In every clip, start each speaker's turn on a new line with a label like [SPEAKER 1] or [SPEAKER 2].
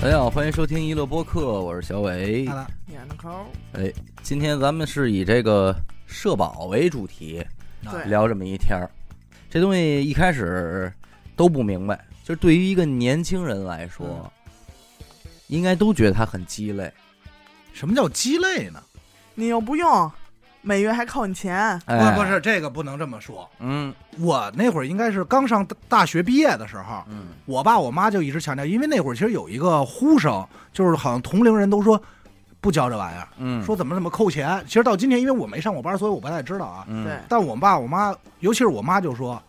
[SPEAKER 1] 大家好，欢迎收听娱乐播客，我是小伟。
[SPEAKER 2] 好了，
[SPEAKER 3] 眼的抠，
[SPEAKER 1] 哎，今天咱们是以这个社保为主题
[SPEAKER 3] 对
[SPEAKER 1] 聊这么一天儿。这东西一开始都不明白，就是对于一个年轻人来说，应该都觉得他很鸡肋。
[SPEAKER 2] 什么叫鸡肋呢？
[SPEAKER 3] 你又不用，每月还扣你钱，
[SPEAKER 1] 哎，
[SPEAKER 2] 不不，是这个不能这么说。
[SPEAKER 1] 嗯
[SPEAKER 2] 我那会儿应该是刚上大大学毕业的时候，
[SPEAKER 1] 嗯，
[SPEAKER 2] 我爸我妈就一直强调，因为那会儿其实有一个呼声，就是好像同龄人都说不交这玩意儿，
[SPEAKER 1] 嗯，
[SPEAKER 2] 说怎么怎么扣钱。其实到今天，因为我没上过班，所以我不太知道啊。
[SPEAKER 1] 嗯
[SPEAKER 3] 对，
[SPEAKER 2] 但我爸我妈，尤其是我妈就说，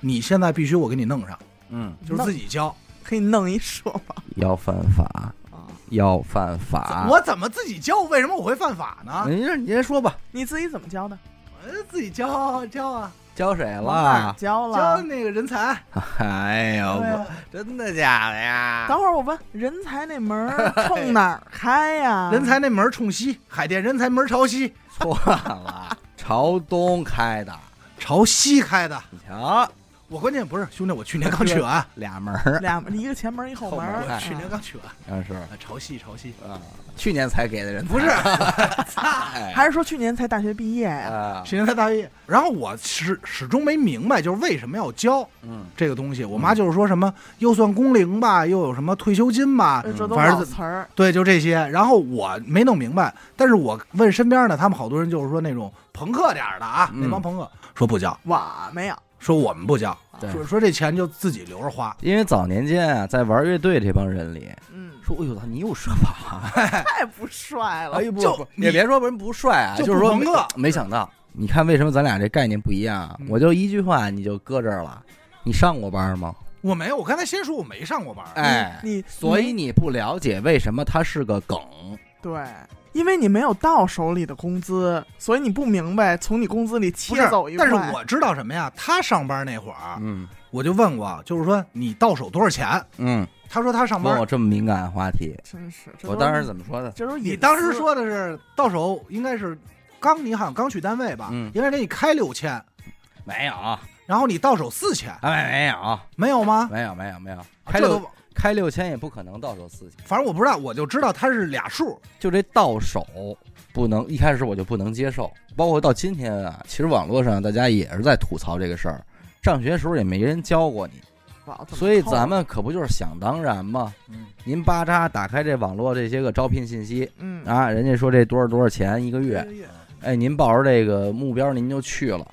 [SPEAKER 2] 你现在必须我给你弄上，
[SPEAKER 1] 嗯，
[SPEAKER 2] 就是自己交。
[SPEAKER 3] 可以弄一社 保
[SPEAKER 1] 要犯法，
[SPEAKER 3] 啊，
[SPEAKER 1] 要犯法。
[SPEAKER 2] 我怎么自己交？为什么我会犯法呢？
[SPEAKER 1] 您您先说吧，
[SPEAKER 3] 你自己怎么交的？
[SPEAKER 2] 我自己交交啊，
[SPEAKER 1] 教谁
[SPEAKER 3] 往哪儿
[SPEAKER 1] 了？
[SPEAKER 3] 交
[SPEAKER 2] 交
[SPEAKER 3] 了。
[SPEAKER 2] 那个人才。
[SPEAKER 1] 哎呦，
[SPEAKER 2] 对啊
[SPEAKER 1] 我真的假的呀？
[SPEAKER 3] 等会儿我问，人才那门儿冲哪儿开
[SPEAKER 1] 嗯
[SPEAKER 3] 呀？
[SPEAKER 2] 人才那门儿冲西，海淀人才门儿朝西，
[SPEAKER 1] 错了，朝东开的。
[SPEAKER 2] 朝西开的。
[SPEAKER 1] 你瞧，
[SPEAKER 2] 我关键不是兄弟，我去年刚 取完，
[SPEAKER 1] 俩门儿，
[SPEAKER 3] 俩门一个前门一后门
[SPEAKER 1] 后门
[SPEAKER 3] 儿，
[SPEAKER 1] 哎
[SPEAKER 2] 我
[SPEAKER 3] 啊
[SPEAKER 2] 去年刚取完，
[SPEAKER 1] 像是
[SPEAKER 2] 啊朝西朝西，
[SPEAKER 1] 啊，去年才给的人，
[SPEAKER 2] 不是，
[SPEAKER 3] 还是说去年才大学毕业呀？
[SPEAKER 1] 啊，
[SPEAKER 2] 去年才大一。然后我始始终没明白，就是为什么要交
[SPEAKER 1] 嗯，
[SPEAKER 2] 这个东西。我妈就是说什么又算工龄吧，又有什么退休金吧，
[SPEAKER 3] 呃这都
[SPEAKER 2] 哎反正
[SPEAKER 3] 老词儿，
[SPEAKER 2] 对，就这些。然后我没弄明白，但是我问身边呢，他们好多人就是说那种朋克点儿的啊，
[SPEAKER 1] 嗯
[SPEAKER 2] 那帮朋克说不交，
[SPEAKER 3] 我没有。
[SPEAKER 2] 说我们不交，
[SPEAKER 1] 对
[SPEAKER 2] 说说这钱就自己留着花。
[SPEAKER 1] 因为早年间啊，在玩乐队这帮人里，
[SPEAKER 3] 嗯，
[SPEAKER 1] 说，哎呦，你有社保啊？
[SPEAKER 2] 哎
[SPEAKER 3] 太不帅了
[SPEAKER 1] 哎。呦，不
[SPEAKER 2] 就
[SPEAKER 1] 不，
[SPEAKER 2] 你
[SPEAKER 1] 也别说人不帅啊，
[SPEAKER 2] 就
[SPEAKER 1] 就是说
[SPEAKER 2] 不
[SPEAKER 1] 没
[SPEAKER 2] 朋克
[SPEAKER 1] 没想到，你看为什么咱俩这概念不一样啊？
[SPEAKER 2] 嗯
[SPEAKER 1] 我就一句话，你就搁这儿了。你上过班吗？
[SPEAKER 2] 我没有，我刚才先说我没上过班儿。
[SPEAKER 1] 哎，
[SPEAKER 3] 你
[SPEAKER 1] 所以你不了解为什么它是个梗。
[SPEAKER 3] 对，因为你没有到手里的工资，所以你不明白从你工资里
[SPEAKER 2] 不是
[SPEAKER 3] 切走一，块。
[SPEAKER 2] 但是我知道什么呀？他上班那会儿，啊
[SPEAKER 1] 嗯
[SPEAKER 2] 我就问过，就是说你到手多少钱？
[SPEAKER 1] 嗯，
[SPEAKER 2] 他说他上
[SPEAKER 1] 问
[SPEAKER 2] 班
[SPEAKER 1] 我，这么敏感的话题，
[SPEAKER 3] 真是，这
[SPEAKER 1] 我
[SPEAKER 3] 都
[SPEAKER 1] 当时
[SPEAKER 3] 是
[SPEAKER 1] 怎么说的？
[SPEAKER 3] 这都是
[SPEAKER 2] 你
[SPEAKER 3] 隐
[SPEAKER 2] 当时
[SPEAKER 3] 私
[SPEAKER 2] 说的是到手应该是刚，你好像刚去单位吧？
[SPEAKER 1] 嗯
[SPEAKER 2] 应该给你开六千，
[SPEAKER 1] 没有，
[SPEAKER 2] 然后你到手四千，
[SPEAKER 1] 哎，没有，
[SPEAKER 2] 没有吗？
[SPEAKER 1] 没有，没有，没有，开
[SPEAKER 2] 这都
[SPEAKER 1] 六开六千也不可能到手四千，
[SPEAKER 2] 反正我不知道，我就知道他是俩数。
[SPEAKER 1] 就这到手不能，一开始我就不能接受，包括到今天啊，其实网络上大家也是在吐槽这个事儿，上学时候也没人教过你，
[SPEAKER 3] 哇怎么
[SPEAKER 1] 所以
[SPEAKER 3] 扣
[SPEAKER 1] 咱们可不就是想当然吗？
[SPEAKER 2] 嗯，
[SPEAKER 1] 您巴扎打开这网络这些个招聘信息
[SPEAKER 3] 嗯
[SPEAKER 1] 啊，人家说这多少多少钱一个月，
[SPEAKER 3] 月
[SPEAKER 1] 哎，您抱着这个目标您就去了，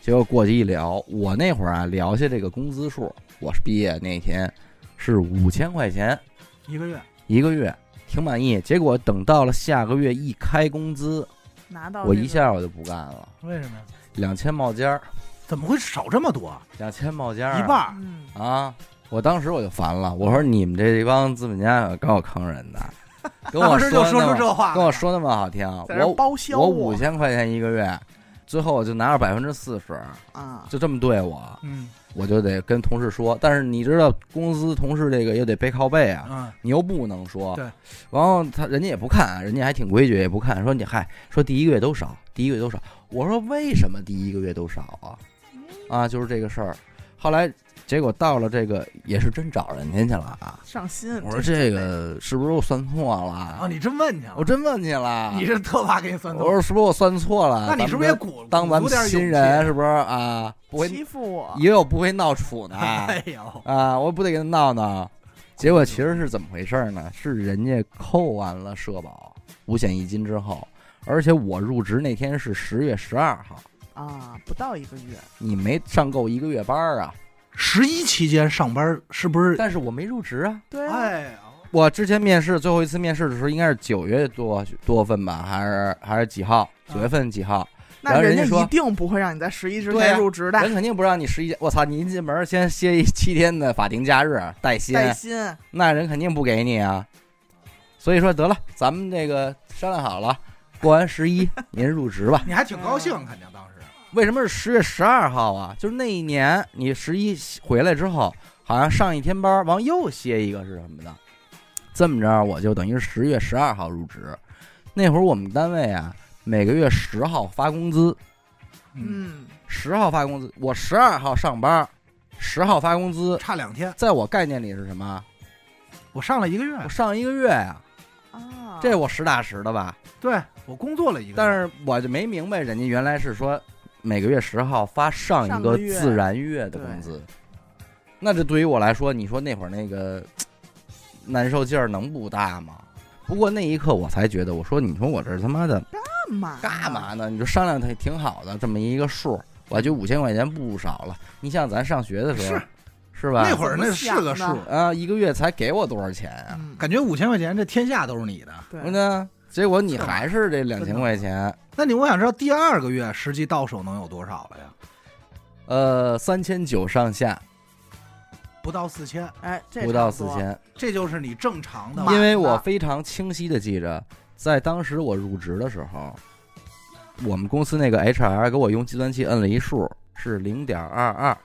[SPEAKER 1] 结果过去一聊，我那会儿啊聊下这个工资数，我是毕业那天是五千块钱
[SPEAKER 2] 一个月
[SPEAKER 1] 一个月，挺满意。结果等到了下个月一开工资，
[SPEAKER 3] 拿到
[SPEAKER 1] 我
[SPEAKER 3] 这
[SPEAKER 1] 一
[SPEAKER 3] 哦个
[SPEAKER 1] 下我就不干了，
[SPEAKER 2] 为什么呀？
[SPEAKER 1] 两千冒尖儿，
[SPEAKER 2] 怎么会少这么多？
[SPEAKER 1] 两千冒尖儿啊，
[SPEAKER 2] 一半儿。
[SPEAKER 3] 嗯，
[SPEAKER 1] 啊！我当时我就烦了，我说你们这帮资本家有够坑人 的，跟我
[SPEAKER 2] 当时就说
[SPEAKER 1] 那
[SPEAKER 2] 出
[SPEAKER 1] 么
[SPEAKER 2] 这话来了，
[SPEAKER 1] 跟我说那么好听，啊
[SPEAKER 3] 在这
[SPEAKER 1] 我
[SPEAKER 3] 儿包销
[SPEAKER 1] 我五千块钱一个月，最后我就拿了百分之四十，
[SPEAKER 3] 啊，
[SPEAKER 1] 就这么对我，
[SPEAKER 2] 嗯
[SPEAKER 1] 我就得跟同事说。但是你知道，公司同事这个也得背靠背啊，
[SPEAKER 2] 嗯，
[SPEAKER 1] 你又不能说。
[SPEAKER 2] 对。
[SPEAKER 1] 然后他人家也不看，人家还挺规矩，也不看，说你嗨，说第一个月都少，第一个月都少。我说为什么第一个月都少啊？啊，就是这个事儿。后来结果到了这个也是真找人家去了啊。
[SPEAKER 3] 上心。
[SPEAKER 1] 我说这个是不是我算错
[SPEAKER 2] 啊，
[SPEAKER 1] 了？
[SPEAKER 2] 你真问去了
[SPEAKER 1] 我真问去了。
[SPEAKER 2] 你是特怕给你算
[SPEAKER 1] 我
[SPEAKER 2] 错。
[SPEAKER 1] 说是不是我算错了？
[SPEAKER 2] 那你是不是也鼓
[SPEAKER 1] 当咱们
[SPEAKER 2] 鼓足点
[SPEAKER 1] 新
[SPEAKER 2] 勇气
[SPEAKER 1] 人是不是啊？不会
[SPEAKER 3] 欺负我，
[SPEAKER 1] 也有不会闹处呢
[SPEAKER 2] 哎呦，
[SPEAKER 1] 啊，我不得跟他闹闹。结果其实是怎么回事呢？是人家扣完了社保五险一金之后，而且我入职那天是十月十二号，
[SPEAKER 3] 啊，不到一个月，
[SPEAKER 1] 你没上够一个月班儿啊，
[SPEAKER 2] 十一期间上班是不是？
[SPEAKER 1] 但是我没入职啊。
[SPEAKER 3] 对啊，
[SPEAKER 2] 哎呦，
[SPEAKER 1] 我之前面试最后一次面试的时候，应该是九月多多份吧，还是还是几号？九月份几号？然
[SPEAKER 3] 那
[SPEAKER 1] 后人
[SPEAKER 3] 人
[SPEAKER 1] 家
[SPEAKER 3] 家
[SPEAKER 1] 说
[SPEAKER 3] 一定不会让你在十一之
[SPEAKER 1] 对啊
[SPEAKER 3] 前入职的，
[SPEAKER 1] 人肯定不让你十一，我操！你一进门先歇一七天的法定假日带薪，
[SPEAKER 3] 带薪，
[SPEAKER 1] 那人肯定不给你啊。所以说得了，咱们这个商量好了，过完十一您入职吧。
[SPEAKER 2] 你还挺高兴，肯定当时。
[SPEAKER 1] 为什么是十月十二号啊？就是那一年你十一回来之后，好像上一天班，完又歇一个是什么的？这么着，我就等于是十月十二号入职。那会儿我们单位啊，每个月十号发工资，
[SPEAKER 3] 嗯，
[SPEAKER 1] 十号发工资，我十二号上班，十号发工资，
[SPEAKER 2] 差两天，
[SPEAKER 1] 在我概念里是什么？
[SPEAKER 2] 我上了一个月
[SPEAKER 1] 我，上一个月呀、
[SPEAKER 3] 啊，
[SPEAKER 1] 这我实打实的吧。
[SPEAKER 2] 对我工作了一个月，
[SPEAKER 1] 但是我就没明白，人家原来是说每个月十号发上一个自然月的工资。那这对于我来说，你说那会儿那个嗯难受劲儿能不大吗？不过那一刻我才觉得，我说你说我这他妈的
[SPEAKER 3] 干嘛
[SPEAKER 1] 干？嘛呢？你就商量的挺好的，这么一个数，我觉得五千块钱不少了。你像咱上学的时候，
[SPEAKER 2] 是
[SPEAKER 1] 是吧？
[SPEAKER 2] 那会儿那是个数
[SPEAKER 3] 怎，么想
[SPEAKER 1] 啊，一个月才给我多少钱啊？
[SPEAKER 3] 嗯，
[SPEAKER 2] 感觉五千块钱这天下都是你的。
[SPEAKER 3] 对，
[SPEAKER 1] 那结果你
[SPEAKER 2] 是吧
[SPEAKER 1] 还是这两
[SPEAKER 2] 真
[SPEAKER 1] 千
[SPEAKER 2] 的
[SPEAKER 1] 块钱，
[SPEAKER 2] 那你我想知道第二个月实际到手能有多少了呀？
[SPEAKER 1] 呃，三千九上下，
[SPEAKER 2] 不到四千，
[SPEAKER 3] 哎，这
[SPEAKER 1] 不到
[SPEAKER 3] 差
[SPEAKER 1] 四
[SPEAKER 3] 多，
[SPEAKER 1] 千。
[SPEAKER 2] 这就是你正常的
[SPEAKER 3] 妈。
[SPEAKER 1] 因为我非常清晰的记着，在当时我入职的时候，我们公司那个 HR 给我用计算器摁了一数，是零点二二。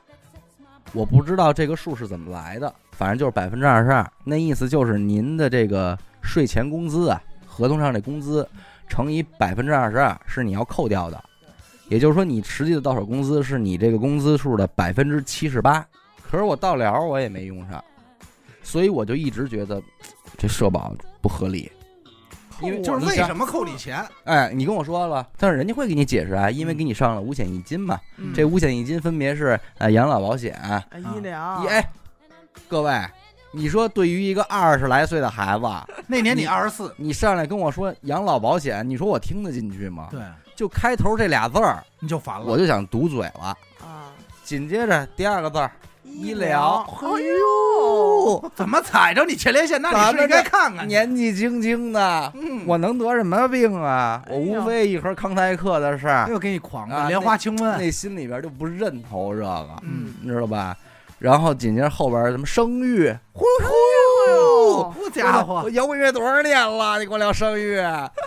[SPEAKER 1] 我不知道这个数是怎么来的，反正就是百分之二十二。那意思就是您的这个税前工资啊，合同上这工资乘以百分之二十二是你要扣掉的，也就是说你实际的到手工资是你这个工资数的百分之七十八。可是我到了我也没用上，所以我就一直觉得这社保不合理，因为
[SPEAKER 2] 就是
[SPEAKER 1] 你
[SPEAKER 2] 为
[SPEAKER 1] 想
[SPEAKER 2] 什么扣你钱？
[SPEAKER 1] 哎，你跟我说了，但是人家会给你解释啊，因为给你上了五险一金嘛。
[SPEAKER 3] 嗯
[SPEAKER 1] 这五险一金分别是呃养老保险，
[SPEAKER 3] 哎医疗，
[SPEAKER 1] 哎，各位，你说对于一个二十来岁的孩子，
[SPEAKER 2] 那年你
[SPEAKER 1] 你
[SPEAKER 2] 二十四，
[SPEAKER 1] 你上来跟我说养老保险，你说我听得进去吗？
[SPEAKER 2] 对，
[SPEAKER 1] 就开头这俩字儿，
[SPEAKER 2] 你就烦了。
[SPEAKER 1] 我就想堵嘴了。
[SPEAKER 3] 啊，
[SPEAKER 1] 紧接着第二个字儿，
[SPEAKER 3] 医
[SPEAKER 1] 疗，哦
[SPEAKER 3] 哎呦，
[SPEAKER 2] 哦怎么踩着你前列腺？那
[SPEAKER 1] 咱
[SPEAKER 2] 你是
[SPEAKER 1] 们
[SPEAKER 2] 应该看看去。
[SPEAKER 1] 年纪轻轻的，
[SPEAKER 2] 嗯，
[SPEAKER 1] 我能得什么病啊？我
[SPEAKER 3] 哎呦
[SPEAKER 1] 无非一盒康泰克的事儿，
[SPEAKER 2] 又给你狂
[SPEAKER 1] 啊
[SPEAKER 2] 了莲花清瘟，
[SPEAKER 1] 那心里边就不认同这个，
[SPEAKER 2] 嗯
[SPEAKER 1] 你知道吧？然后紧接着后边什么生育，忽
[SPEAKER 3] 哎呦
[SPEAKER 1] 哦
[SPEAKER 2] 好家
[SPEAKER 1] 我
[SPEAKER 2] 伙，
[SPEAKER 1] 摇滚乐多少年了？你给我聊生育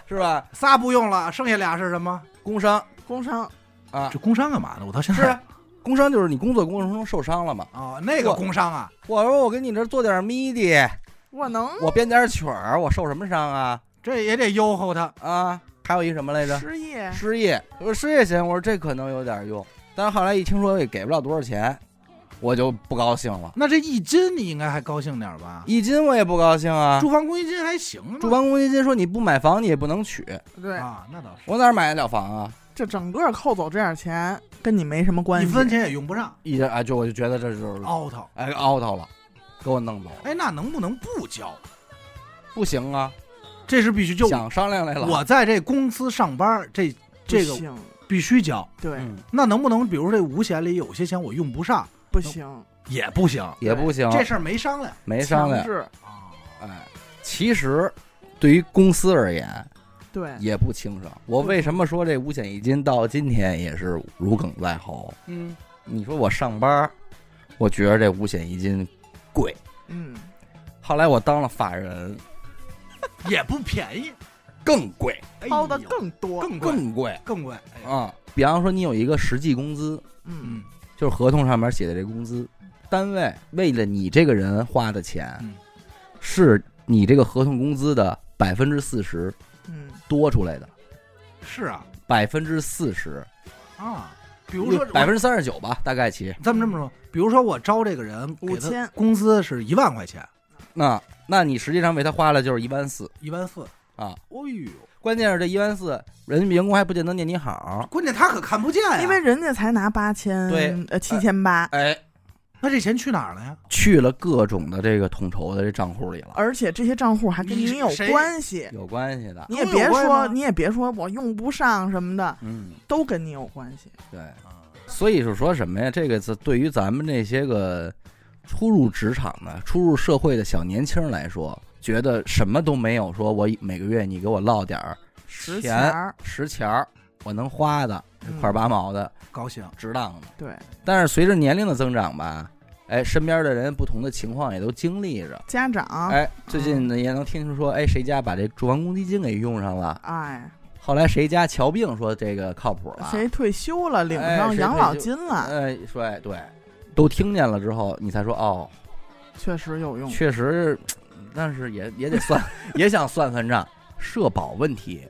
[SPEAKER 1] 是吧？
[SPEAKER 2] 仨不用了，剩下俩是什么？
[SPEAKER 1] 工 伤
[SPEAKER 3] 工伤，
[SPEAKER 1] 啊，
[SPEAKER 2] 这工伤干嘛呢？我到现
[SPEAKER 1] 是 啊工伤就是你工作过程中受伤了嘛。
[SPEAKER 2] 哦，那个
[SPEAKER 1] 我
[SPEAKER 2] 工伤啊，
[SPEAKER 1] 我说我跟你这做点咪的，
[SPEAKER 3] 我能
[SPEAKER 1] 我编点曲儿，我受什么伤啊？
[SPEAKER 2] 这也得悠后他。
[SPEAKER 1] 啊，还有一什么来着？啊
[SPEAKER 3] 失业，
[SPEAKER 1] 失业，我说失业险，我说这可能有点用，但是后来一听说也给不了多少钱，我就不高兴了，
[SPEAKER 2] 那这一斤你应该还高兴点吧？
[SPEAKER 1] 一金我也不高兴啊。
[SPEAKER 2] 住房公积金还行吧，
[SPEAKER 1] 住房公积金说你不买房你也不能取，
[SPEAKER 3] 对，
[SPEAKER 2] 啊，那倒是，
[SPEAKER 1] 我哪儿买得了房啊？
[SPEAKER 3] 这整个扣走这点钱跟你没什么关
[SPEAKER 2] 一
[SPEAKER 3] 系，
[SPEAKER 2] 分钱也用不上
[SPEAKER 1] 一下啊，就我就觉得这就是
[SPEAKER 2] ，out。头。
[SPEAKER 1] 哎 out 了，给我弄走了，
[SPEAKER 2] 哎，那能不能不交？
[SPEAKER 1] 不行啊，
[SPEAKER 2] 这是必须就
[SPEAKER 1] 想商量来了。
[SPEAKER 2] 我在这公司上班，这这个
[SPEAKER 3] 不行，
[SPEAKER 2] 必须交。
[SPEAKER 3] 对，
[SPEAKER 1] 嗯
[SPEAKER 2] 那能不能，比如这五险里有些钱我用不上，
[SPEAKER 3] 不行，
[SPEAKER 2] 也不行，
[SPEAKER 1] 也不行，
[SPEAKER 2] 这事儿没商量
[SPEAKER 1] 没商
[SPEAKER 3] 强
[SPEAKER 1] 量。
[SPEAKER 3] 制，
[SPEAKER 2] 啊。
[SPEAKER 1] 哎，其实对于公司而言
[SPEAKER 2] 嗯
[SPEAKER 3] 对，
[SPEAKER 1] 也不轻省。我为什么说这五险一金到今天也是如鲠在喉？
[SPEAKER 2] 嗯，
[SPEAKER 1] 你说我上班，我觉得这五险一金贵。
[SPEAKER 3] 嗯，
[SPEAKER 1] 后来我当了法人，
[SPEAKER 2] 也不便宜，
[SPEAKER 1] 更贵，
[SPEAKER 2] 哎呦
[SPEAKER 3] 掏的更多，
[SPEAKER 2] 更贵
[SPEAKER 1] 更贵
[SPEAKER 2] 更贵。哎呀
[SPEAKER 1] 啊！比方说，你有一个实际工资，
[SPEAKER 3] 嗯，
[SPEAKER 2] 嗯，
[SPEAKER 1] 就是合同上面写的这工资，单位为了你这个人花的钱
[SPEAKER 2] 嗯，
[SPEAKER 1] 是你这个合同工资的百分之四十
[SPEAKER 3] 嗯，
[SPEAKER 1] 多出来的，
[SPEAKER 2] 是啊
[SPEAKER 1] 百分之四十，
[SPEAKER 2] 啊。比如说
[SPEAKER 1] 百分之三十九吧，大概其。
[SPEAKER 2] 咱们这么说，比如说我招这个人，给他
[SPEAKER 3] 5000
[SPEAKER 2] 工资是一万块钱，
[SPEAKER 1] 那那你实际上为他花了就是一万四，
[SPEAKER 2] 一万四
[SPEAKER 1] 啊。
[SPEAKER 2] 哎呦，
[SPEAKER 1] 关键是这一万四，人家员工还不见得念你好，
[SPEAKER 2] 关键他可看不见哎呀，
[SPEAKER 3] 因为人家才拿八千，
[SPEAKER 1] 对，
[SPEAKER 3] 呃，七千八，
[SPEAKER 1] 哎，
[SPEAKER 2] 那这钱去哪儿了呀？
[SPEAKER 1] 去了各种的这个统筹的这账户里了，
[SPEAKER 3] 而且这些账户还跟
[SPEAKER 2] 你
[SPEAKER 3] 你有
[SPEAKER 2] 谁
[SPEAKER 3] 关系，
[SPEAKER 1] 有关系的。
[SPEAKER 3] 你也
[SPEAKER 2] 跟我有
[SPEAKER 3] 别
[SPEAKER 2] 关
[SPEAKER 3] 说，
[SPEAKER 2] 吗
[SPEAKER 3] 你也别说我用不上什么的，
[SPEAKER 1] 嗯，
[SPEAKER 3] 都跟你有关系，
[SPEAKER 1] 对，啊所以是说什么呀？这个是对于咱们这些个初入职场的、初入社会的小年轻人来说，觉得什么都没有，说我每个月你给我落点儿
[SPEAKER 3] 值钱
[SPEAKER 1] 钱、
[SPEAKER 3] 儿，
[SPEAKER 1] 十钱儿，我能花的，一块儿
[SPEAKER 3] 嗯
[SPEAKER 1] 八毛的，
[SPEAKER 2] 高兴，
[SPEAKER 1] 值当的。
[SPEAKER 3] 对，
[SPEAKER 1] 但是随着年龄的增长吧，哎，身边的人不同的情况也都经历着。
[SPEAKER 3] 家长，
[SPEAKER 1] 哎，最近呢也能听说，哎，谁家把这住房公积金给用上了？
[SPEAKER 3] 哎，
[SPEAKER 1] 后来谁家瞧病说这个靠谱了，
[SPEAKER 3] 谁退休了领
[SPEAKER 1] 哎
[SPEAKER 3] 上
[SPEAKER 1] 谁
[SPEAKER 3] 养
[SPEAKER 1] 退
[SPEAKER 3] 老
[SPEAKER 1] 休
[SPEAKER 3] 金
[SPEAKER 2] 呃
[SPEAKER 3] 了，
[SPEAKER 1] 哎，说哎对，都听见了之后，你才说哦，
[SPEAKER 3] 确实有用，
[SPEAKER 1] 确实，但是也也得算， 也想算算账。社保问题，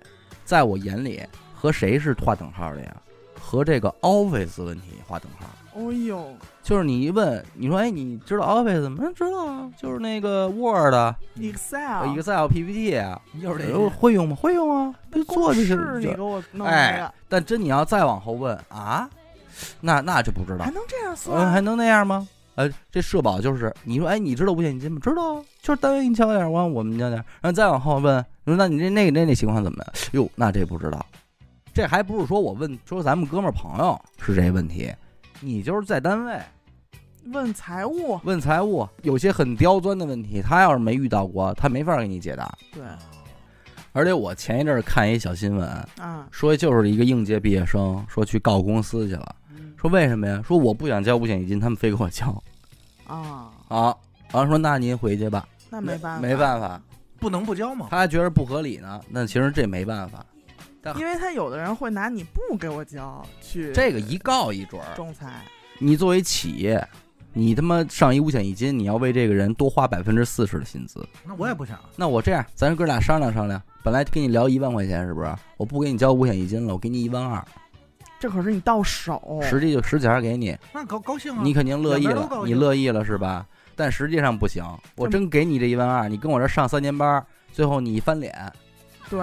[SPEAKER 1] 在我眼里和谁是划等号的呀？和这个 Office 问题划等号。
[SPEAKER 3] 哦呦，
[SPEAKER 1] 就是你一问，你说哎，你知道 Office 吗？嗯知道啊，就是那个 Word 啊、
[SPEAKER 2] 嗯
[SPEAKER 3] Excel
[SPEAKER 1] Excel、PPT 啊，
[SPEAKER 2] 就是这
[SPEAKER 1] 呃
[SPEAKER 2] 些
[SPEAKER 1] 会用吗？会用啊，就做就行。
[SPEAKER 3] 是你给我弄来
[SPEAKER 1] 哎
[SPEAKER 3] 了，，
[SPEAKER 1] 但真你要再往后问啊，那那就不知道
[SPEAKER 3] 还，能这样
[SPEAKER 1] 嗯，还
[SPEAKER 3] 算？
[SPEAKER 1] 能那样吗？呃，这社保就是你说，哎，你知道五险一金吗？知道啊，就是单位给你交点儿，完我们交点儿，然后再往后问，你说那你这那那那情况怎么样？哟，那这不知道，这还不是说我问说咱们哥们儿朋友是这问题，你就是在单位
[SPEAKER 3] 问财务，
[SPEAKER 1] 问财务，有些很刁钻的问题，他要是没遇到过，他没法给你解答。
[SPEAKER 3] 对
[SPEAKER 1] 而且我前一阵儿看一小新闻，
[SPEAKER 3] 啊，
[SPEAKER 1] 说就是一个应届毕业生说去告公司去了，说为什么呀？说我不想交五险一金，他们非给我交
[SPEAKER 3] 啊，
[SPEAKER 1] 啊。然后说那您回去吧，
[SPEAKER 3] 那没办法，
[SPEAKER 1] 没办法，
[SPEAKER 2] 不能不交嘛。
[SPEAKER 1] 他还觉得不合理呢。那其实这没办法，
[SPEAKER 3] 因为他有的人会拿你不给我交去
[SPEAKER 1] 这个一告一准儿。
[SPEAKER 3] 仲裁，
[SPEAKER 1] 你作为企业，你他妈上一五险一金，你要为这个人多花百分之四十的薪资。
[SPEAKER 2] 那我也不想，
[SPEAKER 1] 那我这样，咱哥俩商量商量，本来跟你聊一万块钱是不是？我不给你交五险一金了，我给你一万二，
[SPEAKER 3] 这可是你到手，
[SPEAKER 1] 实际就十钱儿给你。
[SPEAKER 2] 那高高兴啊。
[SPEAKER 1] 你肯定乐意
[SPEAKER 2] 两边都
[SPEAKER 1] 了
[SPEAKER 2] 高，兴
[SPEAKER 1] 你乐意了是吧？但实际上不行，我真给你这一万二，你跟我这上三年班儿，最后你一翻脸，
[SPEAKER 3] 对，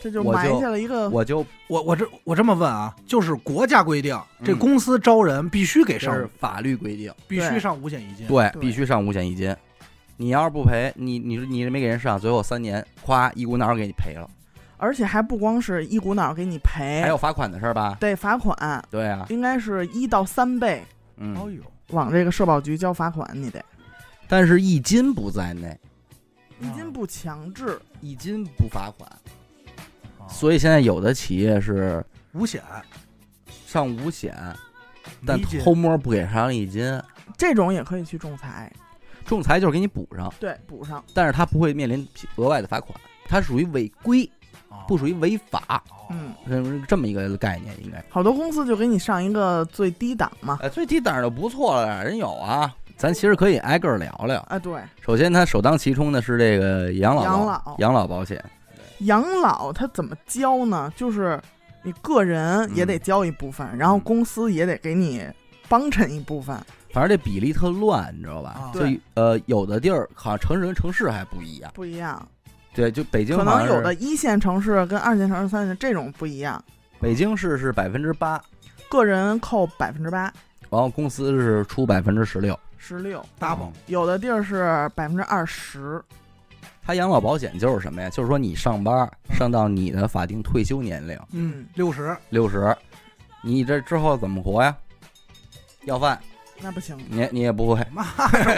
[SPEAKER 3] 这就
[SPEAKER 1] 我
[SPEAKER 3] 埋
[SPEAKER 1] 就
[SPEAKER 3] 下了一个
[SPEAKER 1] 我就
[SPEAKER 2] 我我这我这么问啊，就是国家规定，这
[SPEAKER 1] 嗯
[SPEAKER 2] 公司招人必须给
[SPEAKER 1] 这
[SPEAKER 2] 上，
[SPEAKER 1] 是法律规定，
[SPEAKER 2] 必须
[SPEAKER 3] 对
[SPEAKER 2] 上五险一金。
[SPEAKER 1] 对，
[SPEAKER 3] 对
[SPEAKER 1] 必须上五险一金。你要是不赔，你你你没给人上，最后三年夸一股脑儿给你赔了，
[SPEAKER 3] 而且还不光是一股脑给你赔，
[SPEAKER 1] 还有罚款的事儿吧？
[SPEAKER 3] 得罚款，
[SPEAKER 1] 对啊，
[SPEAKER 3] 应该是一到三倍
[SPEAKER 2] 哎
[SPEAKER 1] 嗯，
[SPEAKER 2] 呦，
[SPEAKER 3] 往这个社保局交罚款，你
[SPEAKER 1] 哦
[SPEAKER 3] 得
[SPEAKER 1] 但是一金不在内，
[SPEAKER 3] 一金嗯不强制，
[SPEAKER 1] 一金不罚款，
[SPEAKER 2] 啊
[SPEAKER 1] 所以现在有的企业是
[SPEAKER 2] 五险，
[SPEAKER 1] 上五险，但
[SPEAKER 2] 理解
[SPEAKER 1] 偷摸不给上一金，
[SPEAKER 3] 这种也可以去仲裁，
[SPEAKER 1] 仲裁就是给你补上。
[SPEAKER 3] 对，补上。
[SPEAKER 1] 但是他不会面临额外的罚款，它属于违规，
[SPEAKER 2] 啊
[SPEAKER 1] 不属于违法，
[SPEAKER 2] 哦
[SPEAKER 3] 嗯，
[SPEAKER 1] 嗯，这么一个概念应该。
[SPEAKER 3] 好多公司就给你上一个最低档嘛，
[SPEAKER 1] 哎，最低档就不错了，人有啊，咱其实可以挨个儿聊聊。
[SPEAKER 3] 啊，对，
[SPEAKER 1] 首先，它首当其冲的是这个养老
[SPEAKER 3] 养
[SPEAKER 1] 保
[SPEAKER 3] 老
[SPEAKER 1] 养老保险，
[SPEAKER 3] 养老它怎么交呢？就是你个人也得交一部分，然后公司也得给你帮衬一部分，
[SPEAKER 1] 反正这比例特乱，你知道吧
[SPEAKER 2] 啊？
[SPEAKER 1] 就呃，有的地儿好像城市跟城市还不一样，
[SPEAKER 3] 不一样。
[SPEAKER 1] 对，就北京
[SPEAKER 3] 可
[SPEAKER 1] 好
[SPEAKER 3] 能
[SPEAKER 1] 像
[SPEAKER 3] 有
[SPEAKER 1] 是
[SPEAKER 3] 的一线城市跟二线城市、三线这种不一样，
[SPEAKER 1] 北京市是百分之八，
[SPEAKER 3] 个人扣百分之八，
[SPEAKER 1] 然后公司是出百分之十六
[SPEAKER 3] 十六。
[SPEAKER 2] double
[SPEAKER 3] 有的地儿是百分之二十，
[SPEAKER 1] 它养老保险就是什么呀？就是说你上班上到你的法定退休年龄。
[SPEAKER 2] 嗯，六十
[SPEAKER 1] 六十，你这之后怎么活呀？要饭，
[SPEAKER 3] 那不行，
[SPEAKER 1] 你你也不会，
[SPEAKER 2] 妈，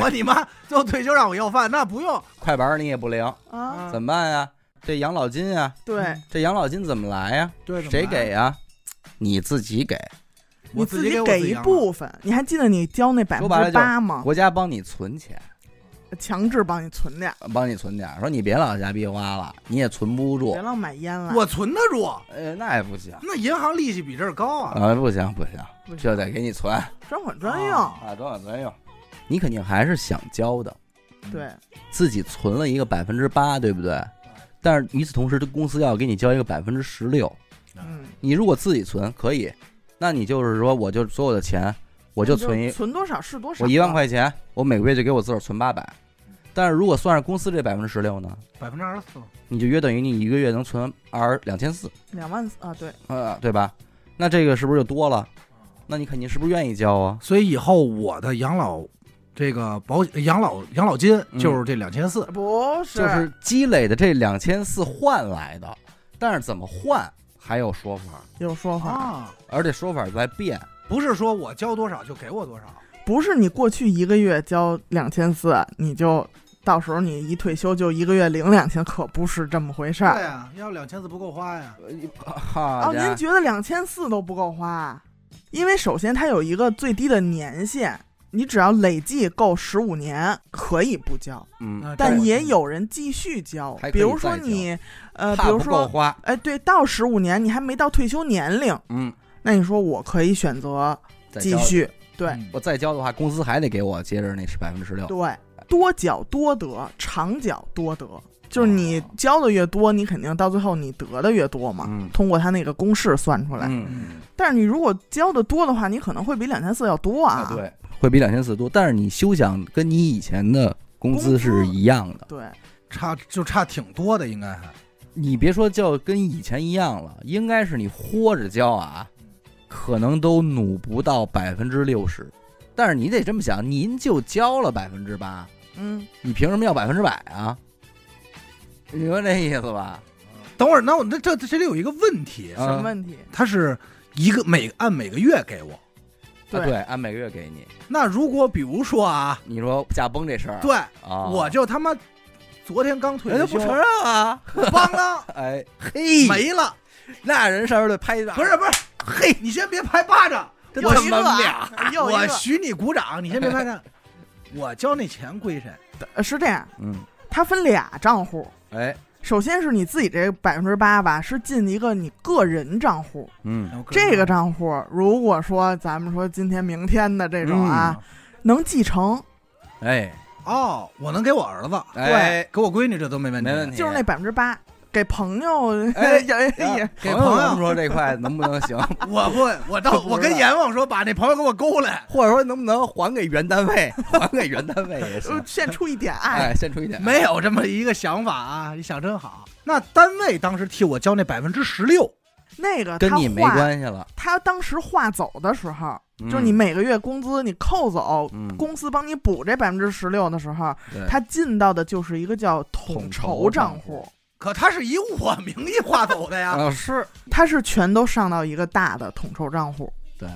[SPEAKER 2] 我你妈，最后退休让我要饭，那不用，
[SPEAKER 1] 快板儿你也不灵，
[SPEAKER 3] 啊，
[SPEAKER 1] 怎么办呀？这养老金呀，
[SPEAKER 3] 对
[SPEAKER 2] 嗯
[SPEAKER 1] 这养老金怎么来呀？
[SPEAKER 2] 对，怎么
[SPEAKER 1] 谁
[SPEAKER 2] 来
[SPEAKER 1] 给？呀？你自己给，
[SPEAKER 3] 你
[SPEAKER 2] 我
[SPEAKER 3] 自
[SPEAKER 2] 己
[SPEAKER 3] 己
[SPEAKER 2] 我
[SPEAKER 3] 给
[SPEAKER 2] 自己
[SPEAKER 3] 一
[SPEAKER 2] 养老，
[SPEAKER 3] 部分，你还记得你交那百
[SPEAKER 1] 说
[SPEAKER 3] 分
[SPEAKER 1] 白了
[SPEAKER 3] 之
[SPEAKER 1] 就
[SPEAKER 3] 八吗？
[SPEAKER 1] 国家帮你存钱，
[SPEAKER 3] 强制帮你存点儿，
[SPEAKER 1] 帮你存点儿，说你别老瞎逼花了，你也存不住
[SPEAKER 3] 别。老买烟了。
[SPEAKER 2] 我存得住，
[SPEAKER 1] 呃，那也不行，
[SPEAKER 2] 那银行利息比这儿高啊。
[SPEAKER 1] 啊，不行不行，
[SPEAKER 3] 不行
[SPEAKER 1] 这得给你存
[SPEAKER 3] 专款专用，
[SPEAKER 2] 啊
[SPEAKER 1] 啊，多少咱用。你肯定还是想交的，
[SPEAKER 3] 对，
[SPEAKER 1] 自己存了一个百分之八，对不对？但是与此同时，这公司要给你交一个百分之十六，
[SPEAKER 3] 嗯，
[SPEAKER 1] 你如果自己存可以，那你就是说，我就所有的钱，我就存一，
[SPEAKER 3] 存多少是多少，
[SPEAKER 1] 我一万，块钱，我每个月就给我自个儿存八百。但是如果算上公司这百分之十六呢，
[SPEAKER 2] 百分之二十四，
[SPEAKER 1] 你就约等于你一个月能存二两千四，
[SPEAKER 3] 两万四啊，对，
[SPEAKER 1] 呃，对吧？那这个是不是就多了？那你肯定是不是愿意交啊？
[SPEAKER 2] 所以以后我的养老这个保养老养老金
[SPEAKER 1] 嗯
[SPEAKER 2] 就是这两千四，
[SPEAKER 3] 不是，
[SPEAKER 1] 就是积累的这两千四换来的，但是怎么换还有说法，
[SPEAKER 3] 有说法，
[SPEAKER 2] 啊，
[SPEAKER 1] 而且说法在变。
[SPEAKER 2] 不是说我交多少就给我多少，
[SPEAKER 3] 不是你过去一个月交两千四，你就到时候你一退休就一个月领两千，可不是这么回
[SPEAKER 1] 啊
[SPEAKER 3] 事儿。
[SPEAKER 2] 呀，要两千四不够花呀。
[SPEAKER 1] 好
[SPEAKER 3] 哦，您觉得两千四都不够花？啊因为首先它有一个最低的年限，你只要累计够十五年可以不交，
[SPEAKER 1] 嗯，
[SPEAKER 2] 那
[SPEAKER 3] 但
[SPEAKER 2] 这
[SPEAKER 3] 也有人继续交
[SPEAKER 1] 还，可
[SPEAKER 3] 比
[SPEAKER 1] 以
[SPEAKER 3] 如说
[SPEAKER 1] 再交
[SPEAKER 3] 你，呃，比
[SPEAKER 1] 怕
[SPEAKER 3] 如
[SPEAKER 1] 不够
[SPEAKER 3] 说，
[SPEAKER 1] 花，
[SPEAKER 3] 哎，对，到十五年你还没到退休年龄，
[SPEAKER 1] 嗯，
[SPEAKER 3] 那你说我可以选择
[SPEAKER 1] 再
[SPEAKER 3] 继
[SPEAKER 1] 交
[SPEAKER 3] 续，对
[SPEAKER 2] 嗯
[SPEAKER 1] 我再交的话，公司还得给我接着那是百分之十六。
[SPEAKER 3] 对，多缴多得，长缴多得，就是你交的越多，你肯定到最后你得的越多嘛。
[SPEAKER 1] 嗯
[SPEAKER 3] 通过他那个公式算出来，
[SPEAKER 1] 嗯，
[SPEAKER 3] 但是你如果交的多的话，你可能会比两千四要多啊。
[SPEAKER 1] 啊对，会比两千四多，但是你休想跟你以前的工资是一样的。
[SPEAKER 3] 对
[SPEAKER 2] 差就差挺多的，应该还
[SPEAKER 1] 你别说叫跟以前一样了，应该是你豁着交啊，可能都努不到百分之六十。但是你得这么想，您就交了百分之八，
[SPEAKER 3] 嗯，
[SPEAKER 1] 你凭什么要百分之百啊？你说这意思吧？
[SPEAKER 2] 等会儿，那我那这这里有一个问题，
[SPEAKER 1] 啊
[SPEAKER 3] 什么问题？
[SPEAKER 2] 他是一个每按每个月给我。
[SPEAKER 1] 啊，对，按每个月给你。
[SPEAKER 2] 那如果比如说啊，
[SPEAKER 1] 你说驾崩这事儿，
[SPEAKER 2] 对，
[SPEAKER 1] 啊，
[SPEAKER 2] 我就他妈昨天刚退
[SPEAKER 1] 人
[SPEAKER 2] 的
[SPEAKER 1] 家
[SPEAKER 2] 休
[SPEAKER 1] 不，承认啊，
[SPEAKER 2] 邦 当
[SPEAKER 1] 哎嘿，
[SPEAKER 2] 没了。
[SPEAKER 1] 那人上面得拍一掌，
[SPEAKER 2] 不是不是，嘿，你先别拍巴掌，
[SPEAKER 1] 真
[SPEAKER 2] 我
[SPEAKER 1] 他
[SPEAKER 2] 一
[SPEAKER 1] 妈
[SPEAKER 2] 个
[SPEAKER 1] 俩
[SPEAKER 3] 啊又一
[SPEAKER 2] 我
[SPEAKER 3] 个
[SPEAKER 2] 许你鼓掌，你先 别拍掌。我交那钱归谁？
[SPEAKER 3] 呃是这样，
[SPEAKER 1] 嗯，
[SPEAKER 3] 它分俩账户，
[SPEAKER 1] 哎，
[SPEAKER 3] 首先是你自己这百分之八吧，是进一个你个人账户。
[SPEAKER 1] 嗯，
[SPEAKER 3] 这个账户，如果说咱们说今天、明天的这种啊，能继承，
[SPEAKER 1] 哎，
[SPEAKER 2] 哦，我能给我儿子，
[SPEAKER 1] 哎，
[SPEAKER 2] 给我闺女，这都没问题。
[SPEAKER 1] 没问题，
[SPEAKER 3] 就是那百分之八给朋友
[SPEAKER 1] 哎
[SPEAKER 3] 也也
[SPEAKER 1] 给
[SPEAKER 2] 朋友
[SPEAKER 1] 朋友说这块能不能行，
[SPEAKER 2] 我不，我
[SPEAKER 1] 不知道
[SPEAKER 2] 到 我跟阎王说，把那朋友给我勾来。
[SPEAKER 1] 或者说能不能还给原单 位，还给原单位也
[SPEAKER 3] 呃
[SPEAKER 1] 行。
[SPEAKER 3] 献出一点爱。
[SPEAKER 1] 哎，献出一点，
[SPEAKER 2] 没有这么一个想法啊，你想真好。那单位当时替我交那百分之十六，
[SPEAKER 3] 那个
[SPEAKER 1] 跟
[SPEAKER 3] 他
[SPEAKER 1] 你没
[SPEAKER 3] 划，
[SPEAKER 1] 关系了，
[SPEAKER 3] 他当时划走的时候，
[SPEAKER 1] 嗯
[SPEAKER 3] 就是你每个月工资你扣走，
[SPEAKER 1] 嗯，
[SPEAKER 3] 公司帮你补这百分之十六的时候，
[SPEAKER 1] 对
[SPEAKER 3] 他进到的就是一个叫
[SPEAKER 1] 统
[SPEAKER 3] 统
[SPEAKER 1] 筹
[SPEAKER 3] 筹
[SPEAKER 1] 账
[SPEAKER 3] 账
[SPEAKER 1] 户
[SPEAKER 3] 户，
[SPEAKER 2] 可他是以我名义划走的 呀。
[SPEAKER 1] 啊是，
[SPEAKER 3] 它是全都上到一个大的统筹账户。
[SPEAKER 1] 对，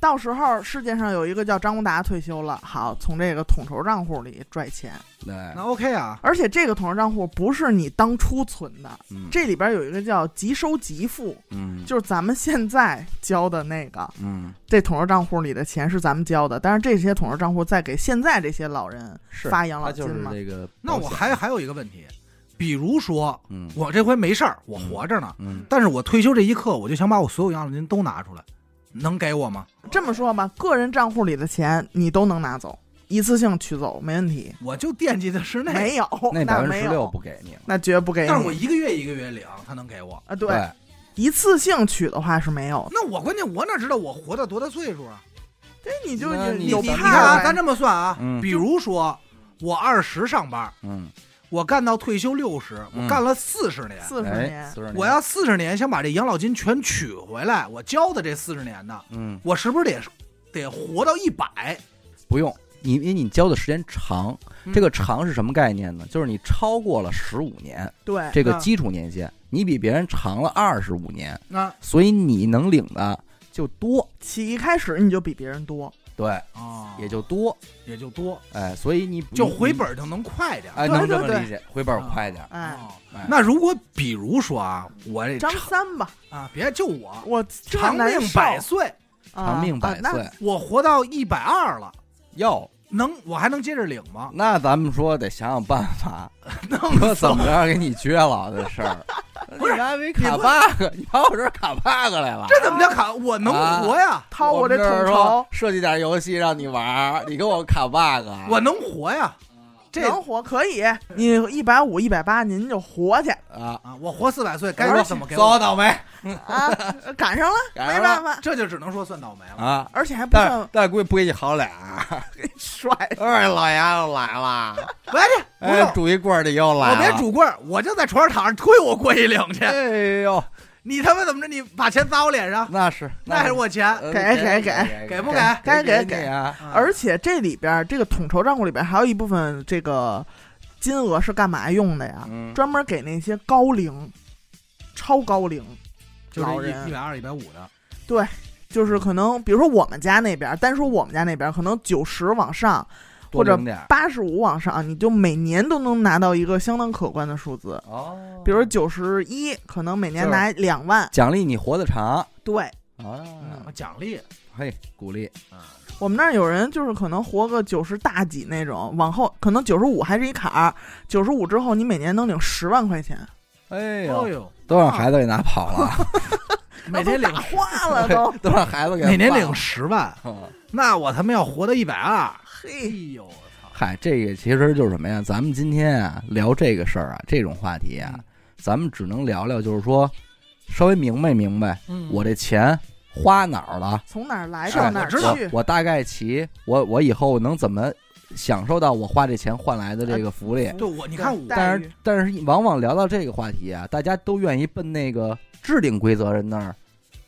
[SPEAKER 3] 到时候世界上有一个叫张宏达退休了，好从这个统筹账户里拽钱，
[SPEAKER 1] 对，
[SPEAKER 2] 那 OK 啊，
[SPEAKER 3] 而且这个统筹账户不是你当初存的，
[SPEAKER 1] 嗯
[SPEAKER 3] 这里边有一个叫即收即付，
[SPEAKER 1] 嗯
[SPEAKER 3] 就是咱们现在交的那个，
[SPEAKER 1] 嗯
[SPEAKER 3] 这统筹账户里的钱是咱们交的，但是这些统筹账户再给现在这些老人
[SPEAKER 1] 是，
[SPEAKER 3] 发养老
[SPEAKER 1] 他就
[SPEAKER 3] 金
[SPEAKER 1] 是
[SPEAKER 3] 嘛。
[SPEAKER 1] 这个保险，啊
[SPEAKER 2] 那我还还有一个问题，比如说
[SPEAKER 1] 嗯
[SPEAKER 2] 我这回没事儿，我活着呢，
[SPEAKER 1] 嗯
[SPEAKER 2] 但是我退休这一刻，我就想把我所有养老金都拿出来，能给我吗？
[SPEAKER 3] 这么说吧，个人账户里的钱你都能拿走，一次性取走没问题。
[SPEAKER 2] 我就惦记的是那，
[SPEAKER 3] 没有，
[SPEAKER 1] 那百
[SPEAKER 3] 那
[SPEAKER 1] 分之
[SPEAKER 3] 没
[SPEAKER 1] 十
[SPEAKER 3] 有
[SPEAKER 1] 六，不给你了，
[SPEAKER 3] 那绝不给你。
[SPEAKER 2] 但是我一个月一个月领，他能给我。
[SPEAKER 3] 啊，对，
[SPEAKER 1] 哎
[SPEAKER 3] 一次性取的话是没有的，
[SPEAKER 2] 那我关键我哪知道我活到多大岁数
[SPEAKER 1] 嗯
[SPEAKER 2] 啊？
[SPEAKER 3] 这你就
[SPEAKER 1] 那
[SPEAKER 3] 有
[SPEAKER 1] 你
[SPEAKER 3] 有
[SPEAKER 2] 你
[SPEAKER 1] 看
[SPEAKER 2] 看
[SPEAKER 3] 派
[SPEAKER 2] 啊，
[SPEAKER 3] 儿
[SPEAKER 2] 咱
[SPEAKER 3] 呗。
[SPEAKER 2] 这么算啊，
[SPEAKER 1] 嗯
[SPEAKER 2] 比如说我二十上班，
[SPEAKER 1] 嗯，
[SPEAKER 2] 我干到退休六十，
[SPEAKER 1] 嗯
[SPEAKER 2] 我干了四十年。
[SPEAKER 3] 四十
[SPEAKER 1] 哎，
[SPEAKER 3] 年，
[SPEAKER 1] 四十年
[SPEAKER 2] 我要四十年想把这养老金全取回来，我交的这四十年呢，
[SPEAKER 1] 嗯。
[SPEAKER 2] 我是不是得得活到一百？
[SPEAKER 1] 不用，你因为你交的时间长，
[SPEAKER 2] 嗯
[SPEAKER 1] 这个长是什么概念呢？就是你超过了十五年
[SPEAKER 3] 对，嗯
[SPEAKER 1] 这个
[SPEAKER 2] 啊
[SPEAKER 1] 基础年限，你比别人长了二十五年，
[SPEAKER 2] 那
[SPEAKER 1] 所以你能领的就多，
[SPEAKER 3] 起一开始你就比别人多，
[SPEAKER 1] 对，
[SPEAKER 2] 啊，
[SPEAKER 1] 也就多，
[SPEAKER 2] 也就多，
[SPEAKER 1] 哎，所以你
[SPEAKER 2] 就回，本儿就能快点
[SPEAKER 1] 你
[SPEAKER 2] 儿。
[SPEAKER 1] 哎，
[SPEAKER 3] 对
[SPEAKER 1] 能这
[SPEAKER 3] 对
[SPEAKER 1] 么
[SPEAKER 3] 对
[SPEAKER 1] 理解，回本儿快点儿，
[SPEAKER 3] 哎，
[SPEAKER 2] 哦
[SPEAKER 1] 哎
[SPEAKER 2] 那如果比如说啊，我这
[SPEAKER 3] 张
[SPEAKER 2] 长
[SPEAKER 3] 三吧，
[SPEAKER 2] 啊，别就我
[SPEAKER 3] 我这
[SPEAKER 2] 长
[SPEAKER 3] 难
[SPEAKER 2] 命
[SPEAKER 3] 受
[SPEAKER 2] 百岁，
[SPEAKER 3] 啊
[SPEAKER 1] 长命百岁
[SPEAKER 3] 啊那
[SPEAKER 2] 我活到一百二了，
[SPEAKER 1] 哟，
[SPEAKER 2] 能我还能接着领吗？
[SPEAKER 1] 那咱们说得想想办法，
[SPEAKER 2] 啊 弄
[SPEAKER 1] 说
[SPEAKER 2] 死
[SPEAKER 1] 怎
[SPEAKER 2] 我
[SPEAKER 1] 么着给你撅牢的事 儿，
[SPEAKER 2] 不是
[SPEAKER 1] 你还没卡 bug，你跑我这儿卡 bug 来了，
[SPEAKER 2] 这怎么叫卡？啊我能活呀，
[SPEAKER 3] 掏
[SPEAKER 1] 我
[SPEAKER 3] 这
[SPEAKER 1] 们这儿说
[SPEAKER 3] 统筹，
[SPEAKER 1] 设计点游戏让你玩儿，你给我卡 bug，啊
[SPEAKER 2] 我能活呀，这
[SPEAKER 3] 能活可以，你一百五、一百八，您 就活去
[SPEAKER 1] 啊，
[SPEAKER 2] 啊，我活四百岁，
[SPEAKER 1] 我
[SPEAKER 2] 该
[SPEAKER 1] 说
[SPEAKER 2] 怎么给
[SPEAKER 1] 糟
[SPEAKER 2] 我？
[SPEAKER 1] 倒霉
[SPEAKER 3] 啊，赶上了，
[SPEAKER 1] 赶上了
[SPEAKER 3] 没办法，
[SPEAKER 2] 这就只能说算倒霉了。
[SPEAKER 1] 啊！
[SPEAKER 3] 而且还不
[SPEAKER 1] 但
[SPEAKER 3] 算
[SPEAKER 1] 但估计不给你好 俩，
[SPEAKER 3] 帅，
[SPEAKER 1] 二老爷又来了，
[SPEAKER 2] 不要去，不
[SPEAKER 1] 哎
[SPEAKER 2] 用，，
[SPEAKER 1] 拄一棍儿的又来
[SPEAKER 2] 我
[SPEAKER 1] 了，
[SPEAKER 2] 别拄棍儿，我就在床上躺着，推我过去领去。
[SPEAKER 1] 哎呦，
[SPEAKER 2] 你他妈怎么着？你把钱砸我脸上，
[SPEAKER 1] 那是
[SPEAKER 2] 那是我钱。
[SPEAKER 1] 呃
[SPEAKER 3] 给给
[SPEAKER 1] 给
[SPEAKER 2] 给不给
[SPEAKER 1] 该
[SPEAKER 3] 该
[SPEAKER 1] 给
[SPEAKER 3] 给
[SPEAKER 1] 你啊！
[SPEAKER 3] 而且这里边儿这个统筹账户里边儿还有一部分这个金额是干嘛用的呀？
[SPEAKER 1] 嗯
[SPEAKER 3] 专门给那些高龄、超高龄，
[SPEAKER 2] 就是
[SPEAKER 3] 老
[SPEAKER 2] 一
[SPEAKER 3] 人
[SPEAKER 2] 一百二、一百五的，
[SPEAKER 3] 就是可能比如说我们家那边儿，单说我们家那边儿，可能九十往上
[SPEAKER 1] 多
[SPEAKER 3] 或者
[SPEAKER 1] 领点儿
[SPEAKER 3] 八十五往上，你就每年都能拿到一个相当可观的数字。
[SPEAKER 1] 哦，
[SPEAKER 2] 嗯
[SPEAKER 3] 比如九十一，可能每年拿两万。
[SPEAKER 1] 奖励你活得长
[SPEAKER 3] 对
[SPEAKER 1] 啊，
[SPEAKER 2] 奖励啊
[SPEAKER 1] 嘿，鼓励
[SPEAKER 3] 我们那儿有人就是可能活个九十大几那种，往后可能九十五还是一坎儿，九十五之后你每年能领十万块钱，
[SPEAKER 1] 哎
[SPEAKER 2] 哦
[SPEAKER 1] 呦，
[SPEAKER 2] 呦，
[SPEAKER 1] 都让孩子给拿跑了，。
[SPEAKER 2] 每天
[SPEAKER 3] 那
[SPEAKER 2] 领
[SPEAKER 3] 都打 花了都
[SPEAKER 1] 都让孩子给
[SPEAKER 2] 啊每年
[SPEAKER 1] 放
[SPEAKER 2] 领十万，
[SPEAKER 1] 了，
[SPEAKER 2] 那我他妈要活到一百二，哎
[SPEAKER 3] 嘿，
[SPEAKER 2] 呦我操！
[SPEAKER 1] 嗨，这个其实就是什么呀？咱们今天啊聊这个事儿啊，这种话题啊
[SPEAKER 2] 嗯，
[SPEAKER 1] 咱们只能聊聊，就是说稍微明白明白，
[SPEAKER 2] 嗯
[SPEAKER 1] 我这钱花哪儿了？
[SPEAKER 3] 从哪儿来
[SPEAKER 2] 是
[SPEAKER 3] 到哪
[SPEAKER 2] 我
[SPEAKER 3] 儿
[SPEAKER 2] 知道
[SPEAKER 3] 去，
[SPEAKER 1] 我大概其我我以后能怎么享受到我花这钱换来的这个福利？啊
[SPEAKER 2] 对我，你看我
[SPEAKER 3] 待
[SPEAKER 1] 但
[SPEAKER 3] 遇
[SPEAKER 1] 是但是往往聊到这个话题啊，大家都愿意奔那个制定规则人那儿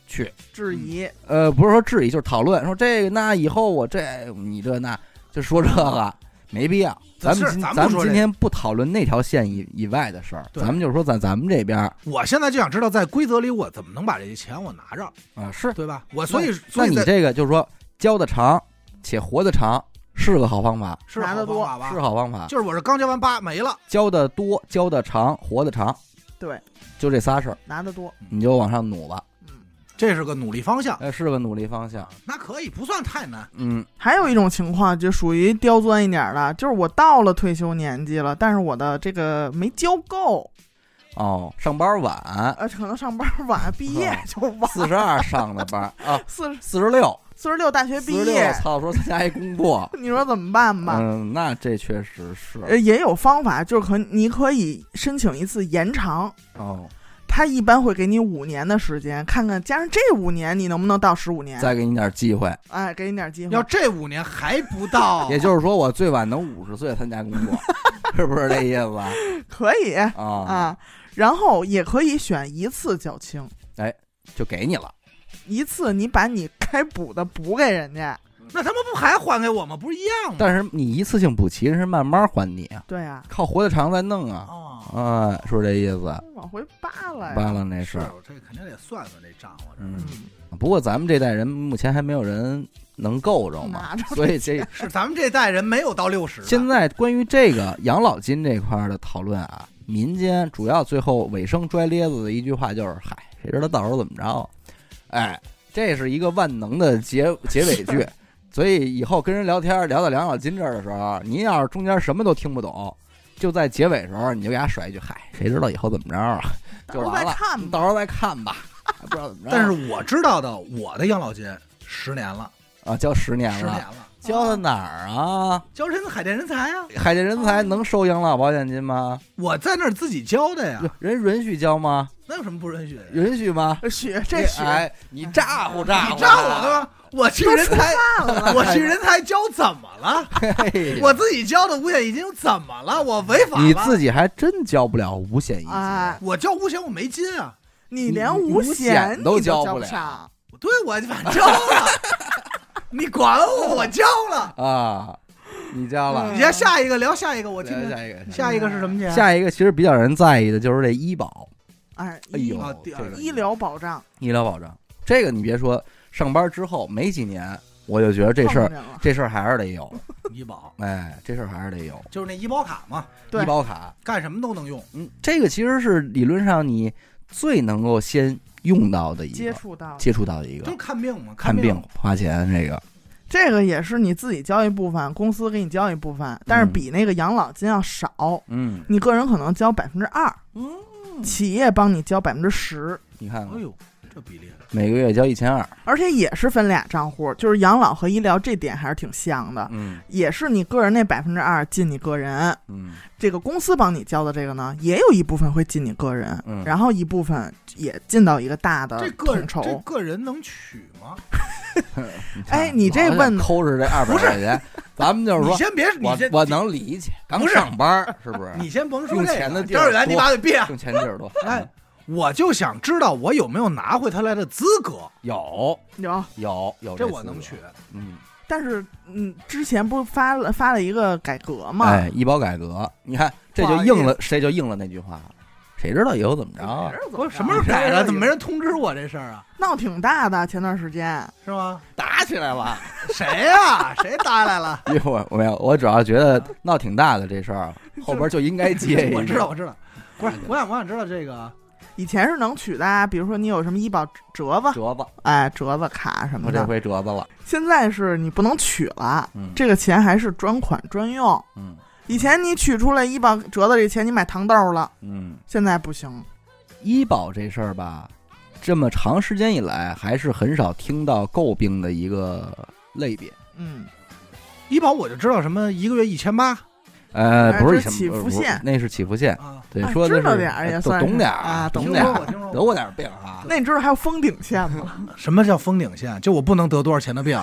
[SPEAKER 1] 去。
[SPEAKER 3] 质疑，
[SPEAKER 1] 呃，不是说质疑，就是讨论，说这个那以后我这你这那就说这个没必要。咱们
[SPEAKER 2] 是
[SPEAKER 1] 今
[SPEAKER 2] 嗯咱不
[SPEAKER 1] 咱
[SPEAKER 2] 说
[SPEAKER 1] 们今
[SPEAKER 2] 这个
[SPEAKER 1] 天不讨论那条线以以外的事儿，
[SPEAKER 2] 对
[SPEAKER 1] 咱们就说在咱们这边儿
[SPEAKER 2] 我现在就想知道，在规则里我怎么能把这些钱我拿着，
[SPEAKER 1] 啊是。
[SPEAKER 2] 对吧？我所以所
[SPEAKER 1] 那
[SPEAKER 2] 以
[SPEAKER 1] 你
[SPEAKER 2] 在
[SPEAKER 1] 这个就是说交的长且活得长是个好方法，
[SPEAKER 2] 是
[SPEAKER 3] 拿得
[SPEAKER 2] 好方
[SPEAKER 3] 多
[SPEAKER 2] 法吧
[SPEAKER 1] 是好方法。
[SPEAKER 2] 就是我是刚交完八没了，
[SPEAKER 1] 交的多，交的长，活得长，
[SPEAKER 3] 对，
[SPEAKER 1] 就这仨事儿，
[SPEAKER 3] 拿得多，
[SPEAKER 1] 你就往上努吧。
[SPEAKER 2] 啊
[SPEAKER 3] 嗯。
[SPEAKER 2] 这是个努力方向，
[SPEAKER 1] 呃，是个努力方向。
[SPEAKER 2] 那可以不算太难。
[SPEAKER 1] 嗯，
[SPEAKER 3] 还有一种情况就属于刁钻一点儿的，就是我到了退休年纪了，但是我的这个没交够，
[SPEAKER 1] 哦，上班晚，
[SPEAKER 3] 呃，可能上班晚，毕业就晚，
[SPEAKER 1] 四十二上的班 啊，
[SPEAKER 3] 四十
[SPEAKER 1] 四十六，
[SPEAKER 3] 四十六大学
[SPEAKER 1] 四
[SPEAKER 3] 哦毕
[SPEAKER 1] 十六
[SPEAKER 3] 业，，
[SPEAKER 1] 操，说参加一工作，
[SPEAKER 3] 你说怎么办吧？
[SPEAKER 1] 嗯，那这确实是
[SPEAKER 3] 呃，也有方法，就是可你可以申请一次延长，
[SPEAKER 1] 哦，
[SPEAKER 3] 他一般会给你五年的时间，看看加上这五年你能不能到十五年，
[SPEAKER 1] 再给你点机会，
[SPEAKER 3] 哎，给你点机
[SPEAKER 2] 要
[SPEAKER 3] 会。
[SPEAKER 2] 这五年还不
[SPEAKER 3] 哦
[SPEAKER 2] 到，
[SPEAKER 1] 也就是说，我最晚能五十岁参加工 作，是不是这意思
[SPEAKER 3] 可以
[SPEAKER 1] 啊？啊，
[SPEAKER 3] 啊，然后也可以选一次缴清，
[SPEAKER 1] 就给你了。
[SPEAKER 3] 一次你把你该补的补给人家。
[SPEAKER 2] 那他们不还还给我吗？不是一样吗？
[SPEAKER 1] 但是你一次性补齐，人是慢慢还你啊，
[SPEAKER 3] 对啊，
[SPEAKER 1] 靠活得长再弄啊，
[SPEAKER 2] 哦，
[SPEAKER 1] 啊，是不是这意思？
[SPEAKER 3] 往回扒拉哎呀。
[SPEAKER 1] 扒拉那
[SPEAKER 2] 是
[SPEAKER 1] 事儿。
[SPEAKER 2] 我这肯定得算算这账，我这
[SPEAKER 1] 嗯
[SPEAKER 3] 嗯，
[SPEAKER 1] 不过咱们这代人目前还没有人能够着嘛
[SPEAKER 3] 拿着，
[SPEAKER 1] 所以这
[SPEAKER 2] 是咱们这代人没有到六十，
[SPEAKER 1] 现在关于这个养老金这块儿的讨论啊，民间主要最后尾声拽咧子的一句话就是：“嗨，谁知道到时候怎么着？”哎，这是一个万能的结 结尾句。所以以后跟人聊天儿聊到养老金这儿的时候，您要是中间什么都听不懂，就在结尾时候你就给他甩一句：“嗨，谁知道以后怎么着啊？”
[SPEAKER 3] 到
[SPEAKER 1] 就
[SPEAKER 3] 时候
[SPEAKER 1] 完
[SPEAKER 3] 再
[SPEAKER 1] 了，
[SPEAKER 3] 看吧。
[SPEAKER 1] 到时候再看吧，还不知道怎么着。
[SPEAKER 2] 但是我知道的，我的养老金十年了，
[SPEAKER 1] 啊，交十年
[SPEAKER 2] 十 年
[SPEAKER 1] 了，
[SPEAKER 2] 了，
[SPEAKER 1] 交到哪儿啊？
[SPEAKER 2] 交人海淀人才啊，
[SPEAKER 1] 海淀人才能收养老保险金吗？
[SPEAKER 2] 我在那儿自己交的呀，
[SPEAKER 1] 人允许交吗？
[SPEAKER 2] 那有什么不允许的呀？
[SPEAKER 1] 允许吗？
[SPEAKER 3] 雪这雪
[SPEAKER 1] 哎，你咋呼咋呼？啊
[SPEAKER 2] 你诈我干嘛？我去人才， 我去人才交怎么了？
[SPEAKER 1] 嘿
[SPEAKER 2] 我自己交的五险一金又怎么了？我违法了？
[SPEAKER 1] 哎你自己还真交不了五险一金，
[SPEAKER 3] 啊，
[SPEAKER 2] 我交五险我没金啊，
[SPEAKER 3] 你连
[SPEAKER 1] 你
[SPEAKER 3] 五
[SPEAKER 1] 五险
[SPEAKER 3] 险你
[SPEAKER 1] 都交
[SPEAKER 3] 交
[SPEAKER 1] 不了
[SPEAKER 3] 上，
[SPEAKER 2] 我对我反正 交了，你管我？我交了。
[SPEAKER 1] 啊，你交了。
[SPEAKER 3] 嗯
[SPEAKER 2] 你先下一个聊下一个，我
[SPEAKER 1] 我
[SPEAKER 2] 听听。
[SPEAKER 1] 下一个，
[SPEAKER 2] 下一个是什么钱？
[SPEAKER 1] 下一个其实比较人在意的就是这医保，
[SPEAKER 3] 哎，
[SPEAKER 1] 哎
[SPEAKER 3] 医
[SPEAKER 1] 呦
[SPEAKER 2] 啊，第
[SPEAKER 1] 这
[SPEAKER 2] 二
[SPEAKER 1] 个
[SPEAKER 3] 医疗保障
[SPEAKER 1] 医疗保障，这个你别说，上班之后没几年，我就觉得这事
[SPEAKER 3] 碰
[SPEAKER 1] 儿
[SPEAKER 3] 见了
[SPEAKER 1] 这事儿还是得有，
[SPEAKER 2] 医保，
[SPEAKER 1] 哎，这事儿还是得有
[SPEAKER 2] 就是那医保卡嘛，
[SPEAKER 3] 对
[SPEAKER 1] 医保卡。
[SPEAKER 2] 干什么都能用。
[SPEAKER 1] 嗯，这个其实是理论上你最能够先用到的一
[SPEAKER 3] 接
[SPEAKER 1] 个
[SPEAKER 3] 触到
[SPEAKER 1] 接触到的一
[SPEAKER 2] 就是
[SPEAKER 1] 个，
[SPEAKER 2] 看病嘛，
[SPEAKER 1] 看
[SPEAKER 2] 病
[SPEAKER 1] 病花钱这个，
[SPEAKER 3] 这个也是你自己交一部分，公司给你交一部分，但是
[SPEAKER 1] 嗯
[SPEAKER 3] 比那个养老金要少，
[SPEAKER 1] 嗯，
[SPEAKER 3] 你个人可能交百分之二，
[SPEAKER 2] 嗯
[SPEAKER 3] 企业帮你交百分之十，
[SPEAKER 1] 你看
[SPEAKER 2] 哎呦，这比例，
[SPEAKER 1] 每个月交一千二，
[SPEAKER 3] 而且也是分俩账户，就是养老和医疗这点还是挺像的，
[SPEAKER 1] 嗯
[SPEAKER 3] 也是你个人那百分之二进你个人，
[SPEAKER 1] 嗯
[SPEAKER 3] 这个公司帮你交的这个呢，也有一部分会进你个人，
[SPEAKER 1] 嗯
[SPEAKER 3] 然后一部分也进到一个大
[SPEAKER 1] 啊
[SPEAKER 3] 的
[SPEAKER 2] 这个
[SPEAKER 3] 统
[SPEAKER 2] 人
[SPEAKER 3] 筹。
[SPEAKER 2] 这个人能取吗？
[SPEAKER 3] 哎你这问
[SPEAKER 1] 抠着这二百块钱，咱们就是
[SPEAKER 2] 你
[SPEAKER 1] 说
[SPEAKER 2] 先别，你
[SPEAKER 1] 我
[SPEAKER 2] 先
[SPEAKER 1] 我，能理解，刚
[SPEAKER 2] 不是
[SPEAKER 1] 上班儿是不是？
[SPEAKER 2] 你先甭说
[SPEAKER 1] 用
[SPEAKER 2] 这
[SPEAKER 1] 钱的
[SPEAKER 2] 个，
[SPEAKER 1] 地儿
[SPEAKER 2] 张远，你
[SPEAKER 1] 多
[SPEAKER 2] 把嘴闭上。
[SPEAKER 1] 挣钱地儿多，嗯
[SPEAKER 2] 哎，我就想知道我有没有拿回他来的资格，
[SPEAKER 1] 有
[SPEAKER 3] 有，
[SPEAKER 1] 有有
[SPEAKER 2] 这
[SPEAKER 1] 哦资
[SPEAKER 2] 我
[SPEAKER 1] 格
[SPEAKER 2] 能取，。
[SPEAKER 1] 嗯，
[SPEAKER 3] 但是嗯，之前不是发了发了一个改革嘛，
[SPEAKER 1] 哎，医保改革，你看这就应了，谁就应了那句话，谁知道以后怎么着啊？
[SPEAKER 2] 我什么时候 改的？怎么没人通知我这事儿啊？
[SPEAKER 3] 闹挺大的，前段时间
[SPEAKER 2] 是吗？
[SPEAKER 1] 打起来了。
[SPEAKER 2] 谁呀、谁搭来 了？
[SPEAKER 1] 因为我我没有，我主要觉得闹挺大的这事儿，后边就应该接一个。
[SPEAKER 2] 我知道，我知道。不是，我想，我想知道这个
[SPEAKER 3] 以前是能取的啊，比如说你有什么医保折子，
[SPEAKER 1] 折子，
[SPEAKER 3] 哎，折子卡什么
[SPEAKER 1] 我这
[SPEAKER 3] 的，
[SPEAKER 1] 回折子了。
[SPEAKER 3] 现在是你不能取了，
[SPEAKER 1] 嗯
[SPEAKER 3] 这个钱还是专款专用。
[SPEAKER 1] 嗯
[SPEAKER 3] 以前你取出来医保折子这钱，你买糖豆了，
[SPEAKER 1] 嗯，
[SPEAKER 3] 现在不行。
[SPEAKER 1] 医保这事儿吧，这么长时间以来还是很少听到诟病的一个类别。
[SPEAKER 3] 嗯，
[SPEAKER 2] 医保我就知道什么一个月一千八
[SPEAKER 1] 呃，
[SPEAKER 3] 哎
[SPEAKER 1] 不是
[SPEAKER 3] 这
[SPEAKER 1] 什
[SPEAKER 3] 起
[SPEAKER 1] 么
[SPEAKER 3] 伏
[SPEAKER 1] 不是
[SPEAKER 3] 线
[SPEAKER 1] 那是起伏线，
[SPEAKER 2] 啊，
[SPEAKER 1] 对
[SPEAKER 3] 哎，
[SPEAKER 1] 说的
[SPEAKER 3] 知道
[SPEAKER 1] 是
[SPEAKER 3] 点儿也
[SPEAKER 1] 呃
[SPEAKER 3] 算
[SPEAKER 1] 懂懂
[SPEAKER 3] 是
[SPEAKER 1] 点儿
[SPEAKER 3] 啊懂
[SPEAKER 1] 懂
[SPEAKER 2] 听
[SPEAKER 1] 点
[SPEAKER 2] 说
[SPEAKER 1] 儿，
[SPEAKER 2] 过听说
[SPEAKER 1] 得
[SPEAKER 2] 过。
[SPEAKER 1] 过点儿病啊。
[SPEAKER 3] 那你知道还有封顶线吗？
[SPEAKER 2] 什么叫封顶线？就我不能得多少钱的病，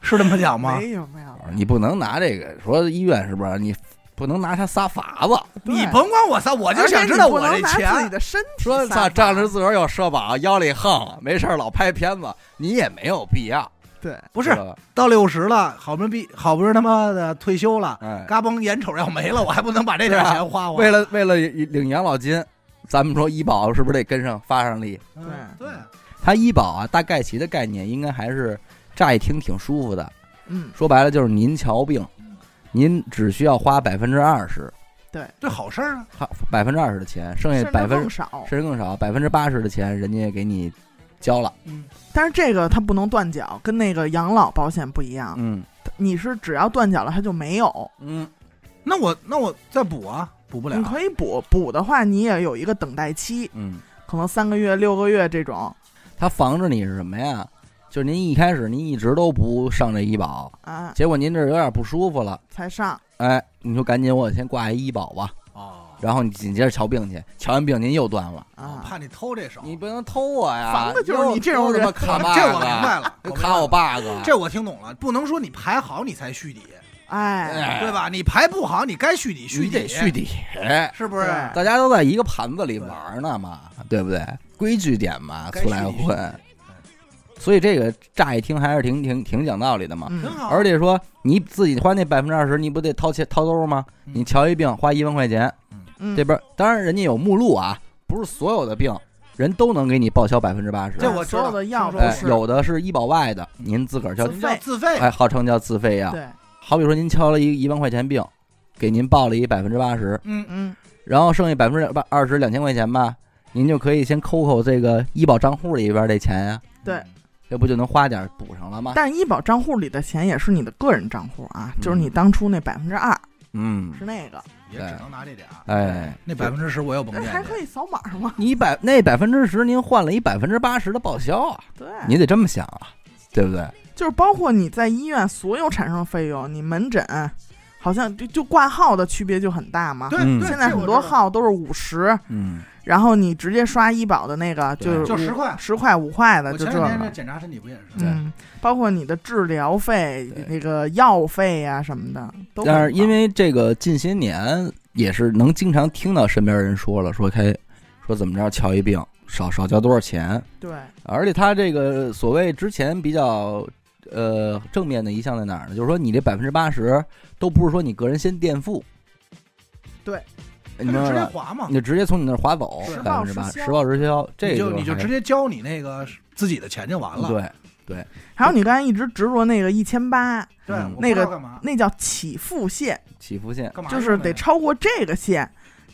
[SPEAKER 2] 是这么 讲吗？
[SPEAKER 3] 没有没有，
[SPEAKER 1] 你不能拿这个说医院是不是？你不能拿它撒法子，
[SPEAKER 3] 对
[SPEAKER 2] 你甭管我仨，我就
[SPEAKER 3] 而且
[SPEAKER 2] 想
[SPEAKER 3] 你
[SPEAKER 2] 知道
[SPEAKER 3] 不
[SPEAKER 2] 我
[SPEAKER 3] 能
[SPEAKER 2] 这
[SPEAKER 3] 拿自己
[SPEAKER 2] 钱。
[SPEAKER 3] 的身体
[SPEAKER 1] 说
[SPEAKER 3] 撒
[SPEAKER 1] 操，仗
[SPEAKER 3] 谎
[SPEAKER 1] 着自个儿有社保，腰里横，没事儿老拍片子，你也没有必要。
[SPEAKER 3] 对，
[SPEAKER 2] 不
[SPEAKER 1] 知
[SPEAKER 2] 是
[SPEAKER 1] 道吧
[SPEAKER 2] 到六十了，好不容易毕好不容易他妈的退休了，
[SPEAKER 1] 哎，
[SPEAKER 2] 嘎嘣眼瞅要没了，我还不能把这点钱花完？
[SPEAKER 1] 啊为了为了领养老金，咱们说医保是不是得跟上发上力？
[SPEAKER 2] 嗯对
[SPEAKER 1] 它医保啊，大概其的概念应该还是乍一听挺舒服的，
[SPEAKER 3] 嗯，
[SPEAKER 1] 说白了就是您瞧病，您只需要花百分之二十，
[SPEAKER 2] 这好事儿啊，
[SPEAKER 1] 花百分之二十的钱，剩下
[SPEAKER 3] 甚
[SPEAKER 1] 百
[SPEAKER 3] 至
[SPEAKER 1] 分
[SPEAKER 3] 更少。
[SPEAKER 1] 甚至更少，百分之八十的钱人家也给你交了。
[SPEAKER 2] 嗯，
[SPEAKER 3] 但是这个它不能断缴，跟那个养老保险不一样，
[SPEAKER 1] 嗯
[SPEAKER 3] 你是只要断缴了它就没有，
[SPEAKER 1] 嗯，
[SPEAKER 2] 那我那我再补啊，补不了
[SPEAKER 3] 你。可以补补的话，你也有一个等待期，
[SPEAKER 1] 嗯，
[SPEAKER 3] 可能三个月、六个月这种
[SPEAKER 1] 它防着你是什么呀？就是您一开始您一直都不上这医保，
[SPEAKER 3] 啊
[SPEAKER 1] 结果您这儿有点不舒服了，
[SPEAKER 3] 才上。
[SPEAKER 1] 哎，你说赶紧我先挂一医保吧，
[SPEAKER 2] 哦，
[SPEAKER 1] 然后你紧接着瞧病去，瞧完病您又断了，
[SPEAKER 2] 我哦
[SPEAKER 3] 啊，
[SPEAKER 2] 怕你偷这手，
[SPEAKER 1] 你不能偷我呀！
[SPEAKER 3] 防的就是 你这种人
[SPEAKER 1] 又又他妈卡 bug，
[SPEAKER 2] 这我明白了，
[SPEAKER 1] 又
[SPEAKER 2] 明白
[SPEAKER 1] 卡我
[SPEAKER 2] 了，
[SPEAKER 1] bug，
[SPEAKER 2] 这我听懂了，不能说你排好你才续底，
[SPEAKER 3] 哎，
[SPEAKER 1] 哎
[SPEAKER 2] 对吧？你排不好，你该续底
[SPEAKER 1] 你
[SPEAKER 2] 续
[SPEAKER 1] 得
[SPEAKER 2] 底，
[SPEAKER 1] 续底，
[SPEAKER 2] 是不是？
[SPEAKER 3] 对
[SPEAKER 1] 大家都在一个盘子里玩呢嘛，对不对？规矩点嘛，
[SPEAKER 2] 该
[SPEAKER 1] 出
[SPEAKER 2] 续
[SPEAKER 1] 来
[SPEAKER 2] 底续
[SPEAKER 1] 混。
[SPEAKER 2] 底，
[SPEAKER 1] 所以这个乍一听还是挺挺挺讲道理的嘛。
[SPEAKER 2] 挺
[SPEAKER 3] 嗯，
[SPEAKER 2] 好。
[SPEAKER 1] 而且说你自己花那百分之二十，你不得掏钱掏兜吗？
[SPEAKER 2] 嗯
[SPEAKER 1] 你瞧一病花一万块钱，
[SPEAKER 3] 嗯
[SPEAKER 1] 这边当然人家有目录啊，不是所有的病人都能给你报销百分之八十啊
[SPEAKER 2] 这。我知
[SPEAKER 3] 所有
[SPEAKER 2] 道
[SPEAKER 3] 的药
[SPEAKER 2] 听
[SPEAKER 3] 都
[SPEAKER 2] 说
[SPEAKER 1] 哎
[SPEAKER 2] 过，
[SPEAKER 1] 有的是医保外的，您自个儿交
[SPEAKER 3] 自，
[SPEAKER 2] 您叫自费，
[SPEAKER 1] 哎，号称叫自费药。
[SPEAKER 3] 对，
[SPEAKER 1] 好比说您敲了一一万块钱病，给您报了一百分之八十，
[SPEAKER 2] 嗯，
[SPEAKER 3] 嗯，
[SPEAKER 1] 然后剩下百分之二十两千块钱吧，您就可以先扣扣这个医保账户里边这钱呀、
[SPEAKER 3] 对，
[SPEAKER 1] 这不就能花点儿补上了吗？
[SPEAKER 3] 但医保账户里的钱也是你的个人账户啊，就是你当初那百分之二
[SPEAKER 1] 嗯，
[SPEAKER 3] 是那个，
[SPEAKER 2] 也只能拿这点儿。啊
[SPEAKER 1] 哎，
[SPEAKER 2] 那百分之十我又甭
[SPEAKER 3] 那还
[SPEAKER 2] 惦
[SPEAKER 3] 可
[SPEAKER 2] 记，
[SPEAKER 3] 以扫码吗？
[SPEAKER 1] 你百那百分之十，您换了一百分之八十的报销啊，
[SPEAKER 3] 对，
[SPEAKER 1] 您得这么想啊，对不对？
[SPEAKER 3] 就是包括你在医院所有产生的费用，你门诊好像就就挂号的区别就很大嘛。
[SPEAKER 2] 对
[SPEAKER 1] 嗯
[SPEAKER 2] 对，
[SPEAKER 3] 现在
[SPEAKER 2] 这我
[SPEAKER 3] 很多
[SPEAKER 2] 知道
[SPEAKER 3] 号都是五十，
[SPEAKER 1] 嗯，
[SPEAKER 3] 然后你直接刷医保的那个
[SPEAKER 1] 对
[SPEAKER 3] 就是
[SPEAKER 2] 就
[SPEAKER 3] 五
[SPEAKER 2] 10块
[SPEAKER 3] 十块、五块的
[SPEAKER 2] 我
[SPEAKER 3] 就
[SPEAKER 2] 前
[SPEAKER 3] 这
[SPEAKER 2] 两天这
[SPEAKER 3] 个。
[SPEAKER 2] 检查身体不也是？
[SPEAKER 1] 对
[SPEAKER 3] 嗯，包括你的治疗费
[SPEAKER 1] 对、
[SPEAKER 3] 那个药费呀、什么的，都很高。
[SPEAKER 1] 但是因为这个近些年也是能经常听到身边人说了，说开说怎么着瞧一病少少交多少钱，
[SPEAKER 3] 对，
[SPEAKER 1] 而且他这个所谓之前比较呃正面的一项在哪儿呢？就是说你这百分之八十都不是说你个人先垫付，
[SPEAKER 3] 对，
[SPEAKER 1] 你
[SPEAKER 2] 那
[SPEAKER 1] 明
[SPEAKER 2] 就
[SPEAKER 1] 白
[SPEAKER 2] 直接
[SPEAKER 1] 吧？
[SPEAKER 2] 划嘛，
[SPEAKER 1] 你就直接从你那儿划走
[SPEAKER 2] 实
[SPEAKER 1] 百
[SPEAKER 3] 报
[SPEAKER 1] 分之
[SPEAKER 3] 实
[SPEAKER 1] 八，
[SPEAKER 3] 销
[SPEAKER 1] 实报实销，嗯这个
[SPEAKER 2] 你就你就
[SPEAKER 1] 还
[SPEAKER 2] 直接交你那个自己的钱就完了。
[SPEAKER 1] 对，
[SPEAKER 3] 还有你刚才一直执着那个一千八，
[SPEAKER 2] 对，我不
[SPEAKER 3] 那
[SPEAKER 2] 知道
[SPEAKER 3] 个
[SPEAKER 2] 干嘛
[SPEAKER 3] 那叫起付线，
[SPEAKER 1] 起伏线
[SPEAKER 2] 干嘛
[SPEAKER 3] 就
[SPEAKER 2] 用
[SPEAKER 3] 是
[SPEAKER 2] 那
[SPEAKER 3] 得
[SPEAKER 2] 个
[SPEAKER 3] 超过这个线，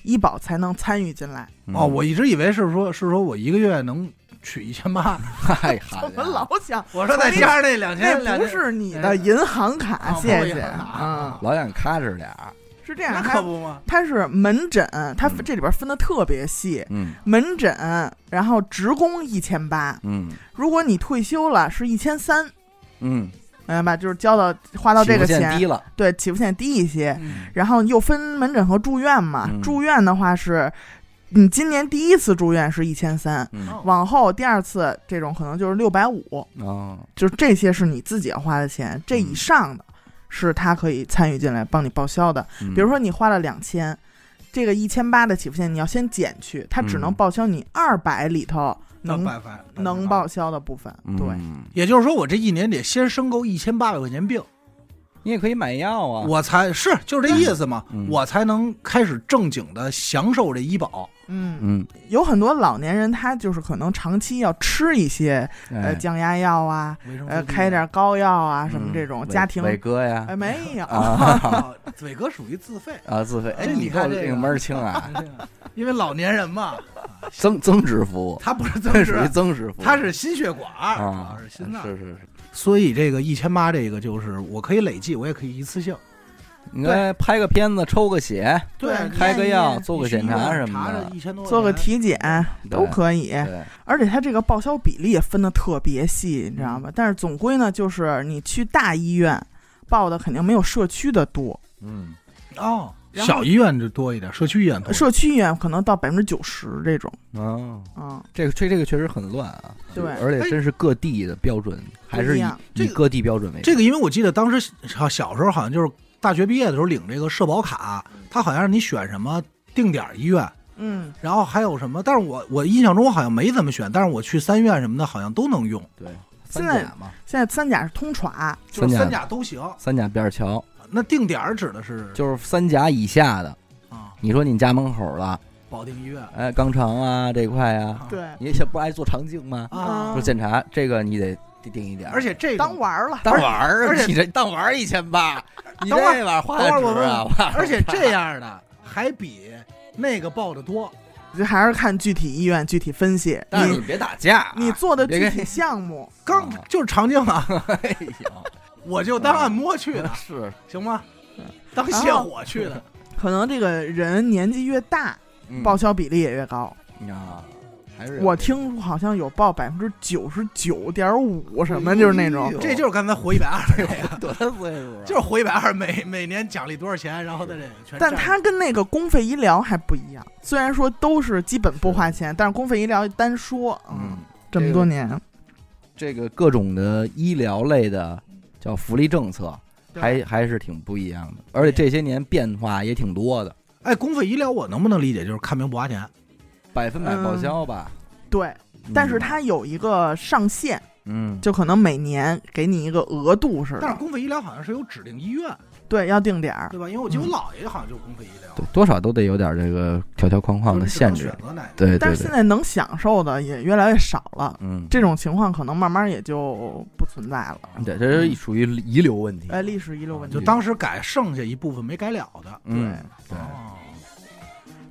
[SPEAKER 3] 医保才能参与进来。
[SPEAKER 2] 哦，
[SPEAKER 1] 嗯
[SPEAKER 2] 我一直以为是说，是说我一个月能取一千八，
[SPEAKER 1] 太好
[SPEAKER 3] 怎么老想
[SPEAKER 2] 我说再加上那两千，
[SPEAKER 3] 那
[SPEAKER 2] 两
[SPEAKER 3] 不
[SPEAKER 2] 千，
[SPEAKER 3] 是你的银行卡，
[SPEAKER 2] 啊
[SPEAKER 3] 谢
[SPEAKER 2] 不是
[SPEAKER 3] 谢
[SPEAKER 2] 银行卡
[SPEAKER 3] 啊，
[SPEAKER 1] 老想咔哧点儿，
[SPEAKER 3] 是这
[SPEAKER 2] 那
[SPEAKER 3] 样，
[SPEAKER 2] 可
[SPEAKER 3] 它
[SPEAKER 2] 不嗯吗？
[SPEAKER 3] 它是门诊，它这里边分的特别细，
[SPEAKER 1] 嗯
[SPEAKER 3] 门诊，然后职工一千八，
[SPEAKER 1] 嗯
[SPEAKER 3] 如果你退休了是一千三，
[SPEAKER 1] 嗯，
[SPEAKER 3] 明白吧？就是交到花到这个
[SPEAKER 1] 起伏线
[SPEAKER 3] 钱
[SPEAKER 1] 低，了，
[SPEAKER 3] 对，起步线低一些，
[SPEAKER 2] 嗯
[SPEAKER 3] 然后又分门诊和住院嘛，
[SPEAKER 1] 嗯
[SPEAKER 3] 住院的话是，你今年第一次住院是一千三，
[SPEAKER 1] 嗯
[SPEAKER 2] 哦
[SPEAKER 3] 往后第二次这种可能就是六百五，
[SPEAKER 1] 哦，
[SPEAKER 3] 就是这些是你自己要花的钱，这
[SPEAKER 1] 嗯
[SPEAKER 3] 以上的是他可以参与进来帮你报销的。
[SPEAKER 1] 嗯
[SPEAKER 3] 比如说你花了两千，这个一千八的起付线你要先减去，它只能
[SPEAKER 1] 嗯
[SPEAKER 3] 报销你二百里头能、
[SPEAKER 2] 百分之
[SPEAKER 3] 能报，销的部分。对，
[SPEAKER 1] 嗯
[SPEAKER 2] 也就是说我这一年得先申购一千八百块钱病，
[SPEAKER 1] 你也可以买药啊，
[SPEAKER 2] 我才是就是这意思嘛
[SPEAKER 1] 嗯，
[SPEAKER 2] 我才能开始正经的享受这医保。
[SPEAKER 3] 嗯，
[SPEAKER 1] 嗯，
[SPEAKER 3] 有很多老年人他就是可能长期要吃一些、
[SPEAKER 1] 哎
[SPEAKER 3] 呃降压药啊，
[SPEAKER 2] 维生素 D
[SPEAKER 3] 呃开点膏药啊什么这种、
[SPEAKER 1] 嗯
[SPEAKER 3] 家庭
[SPEAKER 1] 伟伟哥呀
[SPEAKER 3] 哎没有、
[SPEAKER 2] 啊，伟哥属于自费，
[SPEAKER 1] 啊自费，
[SPEAKER 2] 哎
[SPEAKER 1] 你
[SPEAKER 2] 你
[SPEAKER 1] 够
[SPEAKER 2] 看这个
[SPEAKER 1] 领门儿清 啊，
[SPEAKER 2] 因为老年人嘛，
[SPEAKER 1] 增增值服务，
[SPEAKER 2] 他不是增
[SPEAKER 1] 这属于
[SPEAKER 2] 值，
[SPEAKER 1] 增值服务，
[SPEAKER 2] 他是心血管，
[SPEAKER 1] 啊
[SPEAKER 2] 主要是心脏。
[SPEAKER 1] 是是是，
[SPEAKER 2] 所以这个一千八，这个就是我可以累计，我也可以一次性。
[SPEAKER 1] 你该拍个片子，抽个血，
[SPEAKER 3] 对你
[SPEAKER 1] 开个药，
[SPEAKER 3] 你
[SPEAKER 1] 做个检查什么
[SPEAKER 2] 查着
[SPEAKER 1] 的，
[SPEAKER 2] 一千多，
[SPEAKER 3] 做个体检都
[SPEAKER 1] 对
[SPEAKER 3] 可以。
[SPEAKER 1] 对，
[SPEAKER 3] 而且它这个报销
[SPEAKER 1] 嗯
[SPEAKER 3] 比例也分的特别细，你知道吗？但是总归呢，就是你去大医院报的肯定没有社区的多，
[SPEAKER 1] 嗯，
[SPEAKER 2] 哦，
[SPEAKER 3] 然后
[SPEAKER 2] 小医院就多一点，社区医院多。
[SPEAKER 3] 社区医院可能到百分之九十这种，
[SPEAKER 1] 哦，
[SPEAKER 3] 嗯，
[SPEAKER 1] 这个这这个确实很乱啊，
[SPEAKER 3] 对
[SPEAKER 1] 而且真是各地的标准还
[SPEAKER 3] 不
[SPEAKER 1] 是
[SPEAKER 3] 一
[SPEAKER 1] 以
[SPEAKER 3] 样
[SPEAKER 1] 以各地标准为
[SPEAKER 2] 这
[SPEAKER 1] 个
[SPEAKER 2] 个，因为我记得当时小小时候好像就是大学毕业的时候领这个社保卡，他好像让你选什么定点医院，
[SPEAKER 3] 嗯，
[SPEAKER 2] 然后还有什么，但是我我印象中我好像没怎么选，但是我去三院什么的好像都能用，
[SPEAKER 1] 对
[SPEAKER 3] 现
[SPEAKER 1] 三
[SPEAKER 3] 在
[SPEAKER 1] 甲嘛，
[SPEAKER 3] 现在三甲是通传，
[SPEAKER 2] 就是
[SPEAKER 1] 三
[SPEAKER 2] 三
[SPEAKER 1] 甲
[SPEAKER 2] 甲都行。
[SPEAKER 1] 三甲边儿桥
[SPEAKER 2] 那定点儿指的是
[SPEAKER 1] 就是三甲以下的，
[SPEAKER 2] 啊，
[SPEAKER 1] 你说你家门口了，
[SPEAKER 2] 保定医院
[SPEAKER 1] 哎，肛肠啊这块啊，
[SPEAKER 3] 对，
[SPEAKER 1] 你现在不爱做肠镜吗？
[SPEAKER 2] 啊
[SPEAKER 1] 说，检查这个你得定一点儿，
[SPEAKER 2] 而且这种
[SPEAKER 3] 当玩儿了，
[SPEAKER 1] 当玩儿啊
[SPEAKER 2] 而且
[SPEAKER 1] 你这当玩儿一千八，你这
[SPEAKER 2] 等会儿
[SPEAKER 1] 玩意儿花
[SPEAKER 2] 等会儿我
[SPEAKER 1] 的值啊，
[SPEAKER 2] 问而且这样的还比那个报的多。
[SPEAKER 3] 这还是看具体医院具体分析，
[SPEAKER 1] 但是
[SPEAKER 3] 你
[SPEAKER 1] 你别打架啊，
[SPEAKER 3] 你做的
[SPEAKER 1] 别
[SPEAKER 3] 具
[SPEAKER 1] 跟
[SPEAKER 3] 体项目，
[SPEAKER 2] 刚
[SPEAKER 1] 啊
[SPEAKER 2] 就是肠镜啊，
[SPEAKER 1] 哎
[SPEAKER 2] 我就当按 摩去
[SPEAKER 1] 呦，
[SPEAKER 2] 的，
[SPEAKER 1] 是，
[SPEAKER 2] 行吗
[SPEAKER 3] 嗯？
[SPEAKER 2] 当泻火去的，
[SPEAKER 3] 可能这个人年纪越大，
[SPEAKER 1] 嗯
[SPEAKER 3] 报销比例也越高。
[SPEAKER 1] 啊，还是有
[SPEAKER 3] 我
[SPEAKER 1] 这个
[SPEAKER 3] 听说好像有报百分之九十九点五什么，就是那
[SPEAKER 1] 哎
[SPEAKER 3] 种
[SPEAKER 1] 呦
[SPEAKER 2] 这就是刚才活一百
[SPEAKER 1] 啊
[SPEAKER 2] 二那个，
[SPEAKER 1] 多大岁数啊？
[SPEAKER 2] 就是活一百二，每每年奖励多少钱，然后在这个全占
[SPEAKER 3] 但它跟那个公费医疗还不一样，虽然说都是基本不花钱，但是公费医疗单说，
[SPEAKER 1] 嗯，，
[SPEAKER 3] 这么多年，
[SPEAKER 1] 这个各种的医疗类的叫福利政策，
[SPEAKER 3] 对
[SPEAKER 1] 还还是挺不一样的，而且这些年变化也挺多的，
[SPEAKER 2] 哎，公费医疗我能不能理解就是看病不花钱？
[SPEAKER 1] 百分百报销吧。
[SPEAKER 3] 对，
[SPEAKER 1] 嗯
[SPEAKER 3] 但是它有一个上限，
[SPEAKER 1] 嗯，
[SPEAKER 3] 就可能每年给你一个额度似
[SPEAKER 2] 但是
[SPEAKER 3] 的，
[SPEAKER 2] 公费医疗好像是有指定医院，
[SPEAKER 3] 对，要定点儿
[SPEAKER 2] 对。吧？因为我记得我姥爷好像就是公费医疗，
[SPEAKER 1] 对多少都得有点这个条条框框的
[SPEAKER 2] 就是
[SPEAKER 1] 限
[SPEAKER 2] 你只
[SPEAKER 1] 制
[SPEAKER 2] 能。选择哪个。
[SPEAKER 1] 对
[SPEAKER 3] 但
[SPEAKER 1] 对
[SPEAKER 3] 是现
[SPEAKER 1] 对，
[SPEAKER 3] 在能享受的也越来越少了，
[SPEAKER 1] 嗯，
[SPEAKER 3] 这种情况可能慢慢也就不存在了。
[SPEAKER 1] 对这是属于遗留问题。
[SPEAKER 3] 呃，历史遗留问
[SPEAKER 2] 就
[SPEAKER 3] 题，
[SPEAKER 2] 当时改剩下一部分没改了的。
[SPEAKER 1] 嗯，对，
[SPEAKER 2] 哦，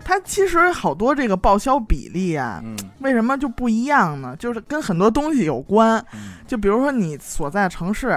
[SPEAKER 3] 它其实好多这个报销比例啊，
[SPEAKER 1] 嗯
[SPEAKER 3] 为什么就不一样呢？就是跟很多东西有关，
[SPEAKER 1] 嗯
[SPEAKER 3] 就比如说你所在城市，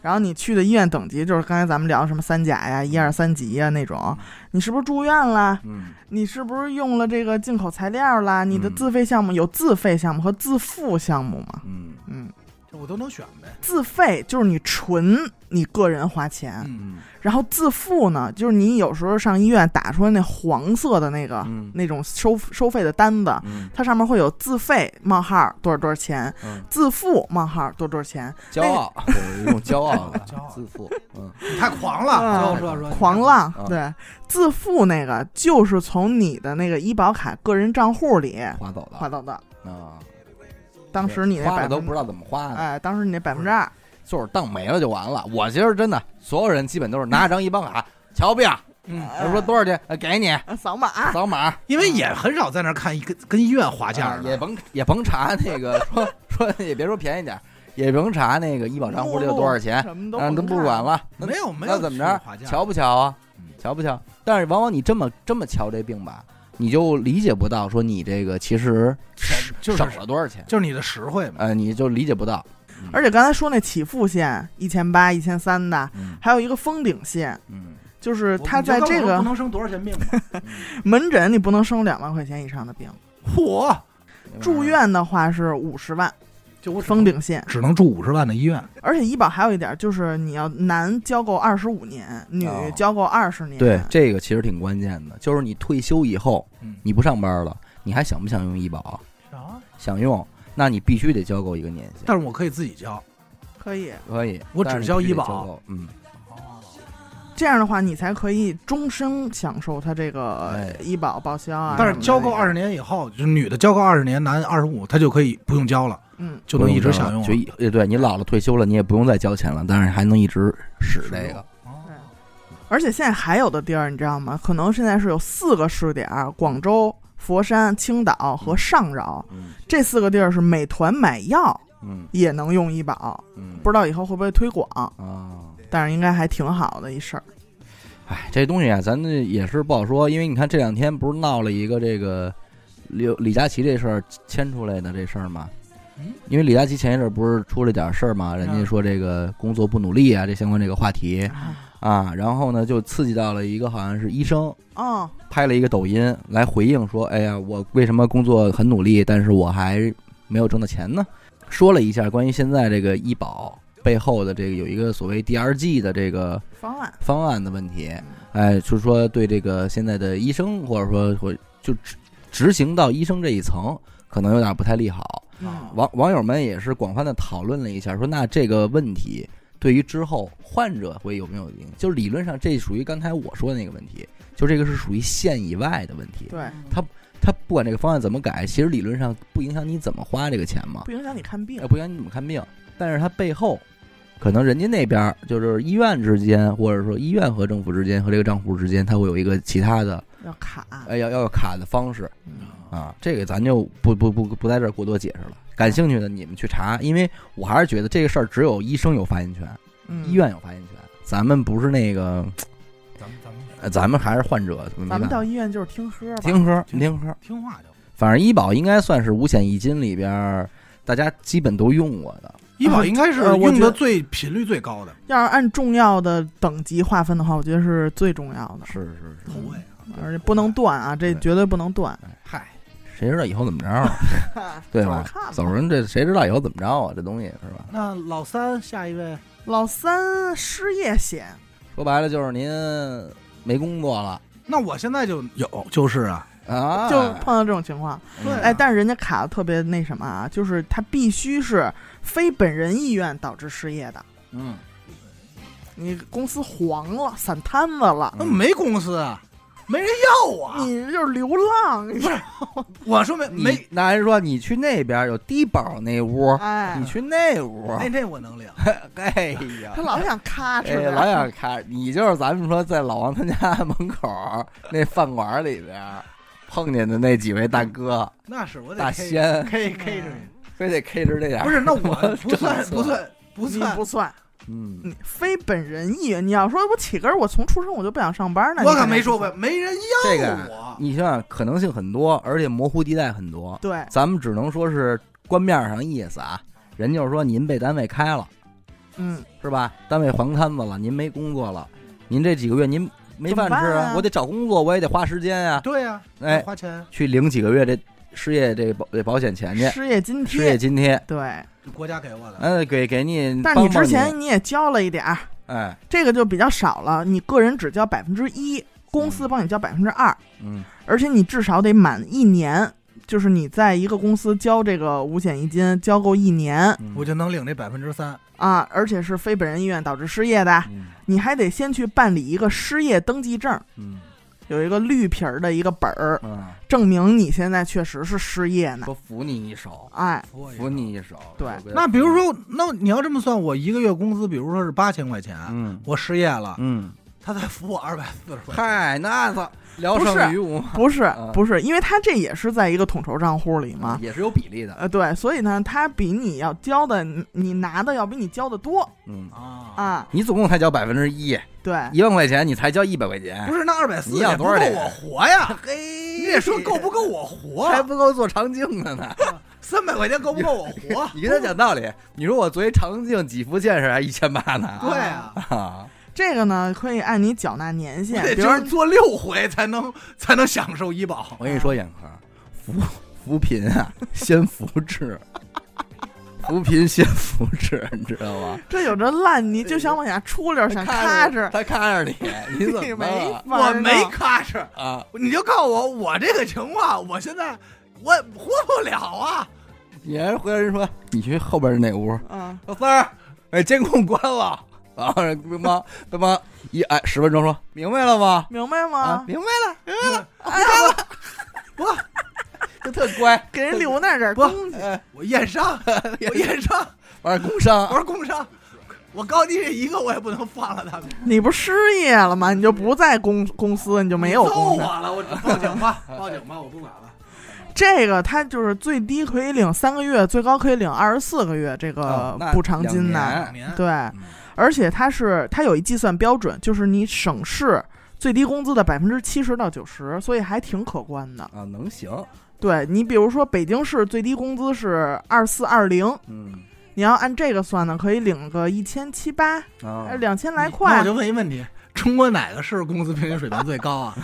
[SPEAKER 3] 然后你去的医院等级，就是刚才咱们聊什么三甲呀、一二三级呀那种，你是不是住院啦？
[SPEAKER 1] 嗯
[SPEAKER 3] 你是不是用了这个进口材料啦？你的
[SPEAKER 1] 嗯
[SPEAKER 3] 自费项目有自费项目和自付项目嘛？
[SPEAKER 1] 嗯
[SPEAKER 3] 嗯，
[SPEAKER 2] 这我都能选呗。
[SPEAKER 3] 自费就是你纯你个人花钱，
[SPEAKER 2] 嗯，
[SPEAKER 1] 嗯
[SPEAKER 3] 然后自付呢，就是你有时候上医院打出来那黄色的那个、
[SPEAKER 1] 嗯
[SPEAKER 3] 那种收收费的单子，
[SPEAKER 1] 嗯，
[SPEAKER 3] 它上面会有自费冒号多少多少钱，
[SPEAKER 1] 嗯
[SPEAKER 3] 自付冒号多少多少钱，
[SPEAKER 1] 骄傲， 有一种骄傲的
[SPEAKER 2] 骄傲
[SPEAKER 1] 自 负。嗯
[SPEAKER 2] 你太狂
[SPEAKER 3] 啊
[SPEAKER 2] 了，说说说，
[SPEAKER 3] 狂浪、
[SPEAKER 1] 啊
[SPEAKER 3] 对，自付那个就是从你的那个医保卡个人账户里
[SPEAKER 1] 划走
[SPEAKER 3] 划
[SPEAKER 1] 了
[SPEAKER 3] 到的，
[SPEAKER 1] 啊！
[SPEAKER 3] 当时你那
[SPEAKER 1] 花
[SPEAKER 3] 百
[SPEAKER 1] 的都不知
[SPEAKER 3] 道，
[SPEAKER 1] 道怎么花的，
[SPEAKER 3] 哎，当时你那百分之二，
[SPEAKER 1] 就是当没了就完了。我觉得真的，所有人基本都是拿张医保卡，瞧病，
[SPEAKER 2] 嗯，
[SPEAKER 3] 哎
[SPEAKER 1] 说多少钱，呃给你
[SPEAKER 3] 啊扫码、
[SPEAKER 1] 扫码，
[SPEAKER 2] 因为也很少在那儿看一跟跟医院划价
[SPEAKER 1] 啊
[SPEAKER 2] 的，
[SPEAKER 1] 也甭也甭查那个说说也别说便宜点儿，也甭查那个医保账户里有多少钱，
[SPEAKER 3] 什么都
[SPEAKER 1] 嗯，都不
[SPEAKER 3] 看
[SPEAKER 1] 管。了，那
[SPEAKER 2] 没有没有
[SPEAKER 1] 那怎么
[SPEAKER 2] 去
[SPEAKER 1] 着
[SPEAKER 2] 划价，
[SPEAKER 1] 瞧不瞧啊
[SPEAKER 2] 嗯？
[SPEAKER 1] 瞧不瞧？但是往往你这么这么瞧这病吧，你就理解不到说你这个其实
[SPEAKER 2] 钱就是
[SPEAKER 1] 省了多少钱，
[SPEAKER 2] 就是你的实惠嘛。
[SPEAKER 1] 呃，你就理解不到。
[SPEAKER 3] 而且刚才说那起付线一千八、一千三的，
[SPEAKER 1] 嗯
[SPEAKER 3] 还有一个封顶线，
[SPEAKER 1] 嗯
[SPEAKER 3] 就是
[SPEAKER 2] 我
[SPEAKER 3] 他
[SPEAKER 2] 你就
[SPEAKER 3] 在
[SPEAKER 2] 告诉
[SPEAKER 3] 这
[SPEAKER 2] 我
[SPEAKER 3] 个
[SPEAKER 2] 不能生多少钱病吧？
[SPEAKER 3] 门诊你不能收两万块钱以上的病，
[SPEAKER 2] 嚯，
[SPEAKER 1] 嗯
[SPEAKER 3] 住院的话是五十万
[SPEAKER 2] 就我只
[SPEAKER 3] 封顶线，
[SPEAKER 2] 只能住五十万的医院。
[SPEAKER 3] 而且医保还有一点就是你要男交够二十五年，女
[SPEAKER 1] 哦
[SPEAKER 3] 交够二十年。
[SPEAKER 1] 对，这个其实挺关键的，就是你退休以后，
[SPEAKER 2] 嗯，
[SPEAKER 1] 你不上班了，你还想不想用医保？
[SPEAKER 2] 啊，
[SPEAKER 1] 想用，那你必须得交够一个年限。
[SPEAKER 2] 但是我可以自己交。
[SPEAKER 3] 可以
[SPEAKER 1] 可以，
[SPEAKER 2] 我
[SPEAKER 1] 但是
[SPEAKER 2] 只
[SPEAKER 1] 你
[SPEAKER 2] 交
[SPEAKER 1] 必须
[SPEAKER 2] 医
[SPEAKER 1] 得
[SPEAKER 2] 保
[SPEAKER 1] 够。嗯，
[SPEAKER 3] 这样的话，你才可以终身享受它这
[SPEAKER 1] 哎
[SPEAKER 3] 个医保报销啊。
[SPEAKER 2] 但是交够二十年以后，就是女的交够二十年，男二十五，她就可以不用交了，
[SPEAKER 3] 嗯，
[SPEAKER 2] 就能一直享用啊
[SPEAKER 1] 就
[SPEAKER 2] 了。
[SPEAKER 1] 一呃对你老了退休了，你也不用再交钱了，但是还能一直使这个。
[SPEAKER 2] 哦
[SPEAKER 3] 对而且现在还有的地儿你知道吗？可能现在是有四个试点儿：广州、佛山、青岛和上饶
[SPEAKER 1] 嗯
[SPEAKER 3] 这四个地儿是美团买药
[SPEAKER 1] 嗯
[SPEAKER 3] 也能用医保，
[SPEAKER 1] 嗯，
[SPEAKER 3] 不知道以后会不会推广，
[SPEAKER 1] 是啊。
[SPEAKER 3] 但是应该还挺好的一事儿。
[SPEAKER 1] 哎，这东西啊，咱这也是不好说，因为你看这两天不是闹了一个这个李李佳琦这事儿牵出来的这事儿吗？
[SPEAKER 2] 嗯
[SPEAKER 1] 因为李佳琦前一阵儿不是出了点事儿嘛，人家
[SPEAKER 2] 嗯
[SPEAKER 1] 说这个工作不努力啊，这相关这个话题
[SPEAKER 3] 啊
[SPEAKER 2] 嗯
[SPEAKER 1] 啊，然后呢就刺激到了一个好像是医生
[SPEAKER 3] 哦，
[SPEAKER 1] 拍了一个抖音来回应说：“哎呀，我为什么工作很努力，但是我还没有挣到钱呢？”说了一下关于现在这个医保背后的这个有一个所谓 DRG 的这个
[SPEAKER 3] 方案，
[SPEAKER 1] 方案的问题，哎，就是说对这个现在的医生或者说或就执执行到医生这一层，可能有点不太利好。
[SPEAKER 3] 嗯，
[SPEAKER 1] 网网友们也是广泛的讨论了一下，说那这个问题对于之后患者会有没有影响？就是理论上这属于刚才我说的那个问题，就这个是属于县以外的问题。
[SPEAKER 3] 对，
[SPEAKER 1] 他不管这个方案怎么改，其实理论上不影响你怎么花这个钱嘛，
[SPEAKER 3] 不影响你看病
[SPEAKER 1] 呃，，不影响你怎么看病，但是它背后。可能人家那边儿就是医院之间，或者说医院和政府之间和这个账户之间，它会有一个其他的，
[SPEAKER 3] 要卡，
[SPEAKER 1] 呃，要要有卡的方式，
[SPEAKER 3] 嗯
[SPEAKER 1] 啊，这个咱就不不不不在这儿过多解释了。感兴趣的你们去查，因为我还是觉得这个事儿只有医生有发言权，
[SPEAKER 3] 嗯
[SPEAKER 1] 医院有发言权，咱们不是那个，
[SPEAKER 2] 咱们咱们
[SPEAKER 1] 呃咱们还是患者，没办
[SPEAKER 3] 咱们
[SPEAKER 1] 法
[SPEAKER 3] 到医院就是听喝吧，
[SPEAKER 1] 听喝
[SPEAKER 2] 听
[SPEAKER 1] 听喝，
[SPEAKER 2] 听话就
[SPEAKER 3] 啊
[SPEAKER 2] 好。
[SPEAKER 1] 反正医保应该算是五险一金里边儿大家基本都用过的，
[SPEAKER 2] 医保应该是
[SPEAKER 3] 呃我
[SPEAKER 2] 用
[SPEAKER 3] 觉
[SPEAKER 2] 的
[SPEAKER 3] 得
[SPEAKER 2] 最频率最高的
[SPEAKER 3] 要是按重要的等级划分的话，我觉得是最重要的，
[SPEAKER 1] 是是是，
[SPEAKER 2] 口味啊，
[SPEAKER 3] 而且不能断啊，这
[SPEAKER 1] 对
[SPEAKER 3] 绝对不能断。
[SPEAKER 2] 嗨，
[SPEAKER 1] 谁知道以后怎么着啊？ 对吧
[SPEAKER 3] 走着看吧
[SPEAKER 1] 走人这谁知道以后怎么着啊？这东西是吧？
[SPEAKER 2] 那老三下一位，
[SPEAKER 3] 老三失业险，
[SPEAKER 1] 说白了就是您没工作了
[SPEAKER 2] 那我现在就有，就是啊，
[SPEAKER 1] 啊，嗯
[SPEAKER 3] 就碰到这种情况，
[SPEAKER 2] 对啊
[SPEAKER 3] 哎，但是人家卡的特别那什么啊，就是他必须是非本人意愿导致失业的，
[SPEAKER 1] 嗯，
[SPEAKER 3] 你公司黄了，散摊子了，
[SPEAKER 2] 那
[SPEAKER 1] 嗯
[SPEAKER 2] 没公司啊，没人要啊。
[SPEAKER 3] 你就是流浪，你
[SPEAKER 2] 我说没
[SPEAKER 1] 没
[SPEAKER 2] 没，
[SPEAKER 1] 那人说你去那边有低保那屋，
[SPEAKER 3] 哎
[SPEAKER 1] 你，去那屋，
[SPEAKER 2] 那那我能领，
[SPEAKER 1] 哎呀
[SPEAKER 3] 他。老想咔哧
[SPEAKER 1] 哎，
[SPEAKER 3] 的，
[SPEAKER 1] 老想看你，就是咱们说在老王他家门口儿那饭馆里边儿碰见的那几位大哥
[SPEAKER 2] 那是我得
[SPEAKER 1] 大
[SPEAKER 2] K-
[SPEAKER 1] 仙，
[SPEAKER 2] ，K K 着你。
[SPEAKER 1] 非得 K 着这点
[SPEAKER 2] 不
[SPEAKER 1] 儿。
[SPEAKER 2] 是，那我不算
[SPEAKER 1] 政策
[SPEAKER 2] 不算不
[SPEAKER 3] 你
[SPEAKER 2] 算
[SPEAKER 3] 不，算，
[SPEAKER 1] 嗯，
[SPEAKER 3] 你非本人意愿。你要说我起根儿，我从出生我就不想上班呢，
[SPEAKER 2] 我
[SPEAKER 3] 你
[SPEAKER 2] 可
[SPEAKER 3] 肯定
[SPEAKER 2] 没
[SPEAKER 3] 不
[SPEAKER 2] 说
[SPEAKER 3] 算
[SPEAKER 2] 过，。没人
[SPEAKER 1] 这
[SPEAKER 2] 要
[SPEAKER 1] 个
[SPEAKER 2] 我。
[SPEAKER 1] 你想想，可能性很多，而且模糊地带很多。
[SPEAKER 3] 对，
[SPEAKER 1] 咱们只能说是官面上意思啊，人就是说您被单位开了，
[SPEAKER 3] 嗯，
[SPEAKER 1] 是吧？单位黄摊子了，您没工作了，您这几个月您没饭
[SPEAKER 3] 怎么
[SPEAKER 1] 吃
[SPEAKER 3] 办啊
[SPEAKER 1] 我得找工作，我也得花时间啊，
[SPEAKER 2] 对呀，
[SPEAKER 1] 哎
[SPEAKER 2] 花钱，
[SPEAKER 1] 去领几个月这失业这保这保险钱去，
[SPEAKER 3] 失业津
[SPEAKER 1] 失业
[SPEAKER 3] 贴，
[SPEAKER 1] 津贴，
[SPEAKER 3] 对，
[SPEAKER 2] 国家给我的。
[SPEAKER 1] 呃，给给你帮
[SPEAKER 3] 但
[SPEAKER 1] 帮，
[SPEAKER 3] 是你之前你也交了一点儿，
[SPEAKER 1] 哎，
[SPEAKER 3] 这个就比较少了，你个人只交百分之一，公司帮你交百分之二，
[SPEAKER 1] 嗯，
[SPEAKER 3] 而且你至少得满一年，就是你在一个公司交这个五险一金交够一年
[SPEAKER 1] 嗯
[SPEAKER 2] 我就能领这百分之三，
[SPEAKER 3] 啊，而且是非本人意愿导致失业的，
[SPEAKER 1] 嗯
[SPEAKER 3] 你还得先去办理一个失业登记证，
[SPEAKER 1] 嗯
[SPEAKER 3] 有一个绿皮儿的一个本儿，
[SPEAKER 1] 嗯，
[SPEAKER 3] 证明你现在确实是失业呢。
[SPEAKER 1] 说扶你一手，
[SPEAKER 3] 哎，
[SPEAKER 2] 服我一
[SPEAKER 1] 扶
[SPEAKER 2] 下。
[SPEAKER 1] 你一手，
[SPEAKER 3] 对
[SPEAKER 1] 我给他
[SPEAKER 2] 那比如，说，那你要这么算，我一个月工资，比如说是八千块钱，
[SPEAKER 1] 嗯
[SPEAKER 2] 我失业了，
[SPEAKER 1] 嗯，
[SPEAKER 2] 他再付我二百四十块钱。
[SPEAKER 1] 嗨，那操，聊
[SPEAKER 3] 不是
[SPEAKER 1] 胜于无嘛，
[SPEAKER 3] 不是
[SPEAKER 1] 啊
[SPEAKER 3] 不是，因为他这也是在一个统筹账户里嘛。
[SPEAKER 1] 也是有比例的，
[SPEAKER 3] 啊呃，对，所以呢，他比你要交的，你你拿的要比你交的多
[SPEAKER 1] 嗯，
[SPEAKER 2] 啊
[SPEAKER 3] 啊。
[SPEAKER 1] 你总共才交百分之一，
[SPEAKER 3] 对，
[SPEAKER 1] 一万块钱你才交一百块钱，
[SPEAKER 2] 不是那二百四
[SPEAKER 1] 你要
[SPEAKER 2] 也不
[SPEAKER 1] 多
[SPEAKER 2] 够
[SPEAKER 1] 少得
[SPEAKER 2] 我活呀，
[SPEAKER 1] 嘿，
[SPEAKER 2] 你得说够不够我活，啊
[SPEAKER 1] 还不够做肠镜的呢。
[SPEAKER 2] 三百块钱够不够我
[SPEAKER 1] ？
[SPEAKER 2] 活
[SPEAKER 1] 你跟他讲道理，你说我作为肠镜几福建士还一千八呢
[SPEAKER 2] 对呀、
[SPEAKER 1] 啊！
[SPEAKER 3] 这个呢可以按你缴纳年限
[SPEAKER 2] 我，得
[SPEAKER 3] 比
[SPEAKER 2] 就
[SPEAKER 3] 如
[SPEAKER 2] 是做六回才能才能享受 医保。
[SPEAKER 1] 我跟你说，眼科扶扶贫啊，先扶志，扶贫先扶志，你知道吗？
[SPEAKER 3] 这有这烂泥就想往下出溜，想咔
[SPEAKER 1] 着
[SPEAKER 3] 哧，
[SPEAKER 1] 他看着你，你怎
[SPEAKER 3] 你
[SPEAKER 1] 么啊
[SPEAKER 3] 没
[SPEAKER 1] 了
[SPEAKER 3] 法
[SPEAKER 2] 我
[SPEAKER 3] 儿
[SPEAKER 2] 没
[SPEAKER 3] 弄
[SPEAKER 2] 咔哧，
[SPEAKER 1] 啊？
[SPEAKER 2] 你就告诉我我这个情况，我现在我活不了啊。
[SPEAKER 1] 你还回来人说你去后边那屋，
[SPEAKER 3] 嗯，
[SPEAKER 1] 老三儿，哎，监控关了。然后对方对方一哎十分钟说明白了吗？
[SPEAKER 3] 明白
[SPEAKER 1] 啊嗯
[SPEAKER 3] 吗，？
[SPEAKER 1] 明白了，明白了，
[SPEAKER 3] 哎呀，
[SPEAKER 1] 就特乖。
[SPEAKER 3] 给人留那 点儿
[SPEAKER 2] 不
[SPEAKER 3] 东西，
[SPEAKER 1] 哎，
[SPEAKER 2] 我 验伤，我验伤，
[SPEAKER 1] 玩工伤
[SPEAKER 2] 我，是工伤，我高低这一个我也不能放了他们。
[SPEAKER 3] 你不失业了吗？你就不在公公司，你就没有
[SPEAKER 2] 揍我
[SPEAKER 3] 工作。
[SPEAKER 2] 了，我报警吧，报警吧，我不管 了。
[SPEAKER 3] 这个他就是最低可以领三个月，最高可以领二十四个月这个
[SPEAKER 1] 哦那
[SPEAKER 3] 补偿啊金
[SPEAKER 1] 两
[SPEAKER 3] 呢。
[SPEAKER 1] 年
[SPEAKER 2] 年
[SPEAKER 3] 对，而且它是它有一计算标准，就是你省市最低工资的百分之七十到九十，所以还挺可观的。
[SPEAKER 1] 啊，能行，
[SPEAKER 3] 对你比如说北京市最低工资是二四二零，
[SPEAKER 1] 嗯
[SPEAKER 3] 你要按这个算呢，可以领个一千七八
[SPEAKER 1] 啊
[SPEAKER 3] 哎两千来
[SPEAKER 2] 那
[SPEAKER 3] 块
[SPEAKER 2] 我。就问一问题：中国哪个市工资平均水平最高啊？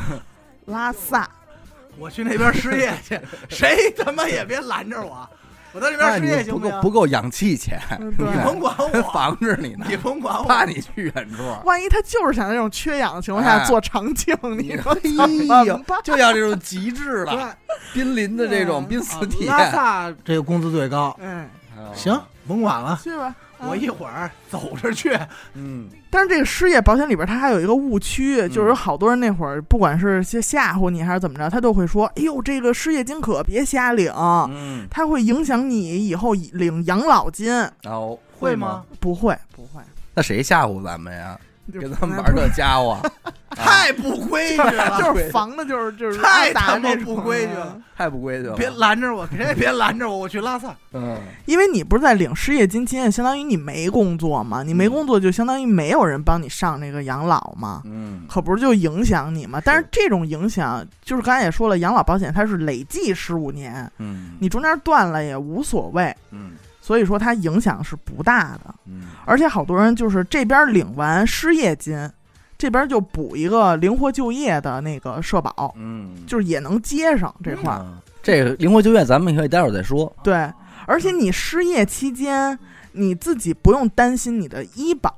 [SPEAKER 3] 拉萨
[SPEAKER 2] 我去那边失业去，谁他妈也别拦着我，我我到这
[SPEAKER 1] 那
[SPEAKER 2] 边失
[SPEAKER 1] 你
[SPEAKER 2] 业
[SPEAKER 1] 不
[SPEAKER 2] 行不
[SPEAKER 1] 够
[SPEAKER 2] 行？
[SPEAKER 1] 不够氧气钱，
[SPEAKER 3] 嗯
[SPEAKER 2] 你
[SPEAKER 3] 对
[SPEAKER 2] 甭管我，
[SPEAKER 1] 防着 你呢，
[SPEAKER 2] 你甭管我，
[SPEAKER 1] 怕你去远处。
[SPEAKER 3] 万一他就是想在这种缺氧的情况下
[SPEAKER 1] 哎
[SPEAKER 3] 做长颈，
[SPEAKER 1] 你
[SPEAKER 3] 你
[SPEAKER 1] 说
[SPEAKER 3] 说
[SPEAKER 1] 哎呦
[SPEAKER 3] 怎么办，
[SPEAKER 1] 就要这种极致
[SPEAKER 2] 对
[SPEAKER 1] 了，濒临的这种濒死 体
[SPEAKER 2] 拉
[SPEAKER 1] 验。啊
[SPEAKER 2] 萨啊这个工资最高，
[SPEAKER 3] 嗯，
[SPEAKER 2] 行，甭管了，
[SPEAKER 3] 去吧。嗯
[SPEAKER 2] 我一会儿走着去。
[SPEAKER 1] 嗯，
[SPEAKER 3] 但是这个失业保险里边，它还有一个误区，就是有好多人那会儿，不管是些吓唬你还是怎么着，他都会说：“哎呦，这个失业金可别瞎领，
[SPEAKER 1] 嗯，
[SPEAKER 3] 它会影响你以后领养老金。
[SPEAKER 1] 然后？”哦吗？？
[SPEAKER 3] 不会，不会，
[SPEAKER 1] 那谁吓唬咱们呀？
[SPEAKER 3] 就
[SPEAKER 1] 跟咱们玩这家伙，啊
[SPEAKER 2] 太不规矩了，
[SPEAKER 3] 就是防的，就是就是
[SPEAKER 2] 太
[SPEAKER 3] 打
[SPEAKER 2] 他妈
[SPEAKER 3] 那种
[SPEAKER 2] 不规矩了。
[SPEAKER 1] 太不规矩了。
[SPEAKER 2] 别拦着我，谁也别拦着我，我去拉萨。
[SPEAKER 1] 嗯，
[SPEAKER 3] 因为你不是在领失业金，期间，相当于你没工作嘛，你没工作就相当于没有人帮你上那个养老嘛，
[SPEAKER 1] 嗯
[SPEAKER 3] 可不是就影响你嘛？但是这种影响，就是刚才也说了，养老保险它是累计十五年，
[SPEAKER 1] 嗯
[SPEAKER 3] 你中间断了也无所谓，
[SPEAKER 1] 嗯
[SPEAKER 3] 所以说它影响是不大的。
[SPEAKER 1] 嗯
[SPEAKER 3] 而且好多人就是这边领完失业金，这边就补一个灵活就业的那个社保，
[SPEAKER 1] 嗯，
[SPEAKER 3] 就是也能接上这块儿。
[SPEAKER 1] 嗯这个灵活就业，咱们可以待会儿再说。
[SPEAKER 2] 嗯哦
[SPEAKER 3] 对，而且你失业期间，你自己不用担心你的医保，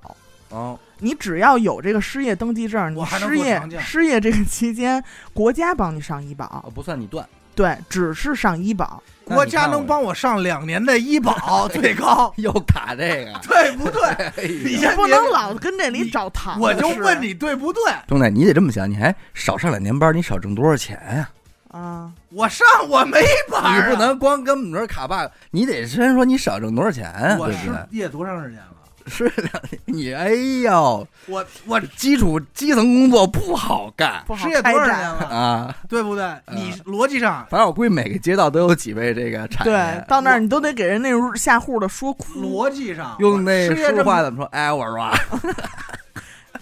[SPEAKER 1] 哦，
[SPEAKER 3] 你只要有这个失业登记证，你
[SPEAKER 2] 我还能
[SPEAKER 3] 失
[SPEAKER 2] 做
[SPEAKER 3] 业
[SPEAKER 2] 长假
[SPEAKER 3] 失业这个期间，国家帮你上医保，
[SPEAKER 1] 哦不算你断，
[SPEAKER 3] 对，只是上医保。
[SPEAKER 1] 那你看
[SPEAKER 2] 国家能帮我上两年的 医保最高，
[SPEAKER 1] 又卡这 个。
[SPEAKER 2] 对不对？
[SPEAKER 1] 哎呀
[SPEAKER 2] 你先
[SPEAKER 3] 不
[SPEAKER 2] 别
[SPEAKER 3] 能老跟这里
[SPEAKER 2] 你
[SPEAKER 3] 找糖吃，
[SPEAKER 2] 我就问你对不对？
[SPEAKER 1] 兄弟，你得这么想，你还少上两年班，你少挣多少钱呀、
[SPEAKER 3] 啊，
[SPEAKER 2] 我上我没班儿啊
[SPEAKER 1] 你不，能光跟我们这儿卡 bug，你得先说你少挣多少钱啊、
[SPEAKER 2] 我
[SPEAKER 1] 对不
[SPEAKER 2] 失
[SPEAKER 1] 对？
[SPEAKER 2] 业多长时间了？
[SPEAKER 1] 是的，你哎呦，
[SPEAKER 2] 我我
[SPEAKER 1] 基础基层工作不好干
[SPEAKER 3] 不好
[SPEAKER 2] 失业多
[SPEAKER 3] 开
[SPEAKER 2] 少年
[SPEAKER 3] 展。
[SPEAKER 2] 了？
[SPEAKER 1] 啊。
[SPEAKER 2] 对不对？你逻辑上
[SPEAKER 1] 反正我估计每个街道都有几位这个产
[SPEAKER 3] 对
[SPEAKER 1] 业，，啊
[SPEAKER 3] 到那儿你都得给人那种下户的说哭。
[SPEAKER 2] 逻辑上
[SPEAKER 1] 用那
[SPEAKER 2] 我失业
[SPEAKER 1] 说
[SPEAKER 2] 这
[SPEAKER 1] 话
[SPEAKER 2] 么
[SPEAKER 1] 怎么说？哎，我说啊，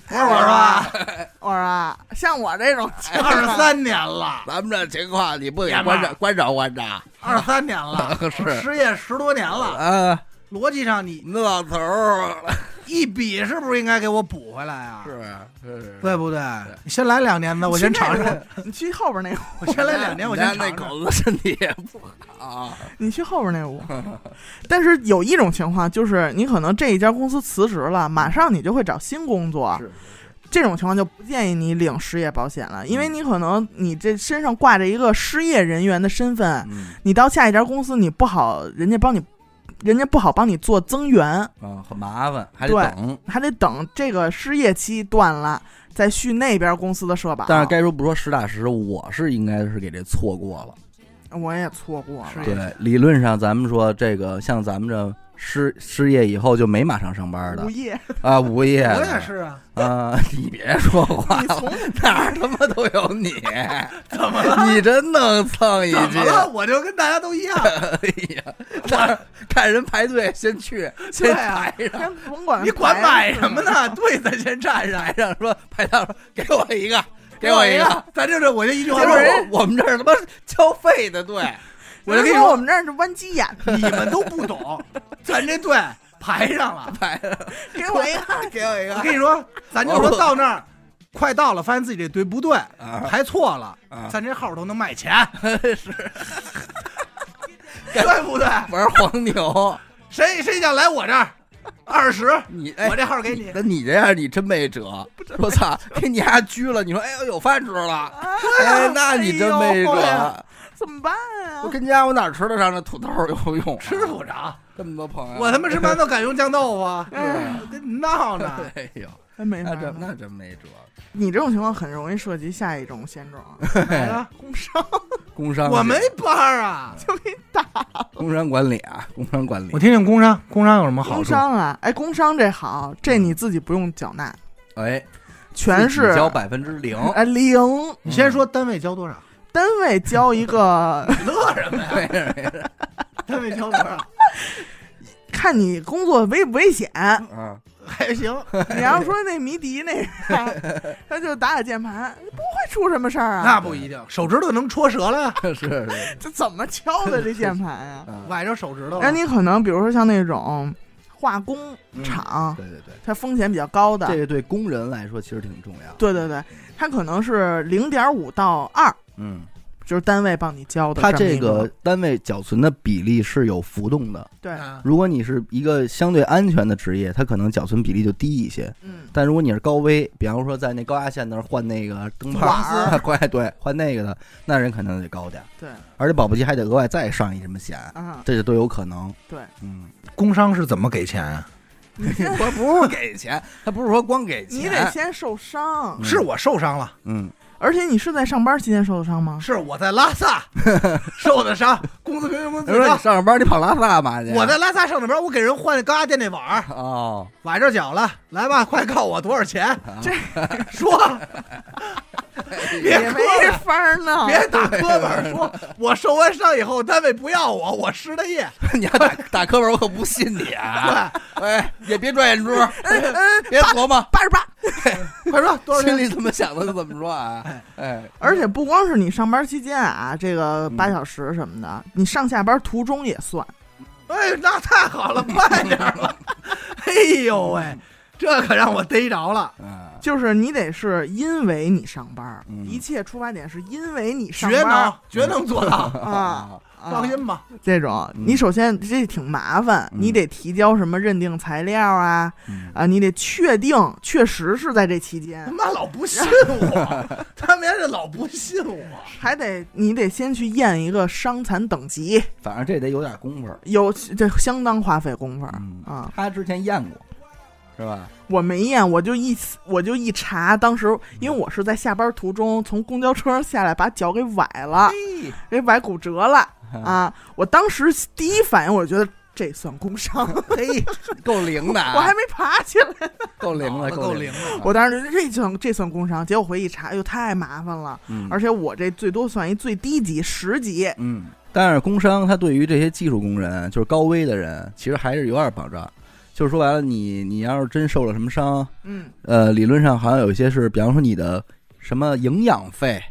[SPEAKER 2] 多少啊？
[SPEAKER 3] 我说，啊像我这种，
[SPEAKER 2] 二十三年了，
[SPEAKER 1] 咱们这情况你不得
[SPEAKER 2] 爷们儿
[SPEAKER 1] 关照关照关照
[SPEAKER 2] 二十三年了，
[SPEAKER 1] 是
[SPEAKER 2] 失业十多年了。
[SPEAKER 1] 啊？
[SPEAKER 2] 逻辑上你
[SPEAKER 1] 那老头儿
[SPEAKER 2] 一笔是不是应该给我补回来啊？
[SPEAKER 1] 是是，
[SPEAKER 2] 对不对？你先来两年的，我先尝尝。
[SPEAKER 3] 你去后边那屋，
[SPEAKER 2] 我先来两年，我先
[SPEAKER 1] 那
[SPEAKER 2] 尝尝。
[SPEAKER 1] 狗子身体也不好，
[SPEAKER 3] 你去后边那屋。但是有一种情况，就是你可能这一家公司辞职了，马上你就会找新工作。
[SPEAKER 1] 是
[SPEAKER 3] 这种情况就不建议你领失业保险了，因
[SPEAKER 1] 嗯
[SPEAKER 3] 为你可能你这身上挂着一个失业人员的身份，
[SPEAKER 1] 嗯
[SPEAKER 3] 你到下一家公司你不好，人家帮你，人家不好帮你做增援，
[SPEAKER 1] 啊，很麻烦，还得
[SPEAKER 3] 对
[SPEAKER 1] 等。
[SPEAKER 3] 还得等这个失业期断了再续那边公司的社保。
[SPEAKER 1] 但是该说不说，实打实，我是应该是给这错过了。
[SPEAKER 3] 我也错过了
[SPEAKER 2] 是。
[SPEAKER 1] 对，理论上咱们说这个，像咱们这失失业以后就没马上上班的
[SPEAKER 3] 无 业，
[SPEAKER 1] 啊，无业的。
[SPEAKER 2] 我也是啊，
[SPEAKER 1] 啊，你别说话
[SPEAKER 3] 你
[SPEAKER 1] 了，
[SPEAKER 3] 从
[SPEAKER 1] 哪儿他妈都有你，怎么了？你真能蹭一
[SPEAKER 2] 怎
[SPEAKER 1] 句
[SPEAKER 2] 么，了？我就跟大家都一样，
[SPEAKER 1] 哎呀，看看人排队先去，
[SPEAKER 2] 对
[SPEAKER 1] 先
[SPEAKER 2] 啊
[SPEAKER 1] 排，上。
[SPEAKER 3] 先甭管
[SPEAKER 2] 你管买
[SPEAKER 3] 买
[SPEAKER 2] 什么？呢？ 对，咱先站上，
[SPEAKER 1] 排上说排到说给我一个，给我一个。，
[SPEAKER 2] 啊咱就这，我就一句
[SPEAKER 1] 结
[SPEAKER 2] 话，
[SPEAKER 1] 果
[SPEAKER 2] 我
[SPEAKER 1] 人我们这儿他妈交费的队，
[SPEAKER 2] 我就跟
[SPEAKER 3] 跟
[SPEAKER 2] 你
[SPEAKER 3] 说，
[SPEAKER 2] 说，
[SPEAKER 3] 我们这儿是弯鸡 眼，
[SPEAKER 2] 你们都不懂，咱这队排上了。
[SPEAKER 1] 排上
[SPEAKER 3] 给我一个。
[SPEAKER 1] 给我一
[SPEAKER 2] 我
[SPEAKER 1] 个
[SPEAKER 2] 跟你说，咱就说到那儿，快到了，发现自己这队不对，
[SPEAKER 1] 啊，
[SPEAKER 2] 排错了
[SPEAKER 1] 啊，
[SPEAKER 2] 咱这号都能卖 钱，是，对不对？
[SPEAKER 1] 玩黄牛，
[SPEAKER 2] 谁谁想来我这儿，二十，
[SPEAKER 1] 你哎
[SPEAKER 2] 我。这号给你。
[SPEAKER 1] 那你这样你真没辙，我操，给你丫拘了！你说，哎呦，有饭吃了， 哎，那你真没
[SPEAKER 3] 哎呦
[SPEAKER 1] 辙。
[SPEAKER 3] 怎么办啊
[SPEAKER 1] 我？跟家我哪吃得上这土豆游泳、啊？
[SPEAKER 2] 吃不着，
[SPEAKER 1] 这么多朋友，
[SPEAKER 2] 我他妈吃馒 头敢用酱豆腐啊，
[SPEAKER 3] 哎
[SPEAKER 2] 跟你闹呢。
[SPEAKER 1] 哎呦，
[SPEAKER 3] 哎没法
[SPEAKER 1] 那
[SPEAKER 3] 儿
[SPEAKER 1] 真那真没辙，
[SPEAKER 3] 你这种情况很容易涉及下一种险种，
[SPEAKER 1] 哎
[SPEAKER 2] 来啊
[SPEAKER 3] 工伤
[SPEAKER 1] 工商
[SPEAKER 2] 我没班儿啊，
[SPEAKER 3] 就给打
[SPEAKER 1] 工商管理啊，工商管理
[SPEAKER 2] 我。听听工伤，工伤有什么好
[SPEAKER 3] 工
[SPEAKER 2] 处？
[SPEAKER 3] 伤啊！哎，工伤这好，这你自己不用缴纳，
[SPEAKER 1] 哎，
[SPEAKER 3] 全
[SPEAKER 1] 自
[SPEAKER 3] 是
[SPEAKER 1] 己交百分之 零，
[SPEAKER 3] 哎零
[SPEAKER 2] 你先说单位交多少？
[SPEAKER 3] 单位交一 个，
[SPEAKER 2] 乐什么呀？
[SPEAKER 1] 没事没事，
[SPEAKER 2] 单位交多少？
[SPEAKER 3] 看你工作危不危 险。
[SPEAKER 1] 嗯，
[SPEAKER 2] 还行，
[SPEAKER 3] 你要说那迷笛那个，他就打打键盘，不会出什么事儿啊
[SPEAKER 2] 那。不一定，手指头能戳折了呀，
[SPEAKER 1] 是是，
[SPEAKER 3] 这怎么敲的这键盘啊呀、
[SPEAKER 1] 嗯
[SPEAKER 2] 崴着手指头
[SPEAKER 3] 那
[SPEAKER 2] 了。
[SPEAKER 3] 你可能比如说像那种化工厂，
[SPEAKER 1] 对对对，
[SPEAKER 3] 它风险比较高的，
[SPEAKER 1] 嗯这个对工人来说其实挺重要。
[SPEAKER 3] 对对对，它可能是零点五到二
[SPEAKER 1] 嗯，
[SPEAKER 3] 就是单位帮你交的
[SPEAKER 1] 它
[SPEAKER 3] 账
[SPEAKER 1] 这
[SPEAKER 3] 面额。
[SPEAKER 1] 个单位缴存的比例是有浮动的。
[SPEAKER 3] 对，
[SPEAKER 2] 啊
[SPEAKER 1] 如果你是一个相对安全的职业，它可能缴存比例就低一些。
[SPEAKER 3] 嗯，
[SPEAKER 1] 但如果你是高危，比方说在那高压线那儿换那个灯泡
[SPEAKER 3] 瓦斯
[SPEAKER 1] 儿，快对 换那个的，那人可能得高点儿，
[SPEAKER 3] 对
[SPEAKER 1] 而且保不齐还得额外再上一什么险，
[SPEAKER 3] 啊，
[SPEAKER 1] 这就都有可能。
[SPEAKER 3] 对，
[SPEAKER 1] 嗯，
[SPEAKER 2] 工伤是怎么给钱啊？
[SPEAKER 1] 我不是给钱，他不是说光给
[SPEAKER 3] 你得先受伤
[SPEAKER 1] 嗯，
[SPEAKER 2] 是我受伤了，
[SPEAKER 1] 嗯，
[SPEAKER 3] 而且你是在上班期间受的伤吗？
[SPEAKER 2] 是我在拉萨受的伤，工资平均工
[SPEAKER 1] 他
[SPEAKER 2] 资
[SPEAKER 1] 说
[SPEAKER 2] 高
[SPEAKER 1] 你。上着班你跑拉萨嘛去？啊
[SPEAKER 2] 我在拉萨上的班，我给人换高压电那碗，
[SPEAKER 1] 哦，
[SPEAKER 2] 崴着脚了，来吧，快告我多少钱？
[SPEAKER 3] 这
[SPEAKER 2] 说，别
[SPEAKER 3] 也
[SPEAKER 2] 磕
[SPEAKER 3] 没
[SPEAKER 2] 了，
[SPEAKER 3] 法儿呢。
[SPEAKER 2] 别打磕巴。说，我受完伤以后，单位不要我，我失了业。
[SPEAKER 1] 你要打打课本，我可不信你啊！
[SPEAKER 2] 对，
[SPEAKER 1] 哎，也别转眼珠，
[SPEAKER 3] 嗯嗯，
[SPEAKER 1] 别琢磨，
[SPEAKER 3] 八 十八。
[SPEAKER 2] 快说多少
[SPEAKER 1] 心
[SPEAKER 2] 钱？
[SPEAKER 1] 里怎么想的就怎么说啊！哎，
[SPEAKER 3] 而且不光是你上班期间啊，这个八小时什么的，你上下班途中也算。
[SPEAKER 2] 哎，那太好了，快点儿了。哎呦喂，这可让我逮着了。
[SPEAKER 1] 嗯，
[SPEAKER 3] 就是你得是因为你上班儿，
[SPEAKER 1] 嗯
[SPEAKER 3] 一切出发点是因为你上
[SPEAKER 2] 绝
[SPEAKER 3] 班儿
[SPEAKER 2] 能，绝能做到，
[SPEAKER 3] 啊。啊
[SPEAKER 2] 放心吧。
[SPEAKER 3] 这种
[SPEAKER 1] 嗯
[SPEAKER 3] 你首先这挺麻烦，
[SPEAKER 1] 嗯
[SPEAKER 3] 你得提交什么认定材料啊，
[SPEAKER 1] 嗯
[SPEAKER 3] 啊，你得确定确实是在这期
[SPEAKER 2] 他
[SPEAKER 3] 间，
[SPEAKER 2] 妈老不信我，他们家这老不信 我。
[SPEAKER 3] 还得你得先去验一个伤残等级，
[SPEAKER 1] 反正这得有点功夫。
[SPEAKER 3] 有这相当花费功夫儿
[SPEAKER 1] 嗯
[SPEAKER 3] 啊。
[SPEAKER 1] 他之前验过，是吧？
[SPEAKER 3] 我没验，我就一我就一查，当时因为我是在下班途
[SPEAKER 1] 嗯
[SPEAKER 3] 中从公交车上下来，把脚给崴
[SPEAKER 1] 哎
[SPEAKER 3] 了，
[SPEAKER 2] 嘿
[SPEAKER 3] 给崴骨折了
[SPEAKER 1] 嗯
[SPEAKER 3] 啊！我当时第一反应，我觉得这算工伤，
[SPEAKER 1] 嘿，够灵的啊，
[SPEAKER 3] 我还没爬起来。
[SPEAKER 1] 哦够灵的，
[SPEAKER 2] 脑子够
[SPEAKER 1] 灵
[SPEAKER 2] 灵
[SPEAKER 1] 的。
[SPEAKER 3] 我当时觉得这算这算工伤，结果回去一查，哎呦太麻烦了，
[SPEAKER 1] 嗯
[SPEAKER 3] 而且我这最多算一最低级十级，
[SPEAKER 1] 嗯，但是工伤它对于这些技术工人，就是高危的人，其实还是有点保障。就是说白了，你你要是真受了什么伤，
[SPEAKER 3] 嗯，
[SPEAKER 1] 呃，理论上好像有一些是，比方说你的什么营养费、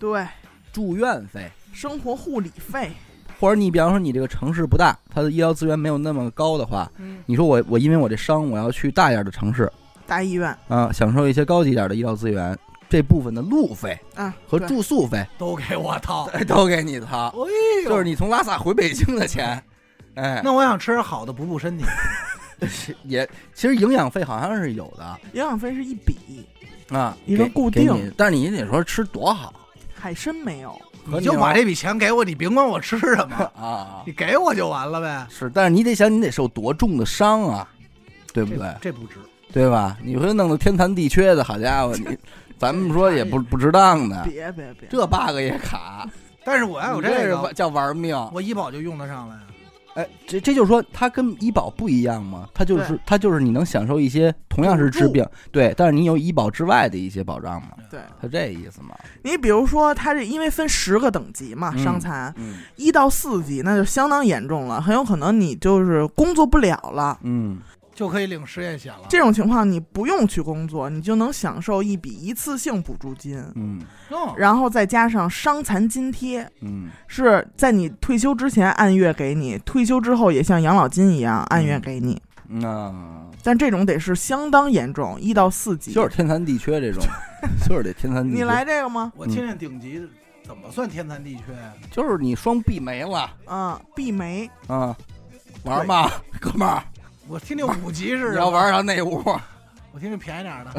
[SPEAKER 3] 对，
[SPEAKER 1] 住院费，
[SPEAKER 3] 生活护理费，
[SPEAKER 1] 或者你比方说你这个城市不大，它的医疗资源没有那么高的话，
[SPEAKER 3] 嗯，
[SPEAKER 1] 你说我我因为我这伤，我要去大一点的城市
[SPEAKER 3] 大医院
[SPEAKER 1] 啊、享受一些高级点的医疗资源，这部分的路费
[SPEAKER 3] 啊
[SPEAKER 1] 和
[SPEAKER 3] 对
[SPEAKER 1] 住宿费
[SPEAKER 2] 都给我掏。 哎
[SPEAKER 1] 都给你掏，
[SPEAKER 2] 呦，
[SPEAKER 1] 就是你从拉萨回北京的钱，哎，
[SPEAKER 2] 那我想吃好的补补身体。
[SPEAKER 1] 也其实营养费好像是有的
[SPEAKER 3] 营养费是一笔，
[SPEAKER 1] 啊，
[SPEAKER 3] 一个
[SPEAKER 1] 给
[SPEAKER 3] 固
[SPEAKER 1] 给
[SPEAKER 3] 定
[SPEAKER 1] 你但是你得说吃多好，
[SPEAKER 3] 还真没有，
[SPEAKER 1] 和
[SPEAKER 2] 你就
[SPEAKER 1] 牛
[SPEAKER 2] 把这笔钱给我，你甭管我吃什 么，
[SPEAKER 1] 啊
[SPEAKER 2] 你给我就完了呗。
[SPEAKER 1] 是，但是你得想你得受多重的伤啊，对不对？
[SPEAKER 2] 这不值，
[SPEAKER 1] 对吧？你说弄得天残地缺的，好家伙， 你咱们说也不不值当的，
[SPEAKER 3] 别别别，
[SPEAKER 1] 啊这 bug 也卡，
[SPEAKER 2] 但是我要有
[SPEAKER 1] 你
[SPEAKER 2] 这
[SPEAKER 1] 是
[SPEAKER 2] 个，
[SPEAKER 1] 叫玩命。
[SPEAKER 2] 我医保就用得上了呀。
[SPEAKER 1] 哎，这这就是说，它跟医保不一样嘛，它就是它就是你能享受一些同样是治病，对，但是你有医保之外的一些保障嘛，
[SPEAKER 3] 对
[SPEAKER 1] 它这意思嘛。
[SPEAKER 3] 你比如说，它这因为分十个等级嘛，
[SPEAKER 1] 嗯
[SPEAKER 3] 伤残
[SPEAKER 1] 嗯
[SPEAKER 3] 一到四级那就相当严重了，很有可能你就是工作不了了。
[SPEAKER 1] 嗯
[SPEAKER 2] 就可以领失业险了。
[SPEAKER 3] 这种情况你不用去工作，你就能享受一笔一次性补助金，
[SPEAKER 1] 嗯
[SPEAKER 2] 嗯
[SPEAKER 3] 然后再加上伤残津贴，
[SPEAKER 1] 嗯
[SPEAKER 3] 是在你退休之前按月给你，退休之后也像养老金一样按月给你。
[SPEAKER 1] 嗯，那
[SPEAKER 3] 但这种得是相当严重，一到四级。
[SPEAKER 1] 就是天残地缺 这种，就是得天残地缺。
[SPEAKER 3] 你来，这个吗？
[SPEAKER 2] 我听见顶级怎么算天残地缺呀？
[SPEAKER 1] 就是你双臂没了
[SPEAKER 3] 嗯，避梅
[SPEAKER 1] 啊，玩嘛，哥们儿，
[SPEAKER 2] 我听听五级是
[SPEAKER 1] 你
[SPEAKER 2] 什
[SPEAKER 1] 要
[SPEAKER 2] 么？
[SPEAKER 1] 玩上那屋，
[SPEAKER 2] 我听听便宜点儿的。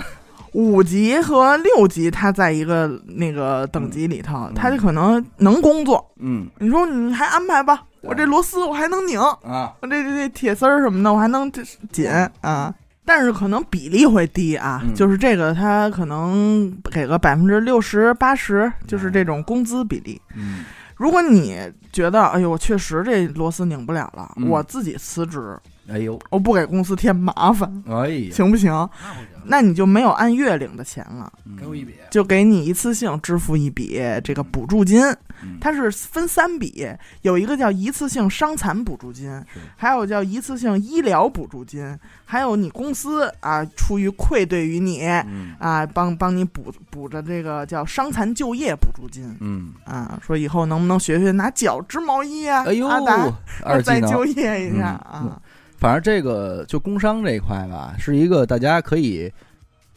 [SPEAKER 3] 五级和六级，它在一个那个等级里头，
[SPEAKER 1] 嗯
[SPEAKER 3] 它就可能能工作。
[SPEAKER 1] 嗯
[SPEAKER 3] 你说你还安排吧，
[SPEAKER 1] 对
[SPEAKER 3] 我这螺丝我还能拧，我
[SPEAKER 1] 啊。
[SPEAKER 3] 这这这铁丝儿什么的我还能这紧啊。但是可能比例会低啊，
[SPEAKER 1] 嗯
[SPEAKER 3] 就是这个它可能给个百分之六十八十，就是这种工资比例。
[SPEAKER 1] 嗯
[SPEAKER 3] 如果你觉得，哎呦，我确实这螺丝拧不了了，
[SPEAKER 1] 嗯
[SPEAKER 3] 我自己辞职，，
[SPEAKER 1] 哎呦，
[SPEAKER 3] 我不给公司添麻烦，
[SPEAKER 1] 哎呀，
[SPEAKER 3] 行不行？
[SPEAKER 2] 那不行，
[SPEAKER 3] 那你就没有按月领的钱了，
[SPEAKER 1] 嗯
[SPEAKER 2] 给我一笔。
[SPEAKER 3] 就给你一次性支付一笔这个补助金，
[SPEAKER 1] 嗯，
[SPEAKER 3] 它是分三笔，有一个叫一次性伤残补助金
[SPEAKER 1] 是，
[SPEAKER 3] 还有叫一次性医疗补助金，还有你公司啊出于愧对于你
[SPEAKER 1] 嗯
[SPEAKER 3] 啊帮帮你补补着这个叫伤残就业补助金
[SPEAKER 1] 嗯，
[SPEAKER 3] 啊，说以后能不能学学拿脚织毛衣啊？
[SPEAKER 1] 哎呦
[SPEAKER 3] 阿达。，
[SPEAKER 1] 二技
[SPEAKER 3] 再
[SPEAKER 1] 能
[SPEAKER 3] 就。业一下
[SPEAKER 1] 嗯
[SPEAKER 3] 啊。
[SPEAKER 1] 反正这个就工伤这一块吧，是一个大家可以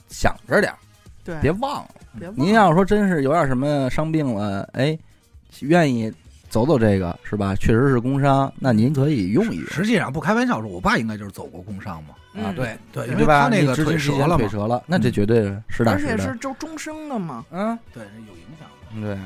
[SPEAKER 1] 想着点儿，
[SPEAKER 3] 对，
[SPEAKER 1] 别忘了。
[SPEAKER 3] 别忘
[SPEAKER 1] 您要是说真是有点什么伤病了，哎，愿意走走这个是吧？确实是工伤，那您可以用一用
[SPEAKER 2] 实际上 不开玩笑说，我爸应该就是走过工伤嘛，
[SPEAKER 1] 啊。
[SPEAKER 3] 嗯
[SPEAKER 1] 对
[SPEAKER 2] 对，因为
[SPEAKER 1] 对吧？
[SPEAKER 2] 他那
[SPEAKER 1] 你
[SPEAKER 2] 个
[SPEAKER 1] 直
[SPEAKER 2] 腿
[SPEAKER 1] 直
[SPEAKER 2] 折了
[SPEAKER 1] 腿
[SPEAKER 2] 嘛，
[SPEAKER 1] 折了，那这绝对实打
[SPEAKER 3] 而
[SPEAKER 1] 实
[SPEAKER 3] 且是
[SPEAKER 1] 的。
[SPEAKER 3] 周终生的嘛。
[SPEAKER 1] 嗯，
[SPEAKER 2] 对，有影响。
[SPEAKER 1] 对，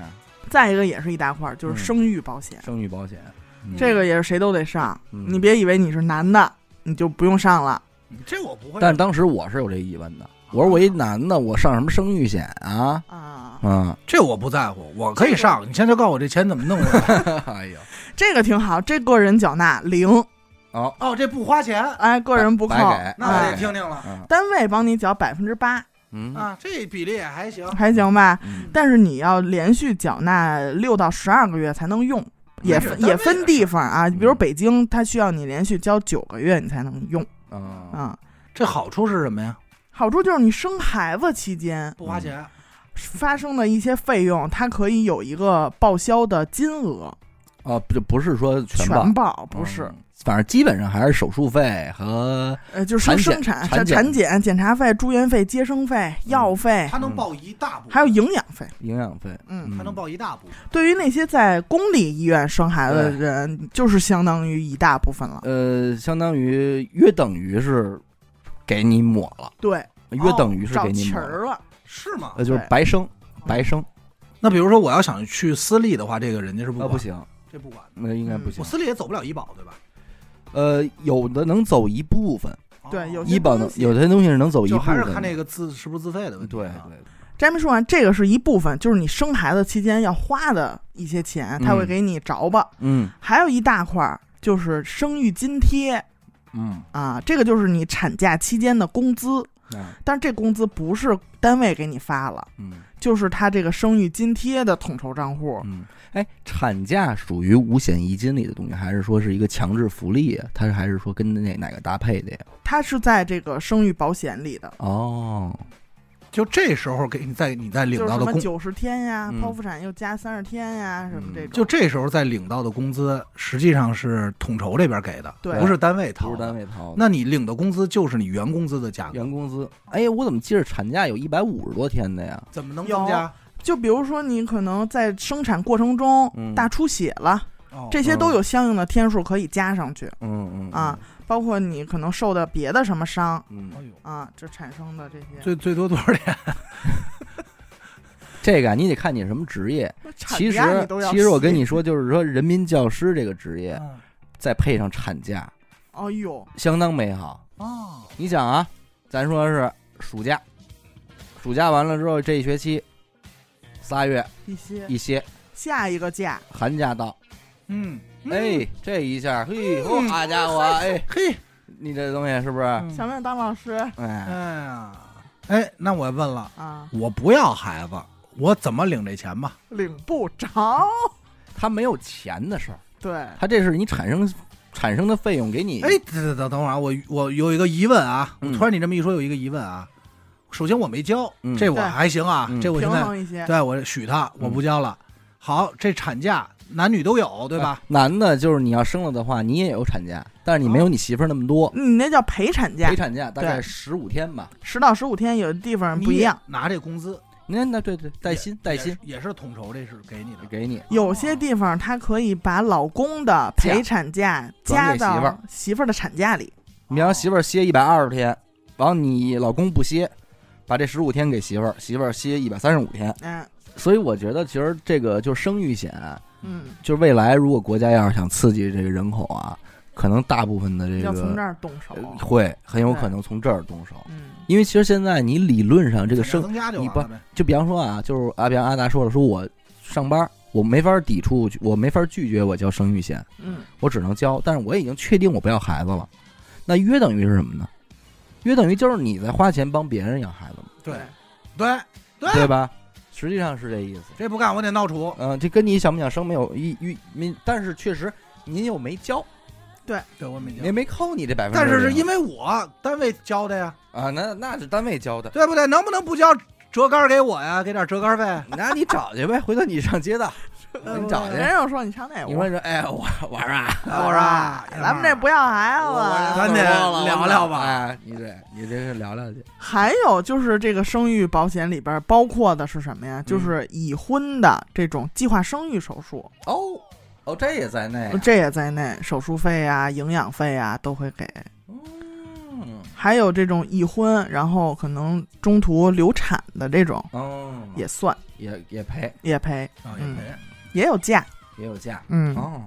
[SPEAKER 3] 再一个也是一大块儿，就是
[SPEAKER 1] 嗯
[SPEAKER 3] 生育保险，
[SPEAKER 1] 生育保险，嗯
[SPEAKER 3] 这个也是谁都得上。
[SPEAKER 1] 嗯
[SPEAKER 3] 你别以为你是男的，你就不用上了。
[SPEAKER 2] 这我不会，
[SPEAKER 1] 但当时我是有这疑问的，我说我一男的，我上什么生育险啊？
[SPEAKER 3] 啊，
[SPEAKER 1] 嗯，
[SPEAKER 2] 这我不在乎，我可以上。你现在就告诉我这钱怎么弄过 来？
[SPEAKER 1] 哎呦，
[SPEAKER 3] 这个挺好，这个人缴纳零，
[SPEAKER 1] 哦，
[SPEAKER 2] 哦，这不花钱，
[SPEAKER 3] 哎，个人不扣，
[SPEAKER 1] 白给
[SPEAKER 2] 那我
[SPEAKER 1] 哎
[SPEAKER 2] 得听听了
[SPEAKER 1] 嗯
[SPEAKER 3] 单位帮你缴百分之八，
[SPEAKER 1] 嗯
[SPEAKER 2] 啊，这比例也还行。
[SPEAKER 3] 还行吧？
[SPEAKER 1] 嗯
[SPEAKER 3] 但是你要连续缴纳六到十二个月才能用，也
[SPEAKER 2] 没事
[SPEAKER 3] 分
[SPEAKER 2] 单位
[SPEAKER 3] 也
[SPEAKER 2] 的事
[SPEAKER 3] 分
[SPEAKER 2] 儿
[SPEAKER 3] 地方啊。比如
[SPEAKER 1] 嗯
[SPEAKER 3] 北京，它需要你连续交九个月你才能用
[SPEAKER 1] 嗯
[SPEAKER 3] 啊。
[SPEAKER 2] 这好处是什么呀？
[SPEAKER 3] 好处就是你生孩子期间
[SPEAKER 1] 嗯
[SPEAKER 2] 不花钱。
[SPEAKER 3] 发生的一些费用，它可以有一个报销的金额，
[SPEAKER 1] 哦，不就不是说全报
[SPEAKER 3] 全报不是，
[SPEAKER 1] 嗯反正基本上还是手术费和
[SPEAKER 3] 呃，就是
[SPEAKER 1] 产检
[SPEAKER 3] 生生
[SPEAKER 1] 产
[SPEAKER 3] 产、产
[SPEAKER 1] 检嗯
[SPEAKER 3] 检、检查费、住院费、接生费、药费，
[SPEAKER 2] 他能报一大部分，
[SPEAKER 3] 还有营养费。
[SPEAKER 1] 营养费，
[SPEAKER 3] 嗯，
[SPEAKER 2] 他能报一大部分。
[SPEAKER 3] 对于那些在公立医院生孩子的
[SPEAKER 1] 对
[SPEAKER 3] 人，就是相当于一大部分了。
[SPEAKER 1] 呃，相当于约等于是给你抹了，
[SPEAKER 3] 对，
[SPEAKER 1] 约等于是
[SPEAKER 3] 哦找
[SPEAKER 1] 给你
[SPEAKER 3] 齐
[SPEAKER 1] 抹了，
[SPEAKER 3] 儿了。
[SPEAKER 2] 是吗
[SPEAKER 1] 呃，？就是
[SPEAKER 3] 对嗯
[SPEAKER 1] 白生白
[SPEAKER 2] 哦
[SPEAKER 1] 生，
[SPEAKER 2] 那比如说我要想去私立的话，这个人家是不
[SPEAKER 1] 呃，不，
[SPEAKER 2] 管，
[SPEAKER 1] 行，
[SPEAKER 2] 这不管。
[SPEAKER 1] 那应该
[SPEAKER 3] 嗯
[SPEAKER 1] 不行
[SPEAKER 2] 我。私立也走不了医保，对吧？
[SPEAKER 1] 呃，有的能走一部分，
[SPEAKER 3] 对有些
[SPEAKER 1] 医保能
[SPEAKER 3] 东西
[SPEAKER 1] 有些东西是能走一
[SPEAKER 2] 哦就
[SPEAKER 1] 部
[SPEAKER 2] 还
[SPEAKER 1] 分
[SPEAKER 2] 是
[SPEAKER 1] 的，
[SPEAKER 2] 看那个自是不是自费的问
[SPEAKER 1] 对对
[SPEAKER 2] 题啊。
[SPEAKER 3] 摘没说完，这个是一部分，就是你生孩子期间要花的一些钱，他会
[SPEAKER 1] 嗯
[SPEAKER 3] 给你着吧。
[SPEAKER 1] 嗯
[SPEAKER 3] 还有一大块儿就是生育津贴
[SPEAKER 1] 嗯，
[SPEAKER 3] 啊，这个就是你产假期间的工资，
[SPEAKER 1] 那
[SPEAKER 3] 但是这工资不是单位给你发了，
[SPEAKER 1] 啊嗯
[SPEAKER 3] 就是他这个生育津贴的统筹账户。
[SPEAKER 1] 嗯，哎，产假属于五险一金里的东西，还是说是一个强制福利啊？它还是说跟那哪个搭配的呀？
[SPEAKER 3] 它是在这个生育保险里的，
[SPEAKER 1] 哦，
[SPEAKER 2] 就这时候给你再你再领
[SPEAKER 3] 就是
[SPEAKER 2] 到
[SPEAKER 3] 什
[SPEAKER 2] 的
[SPEAKER 3] 么
[SPEAKER 2] 工，
[SPEAKER 3] 九十天呀，
[SPEAKER 1] 嗯
[SPEAKER 3] 剖腹产又加三十天呀，什么这
[SPEAKER 1] 嗯
[SPEAKER 3] 种。
[SPEAKER 2] 就这时候再领到的工资，实际上是统筹这边给的，
[SPEAKER 3] 对
[SPEAKER 2] 不是单位
[SPEAKER 1] 不
[SPEAKER 2] 掏
[SPEAKER 1] 是单
[SPEAKER 2] 的。
[SPEAKER 1] 位掏的。
[SPEAKER 2] 那你领的工资就是你原工资的价格，
[SPEAKER 1] 原工资，哎，我怎么记着产假有一百五十多天的呀？
[SPEAKER 2] 怎么能增加？
[SPEAKER 3] 就比如说你可能在生产过程中
[SPEAKER 1] 嗯
[SPEAKER 3] 大出血了，
[SPEAKER 2] 哦
[SPEAKER 3] 这些都有相应的天数可以加上去，
[SPEAKER 1] 嗯嗯
[SPEAKER 3] 啊，包括你可能受的别的什么伤
[SPEAKER 1] 嗯
[SPEAKER 2] 哎
[SPEAKER 1] 嗯，
[SPEAKER 2] 呦，
[SPEAKER 3] 啊，这产生的这些。
[SPEAKER 2] 最最多多少钱？
[SPEAKER 1] 这个啊你得看你什么职业。
[SPEAKER 3] 那产
[SPEAKER 1] 其实
[SPEAKER 3] 假你都要
[SPEAKER 1] 其实我跟
[SPEAKER 3] 写，
[SPEAKER 1] 你说，就是说人民教师这个职业，再配上产假，
[SPEAKER 3] 哎呦，
[SPEAKER 1] 相当美好。
[SPEAKER 2] 哦，
[SPEAKER 1] 你想啊，咱说是暑假，暑假完了之后，这一学期仨月
[SPEAKER 3] 一些
[SPEAKER 1] 一歇，
[SPEAKER 3] 下一个假，
[SPEAKER 1] 寒假到，
[SPEAKER 2] 嗯，
[SPEAKER 1] 哎，这一下，嘿，
[SPEAKER 2] 嗯
[SPEAKER 1] 好、好家伙，哎，
[SPEAKER 2] 嘿，
[SPEAKER 1] 你这东西是不是？
[SPEAKER 3] 想不想当老师
[SPEAKER 1] 哎，
[SPEAKER 2] 哎呀，哎，那我问了，
[SPEAKER 1] 嗯
[SPEAKER 3] 啊？
[SPEAKER 2] 我不要孩子，我怎么领这钱吧？
[SPEAKER 3] 领不着，
[SPEAKER 1] 他没有钱的事儿，
[SPEAKER 3] 对，
[SPEAKER 1] 他这是你产生产生的费用给你，
[SPEAKER 2] 哎，等等等会儿啊，我我有一个疑问啊，
[SPEAKER 1] 嗯
[SPEAKER 2] 我突然你这么一说，有一个疑问啊。首先我没交
[SPEAKER 1] 嗯，
[SPEAKER 2] 这我
[SPEAKER 3] 对
[SPEAKER 2] 还行啊
[SPEAKER 1] 嗯，
[SPEAKER 2] 这我
[SPEAKER 3] 平
[SPEAKER 2] 现在
[SPEAKER 3] 衡一些。
[SPEAKER 2] 对我许他，我不交了。好，这产假男女都有，对吧？
[SPEAKER 1] 男的就是你要生了的话，你也有产假，但是你没有你媳妇儿那么
[SPEAKER 2] 哦嗯
[SPEAKER 1] 多，
[SPEAKER 3] 你那叫陪产假
[SPEAKER 1] 陪，产假大概
[SPEAKER 3] 对
[SPEAKER 1] 十五天吧。
[SPEAKER 3] 十到十五天，有的地
[SPEAKER 1] 啊
[SPEAKER 3] 方不一样。
[SPEAKER 1] 哦
[SPEAKER 2] 你也拿这工资，
[SPEAKER 1] 你看，那对对，带薪带薪
[SPEAKER 2] 也是也是统筹，这是给你的。
[SPEAKER 1] 给你，
[SPEAKER 3] 有些地方它可以把老公的陪产假
[SPEAKER 1] 转
[SPEAKER 3] 加
[SPEAKER 1] 给媳妇儿
[SPEAKER 3] 到媳妇儿的产假里，
[SPEAKER 1] 你让媳妇儿歇一百二十天，完你老公不歇，把这十五天给媳妇儿，媳妇儿歇一百三十五天。
[SPEAKER 3] 嗯
[SPEAKER 1] 所以我觉得，其实这个就是生育险，啊
[SPEAKER 3] 嗯，
[SPEAKER 1] 就是未来如果国家要是想刺激这个人口啊，可能大部分的这
[SPEAKER 3] 要从这
[SPEAKER 1] 个
[SPEAKER 3] 儿动手，
[SPEAKER 1] 呃会很有可能从这儿动手，
[SPEAKER 3] 嗯，
[SPEAKER 1] 因为其实现在你理论上这个生，
[SPEAKER 2] 增加就
[SPEAKER 1] 你
[SPEAKER 2] 完了呗。
[SPEAKER 1] 就比方说啊，就是阿比方阿达说了，说我上班我没法抵触，我没法拒绝我交生育险，
[SPEAKER 3] 嗯，
[SPEAKER 1] 我只能交，但是我已经确定我不要孩子了，那约等于是什么呢？约等于就是你在花钱帮别人养孩子嘛，
[SPEAKER 2] 对对
[SPEAKER 1] 对
[SPEAKER 2] 对，
[SPEAKER 1] 吧？实际上是这意思。
[SPEAKER 2] 这不干我得闹处。
[SPEAKER 1] 嗯、这跟你想不想生没有一一没，但是确实您又没交，
[SPEAKER 2] 对我没交
[SPEAKER 1] 也，没扣你这百分之。
[SPEAKER 2] 但是是因
[SPEAKER 1] 为
[SPEAKER 2] 为我单位交的呀，
[SPEAKER 1] 啊，那那是单位交的，
[SPEAKER 2] 对 不对？能不能不交折杆儿给我呀？给点折杆儿费？
[SPEAKER 1] 那你找去呗，回头你上街道。我给你找去
[SPEAKER 2] 哎
[SPEAKER 3] 人又说你唱那
[SPEAKER 1] 哎你
[SPEAKER 3] 我
[SPEAKER 1] 说，这，哎，我我说啊，
[SPEAKER 2] 我说啊，
[SPEAKER 3] 咱们这不要孩子
[SPEAKER 1] 我啊
[SPEAKER 3] 了。
[SPEAKER 2] 咱得聊聊吧
[SPEAKER 1] 哎，你这你这是聊聊去，
[SPEAKER 3] 还有就是这个生育保险里边包括的是什么
[SPEAKER 1] 嗯
[SPEAKER 3] 呀？就是已婚的这种计划生育手术，
[SPEAKER 1] 哦哦，这也在内啊，
[SPEAKER 3] 这也在内，手术费啊、营养费啊都会给。
[SPEAKER 1] 嗯，
[SPEAKER 3] 还有这种已婚，然后可能中途流产的这种
[SPEAKER 1] 哦，
[SPEAKER 3] 也算
[SPEAKER 1] 也也赔，
[SPEAKER 3] 也赔，
[SPEAKER 2] 啊
[SPEAKER 3] 嗯
[SPEAKER 2] 也赔
[SPEAKER 3] 也有价。
[SPEAKER 1] 也有价，
[SPEAKER 3] 嗯，
[SPEAKER 1] 哦，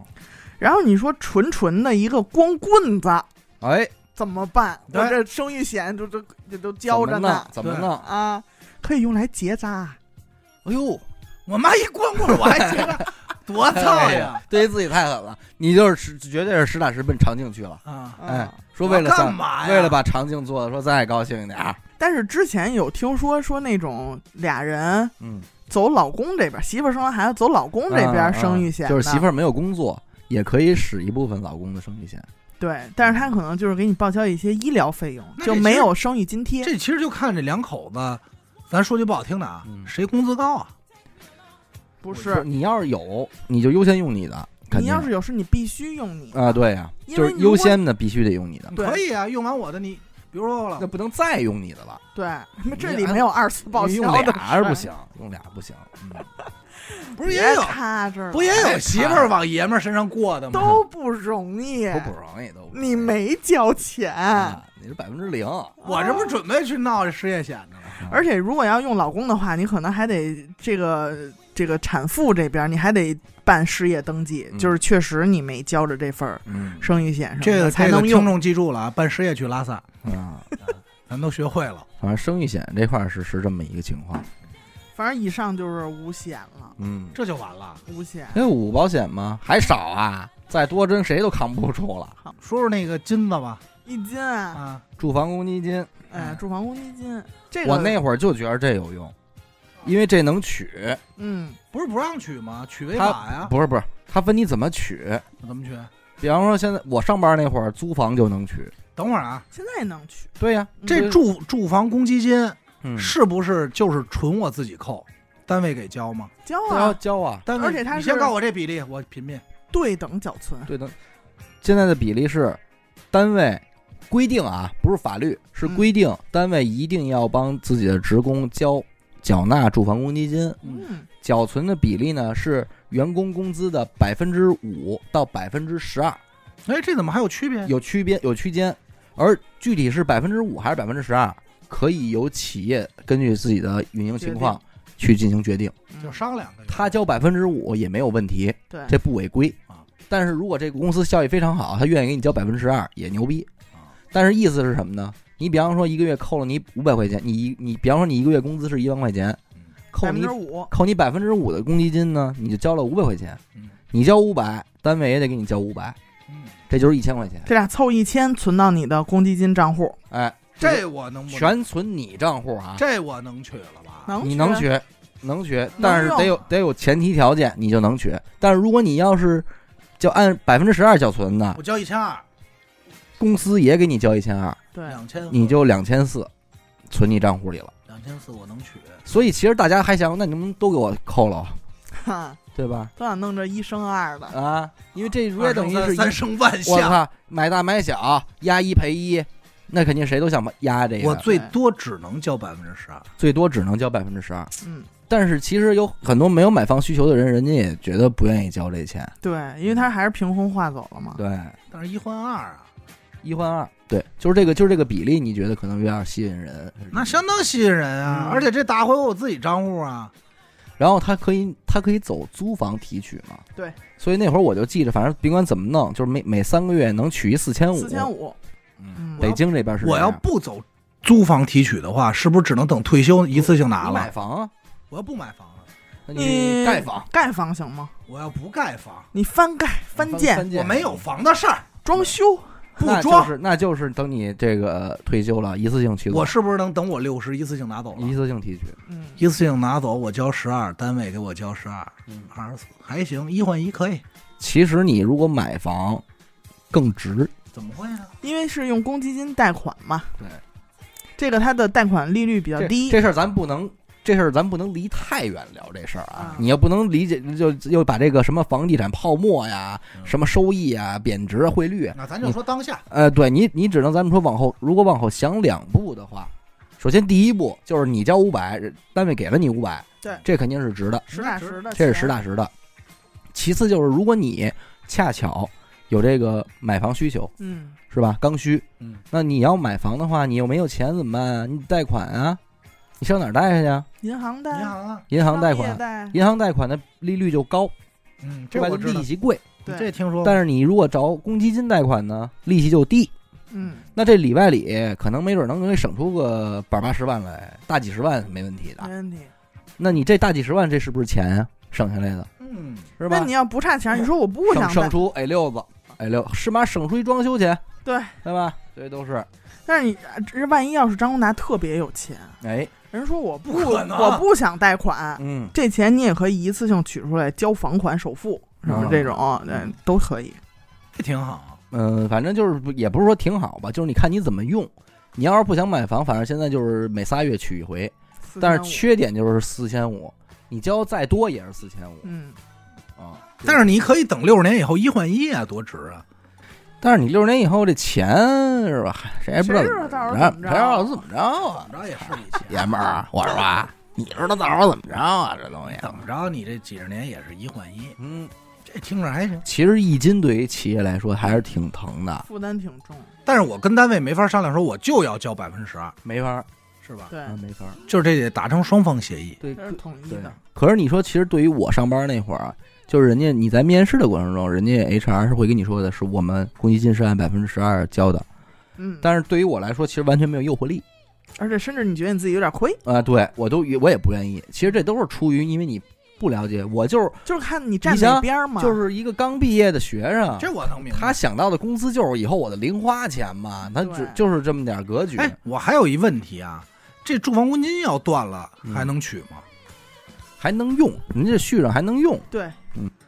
[SPEAKER 3] 然后你说纯纯的一个光棍子
[SPEAKER 1] 哎，
[SPEAKER 3] 怎么办？
[SPEAKER 2] 对
[SPEAKER 3] 我这生育险就就就都交着
[SPEAKER 1] 怎么弄
[SPEAKER 3] 呢
[SPEAKER 1] 怎么
[SPEAKER 2] 对
[SPEAKER 1] 弄？
[SPEAKER 3] 啊，可以用来结扎。啊
[SPEAKER 1] 哎呦，
[SPEAKER 2] 我妈一光棍儿，我还觉得 多
[SPEAKER 1] 哎
[SPEAKER 2] 操呀！
[SPEAKER 1] 对于自己太狠了，你就是实绝对是实打实奔长庆去了。
[SPEAKER 2] 啊，
[SPEAKER 3] 嗯
[SPEAKER 1] 哎，说为了
[SPEAKER 2] 我
[SPEAKER 1] 想
[SPEAKER 2] 干嘛呀？
[SPEAKER 1] 为了把长庆做的说再高兴一点儿，
[SPEAKER 3] 但是之前有听说说那种俩人
[SPEAKER 1] 嗯，
[SPEAKER 3] 走老公这边，媳妇儿生完孩子走老公这边
[SPEAKER 1] 嗯
[SPEAKER 3] 生育险、
[SPEAKER 1] 嗯就是媳妇
[SPEAKER 3] 儿
[SPEAKER 1] 儿没有工作，也可以使一部分老公的生育险。
[SPEAKER 3] 对，但是他可能就是给你报销一些医疗费用，
[SPEAKER 2] 那这
[SPEAKER 3] 就没有生育津贴。
[SPEAKER 2] 这其实就看这两口子，咱说句不好听的啊
[SPEAKER 1] 嗯，
[SPEAKER 2] 谁工资高啊？
[SPEAKER 3] 不，
[SPEAKER 1] 就是你要是有，你就优先用你的，肯
[SPEAKER 3] 你
[SPEAKER 1] 定
[SPEAKER 3] 要是有事，你必须用你
[SPEAKER 1] 啊，对呀，
[SPEAKER 3] 因
[SPEAKER 1] 就
[SPEAKER 3] 为
[SPEAKER 1] 是
[SPEAKER 3] 如
[SPEAKER 1] 优
[SPEAKER 3] 果
[SPEAKER 1] 先的必须得用你的，
[SPEAKER 3] 对
[SPEAKER 2] 可以啊，用完我的你，比如说我老
[SPEAKER 1] 那不能再用你的了，
[SPEAKER 3] 对，这
[SPEAKER 1] 你
[SPEAKER 3] 里
[SPEAKER 1] 还
[SPEAKER 3] 没有二次报
[SPEAKER 1] 因为
[SPEAKER 3] 销
[SPEAKER 1] 用
[SPEAKER 3] 的
[SPEAKER 1] 俩
[SPEAKER 3] 事
[SPEAKER 1] 是
[SPEAKER 3] 儿
[SPEAKER 1] 不，行，用俩不行，嗯
[SPEAKER 2] 不
[SPEAKER 3] 不
[SPEAKER 2] 是也有
[SPEAKER 3] 他这儿了
[SPEAKER 2] 不也有媳妇儿往爷们儿身上过的吗？
[SPEAKER 3] 都不容易，
[SPEAKER 1] 都不容易，都不容易
[SPEAKER 3] 你没交钱，哦
[SPEAKER 1] 啊，你是百分之零，
[SPEAKER 2] 我这不是准备去闹这失业险呢吗？
[SPEAKER 3] 而且如果要用老公的话，你可能还得这个这个产妇这边你还得办失业登记，
[SPEAKER 1] 嗯
[SPEAKER 3] 就是确实你没交着这份儿
[SPEAKER 1] 嗯
[SPEAKER 3] 生育险什
[SPEAKER 2] 这
[SPEAKER 3] 么
[SPEAKER 2] 个
[SPEAKER 3] 的才
[SPEAKER 2] 这个
[SPEAKER 3] 能用。
[SPEAKER 2] 听众记住了啊，办失业去拉萨，
[SPEAKER 1] 啊，
[SPEAKER 2] 咱都学会了。
[SPEAKER 1] 反正生育险这块儿是是这么一个情况，
[SPEAKER 3] 反正以上就是五险了，
[SPEAKER 1] 嗯，
[SPEAKER 2] 这就完了。
[SPEAKER 3] 五险
[SPEAKER 1] 因为五保险嘛还少啊，再多真谁都扛不住了。
[SPEAKER 2] 说说那个金子吧，
[SPEAKER 3] 一金啊，
[SPEAKER 2] 啊，
[SPEAKER 1] 住房公积金，
[SPEAKER 3] 哎，住房公积金这个哦
[SPEAKER 1] 我那会儿就觉得这有用，因为这能取，
[SPEAKER 3] 嗯
[SPEAKER 2] 不是不让取吗？取违法呀？
[SPEAKER 1] 不是不是，它分你怎么取。
[SPEAKER 2] 怎么取？啊
[SPEAKER 1] 比方说现在我上班那会儿租房就能取，
[SPEAKER 2] 等会儿啊，
[SPEAKER 3] 现在能取，
[SPEAKER 1] 对呀、
[SPEAKER 3] 嗯
[SPEAKER 2] 这住住房公积金
[SPEAKER 1] 嗯
[SPEAKER 2] 是不是就是纯我自己扣？单位给交吗？
[SPEAKER 3] 交
[SPEAKER 1] 都要
[SPEAKER 3] 啊，
[SPEAKER 1] 交啊，
[SPEAKER 2] 单位，
[SPEAKER 3] 而且它
[SPEAKER 2] 你
[SPEAKER 3] 是
[SPEAKER 2] 先告我这比例，我品品。
[SPEAKER 3] 对等缴存，
[SPEAKER 1] 对的。现在的比例是单位规定啊，不是法律，是
[SPEAKER 3] 嗯
[SPEAKER 1] 规定单位一定要帮自己的职工交缴纳住房公积金，
[SPEAKER 3] 嗯
[SPEAKER 1] 缴存的比例呢是员工工资的百分之五到百分之十二，
[SPEAKER 2] 哎，这怎么还有区别？
[SPEAKER 1] 有区别有区间，而具体是百分之五还是百分之十二，可以由企业根据自己的运营情况去进行决定。
[SPEAKER 3] 嗯
[SPEAKER 2] 就商量。
[SPEAKER 1] 他交百分之五也没有问题，
[SPEAKER 3] 对
[SPEAKER 1] 这不违规
[SPEAKER 2] 啊。
[SPEAKER 1] 但是如果这个公司效益非常好，他愿意给你交百分之十二也牛逼。
[SPEAKER 2] 啊
[SPEAKER 1] 但是意思是什么呢？你比方说一个月扣了你五百块钱，你一你比方说你一个月工资是一万块钱
[SPEAKER 2] 嗯，
[SPEAKER 1] 扣
[SPEAKER 3] 百分
[SPEAKER 1] 你
[SPEAKER 3] 之五，
[SPEAKER 1] 扣你百分之五的公积金呢，你就交了五百块钱。
[SPEAKER 2] 嗯
[SPEAKER 1] 你交五百，单位也得给你交五百，
[SPEAKER 2] 嗯，
[SPEAKER 1] 这就是一千块钱。
[SPEAKER 3] 这俩凑一千存到你的公积金账户，
[SPEAKER 1] 哎，
[SPEAKER 2] 这我能不能？
[SPEAKER 1] 全存你账户啊，
[SPEAKER 2] 这我能取了吧？
[SPEAKER 3] 能
[SPEAKER 1] 你能
[SPEAKER 3] 取
[SPEAKER 1] 取，能取，但是
[SPEAKER 3] 用
[SPEAKER 1] 得有得有前提条件，你就能取。但是如果你要是就按百分之十二缴存的
[SPEAKER 2] 我，交一千二，
[SPEAKER 1] 公司也给你交一千二，
[SPEAKER 3] 对，
[SPEAKER 2] 两千，
[SPEAKER 1] 你就两千四存你账户里了。
[SPEAKER 2] 两千四，我能取。
[SPEAKER 1] 所以其实大家还想，那你们都给我扣了，
[SPEAKER 3] 哈，
[SPEAKER 1] 对吧？
[SPEAKER 3] 都想弄这一生二的，
[SPEAKER 1] 啊，因为这约等于
[SPEAKER 2] 二
[SPEAKER 1] 是
[SPEAKER 2] 乘
[SPEAKER 1] 一
[SPEAKER 2] 三三，生万
[SPEAKER 1] 我
[SPEAKER 2] 象。
[SPEAKER 1] 操，买大买小，押一赔一，那肯定谁都想压这个，
[SPEAKER 2] 我最多只能交百分之十二。
[SPEAKER 1] 最多只能交百分之十二。
[SPEAKER 3] 嗯。
[SPEAKER 1] 但是其实有很多没有买房需求的人，人家也觉得不愿意交这钱。
[SPEAKER 3] 对，因为他还是凭空划走了嘛。
[SPEAKER 1] 对，
[SPEAKER 2] 但是一换二啊，
[SPEAKER 1] 一换二，对，就是这个，就是这个比例，你觉得可能有点吸引人。
[SPEAKER 2] 那相当吸引人啊！
[SPEAKER 3] 嗯
[SPEAKER 2] 而且这打回我自己账户啊，
[SPEAKER 1] 然后他可以，他可以走租房提取嘛？
[SPEAKER 3] 对。
[SPEAKER 1] 所以那会儿我就记着，反正甭管怎么弄，就是每每三个月能取一四千五。
[SPEAKER 3] 四千。五，嗯，
[SPEAKER 1] 北京这边是这
[SPEAKER 2] 我要
[SPEAKER 1] 样
[SPEAKER 2] 不走租房提取的话，是不是只能等退休一次性拿
[SPEAKER 1] 你买
[SPEAKER 2] 了？嗯
[SPEAKER 1] 房啊，
[SPEAKER 2] 我要不买房了，
[SPEAKER 1] 那
[SPEAKER 3] 你
[SPEAKER 1] 你盖房
[SPEAKER 3] 盖房行吗？
[SPEAKER 2] 我要不盖房，
[SPEAKER 3] 你翻盖、翻建、
[SPEAKER 1] 翻
[SPEAKER 2] 我没有房的事儿，
[SPEAKER 3] 装修，
[SPEAKER 2] 不
[SPEAKER 1] 那就
[SPEAKER 2] 装。
[SPEAKER 1] 是那就是等你这个退休了，一次性取走，
[SPEAKER 2] 我是不是能等我六十一次性拿走
[SPEAKER 1] 一
[SPEAKER 2] 了？
[SPEAKER 1] 次性提取。
[SPEAKER 3] 嗯，
[SPEAKER 2] 一次性拿走，我交十二，单位给我交十二，
[SPEAKER 1] 嗯，
[SPEAKER 2] 二十四还行，一换一可以。
[SPEAKER 1] 其实你如果买房更值，
[SPEAKER 2] 怎么会呢？
[SPEAKER 3] 因为是用公积金贷款嘛，
[SPEAKER 1] 对，
[SPEAKER 3] 这个它的贷款利率比较低
[SPEAKER 1] 这，事儿咱不能这事儿咱不能离太远聊这事儿啊
[SPEAKER 3] 啊，
[SPEAKER 1] 你要不能理解，就又把这个什么房地产泡沫呀、
[SPEAKER 2] 嗯
[SPEAKER 1] 什么收益啊、贬值啊、汇率啊，
[SPEAKER 2] 那咱就说当下，
[SPEAKER 1] 呃，对你，你只能咱们说往后，如果往后想两步的话，首先第一步就是你交五百，单位给了你五百，
[SPEAKER 3] 对
[SPEAKER 1] 这肯定是值的，
[SPEAKER 3] 实打实的，
[SPEAKER 1] 这是实。打实的。其次就是如果你恰巧有这个买房需求，
[SPEAKER 3] 嗯，
[SPEAKER 1] 是吧？刚需，
[SPEAKER 2] 嗯，
[SPEAKER 1] 那你要买房的话，你又没有钱怎么办啊？你贷款啊，你上哪儿贷去啊？
[SPEAKER 3] 银行贷、
[SPEAKER 2] 银行啊，
[SPEAKER 1] 银行贷
[SPEAKER 3] 商业
[SPEAKER 1] 款，
[SPEAKER 3] 贷，
[SPEAKER 1] 银行贷款的利率就高，
[SPEAKER 2] 嗯，这
[SPEAKER 1] 说白了
[SPEAKER 2] 我知道
[SPEAKER 1] 利，息贵。
[SPEAKER 3] 对，
[SPEAKER 2] 这听说过，
[SPEAKER 1] 但是你如果找公积金贷款呢，利息就低。
[SPEAKER 3] 嗯，
[SPEAKER 1] 那这里外里可能没准能给你省出个百八十万来，大几十万没问题
[SPEAKER 3] 没
[SPEAKER 1] 的。
[SPEAKER 3] 问题。
[SPEAKER 1] 那你这大几十万，这是不是钱啊？省下来的
[SPEAKER 2] 嗯，
[SPEAKER 1] 是
[SPEAKER 3] 那
[SPEAKER 1] 吧
[SPEAKER 3] 你？要不差钱，你说我不想
[SPEAKER 1] 省省
[SPEAKER 3] 贷，
[SPEAKER 1] 出 A 六子，A 六是吗？省出一装修钱，
[SPEAKER 3] 对
[SPEAKER 1] 对吧？这都是
[SPEAKER 3] 但是你呃这万一要是张宏达特别有钱，
[SPEAKER 1] 哎，
[SPEAKER 3] 人说我不
[SPEAKER 2] 不可能
[SPEAKER 3] 我不想贷款，
[SPEAKER 1] 嗯，
[SPEAKER 3] 这钱你也可以一次性取出来交房款首付，什么
[SPEAKER 1] 嗯
[SPEAKER 3] 这种，嗯，都可以。
[SPEAKER 2] 这挺好，
[SPEAKER 1] 嗯，反正就是不也不是说挺好吧，就是你看你怎么用。你要是不想买房，反正现在就是每仨月取一回，但是
[SPEAKER 3] 4500
[SPEAKER 1] 缺点就是四千五，你交再多也是四千五
[SPEAKER 3] 嗯，
[SPEAKER 1] 啊。
[SPEAKER 2] 但是你可以等六十年以后一换一啊，多值啊！
[SPEAKER 1] 但是你六十年以后这钱是吧？谁也不知道
[SPEAKER 3] 谁
[SPEAKER 1] 怎
[SPEAKER 3] 知道
[SPEAKER 1] 么着，谁知道
[SPEAKER 3] 到时候怎么着
[SPEAKER 1] 怎么着啊？
[SPEAKER 2] 怎么着也是你钱，
[SPEAKER 1] 爷们儿啊，我说啊， 你知道到时候怎么着啊？这 东西，
[SPEAKER 2] 怎么着你这几十年也是一换一，
[SPEAKER 1] 嗯，
[SPEAKER 2] 这听着还行。
[SPEAKER 1] 其实一斤对于企业来说还是挺疼的，
[SPEAKER 3] 负担挺重，
[SPEAKER 2] 但是我跟单位没法商量，说我就要交百分之十二，
[SPEAKER 1] 没法儿，
[SPEAKER 2] 是吧？
[SPEAKER 3] 对
[SPEAKER 1] 啊，没法儿，
[SPEAKER 2] 就是这得达成双方协议。
[SPEAKER 1] 对
[SPEAKER 3] 这是统一
[SPEAKER 1] 对
[SPEAKER 3] 的。。
[SPEAKER 1] 可是你说，其实对于我上班那会儿啊，就是人家你在面试的过程中，人家 HR 是会跟你说的，是我们公积金是按百分之十二交的，
[SPEAKER 3] 嗯，
[SPEAKER 1] 但是对于我来说，其实完全没有诱惑力。
[SPEAKER 3] 而且甚至你觉得你自己有点亏，
[SPEAKER 1] 啊、对我都我也不愿意。其实这都是出于因为你不了解，我就是
[SPEAKER 3] 就是看你站
[SPEAKER 1] 你
[SPEAKER 3] 哪
[SPEAKER 1] 想
[SPEAKER 3] 边儿嘛。
[SPEAKER 1] 就是一个刚毕业的学生，
[SPEAKER 2] 这我能明白。
[SPEAKER 1] 他想到的工资就是以后我的零花钱嘛，他就
[SPEAKER 3] 对
[SPEAKER 1] 就是这么点格局。
[SPEAKER 2] 哎，我还有一问题啊，这住房公积金要断了
[SPEAKER 1] 嗯
[SPEAKER 2] 还能取吗？
[SPEAKER 1] 还能用，您这续上还能用，
[SPEAKER 3] 对，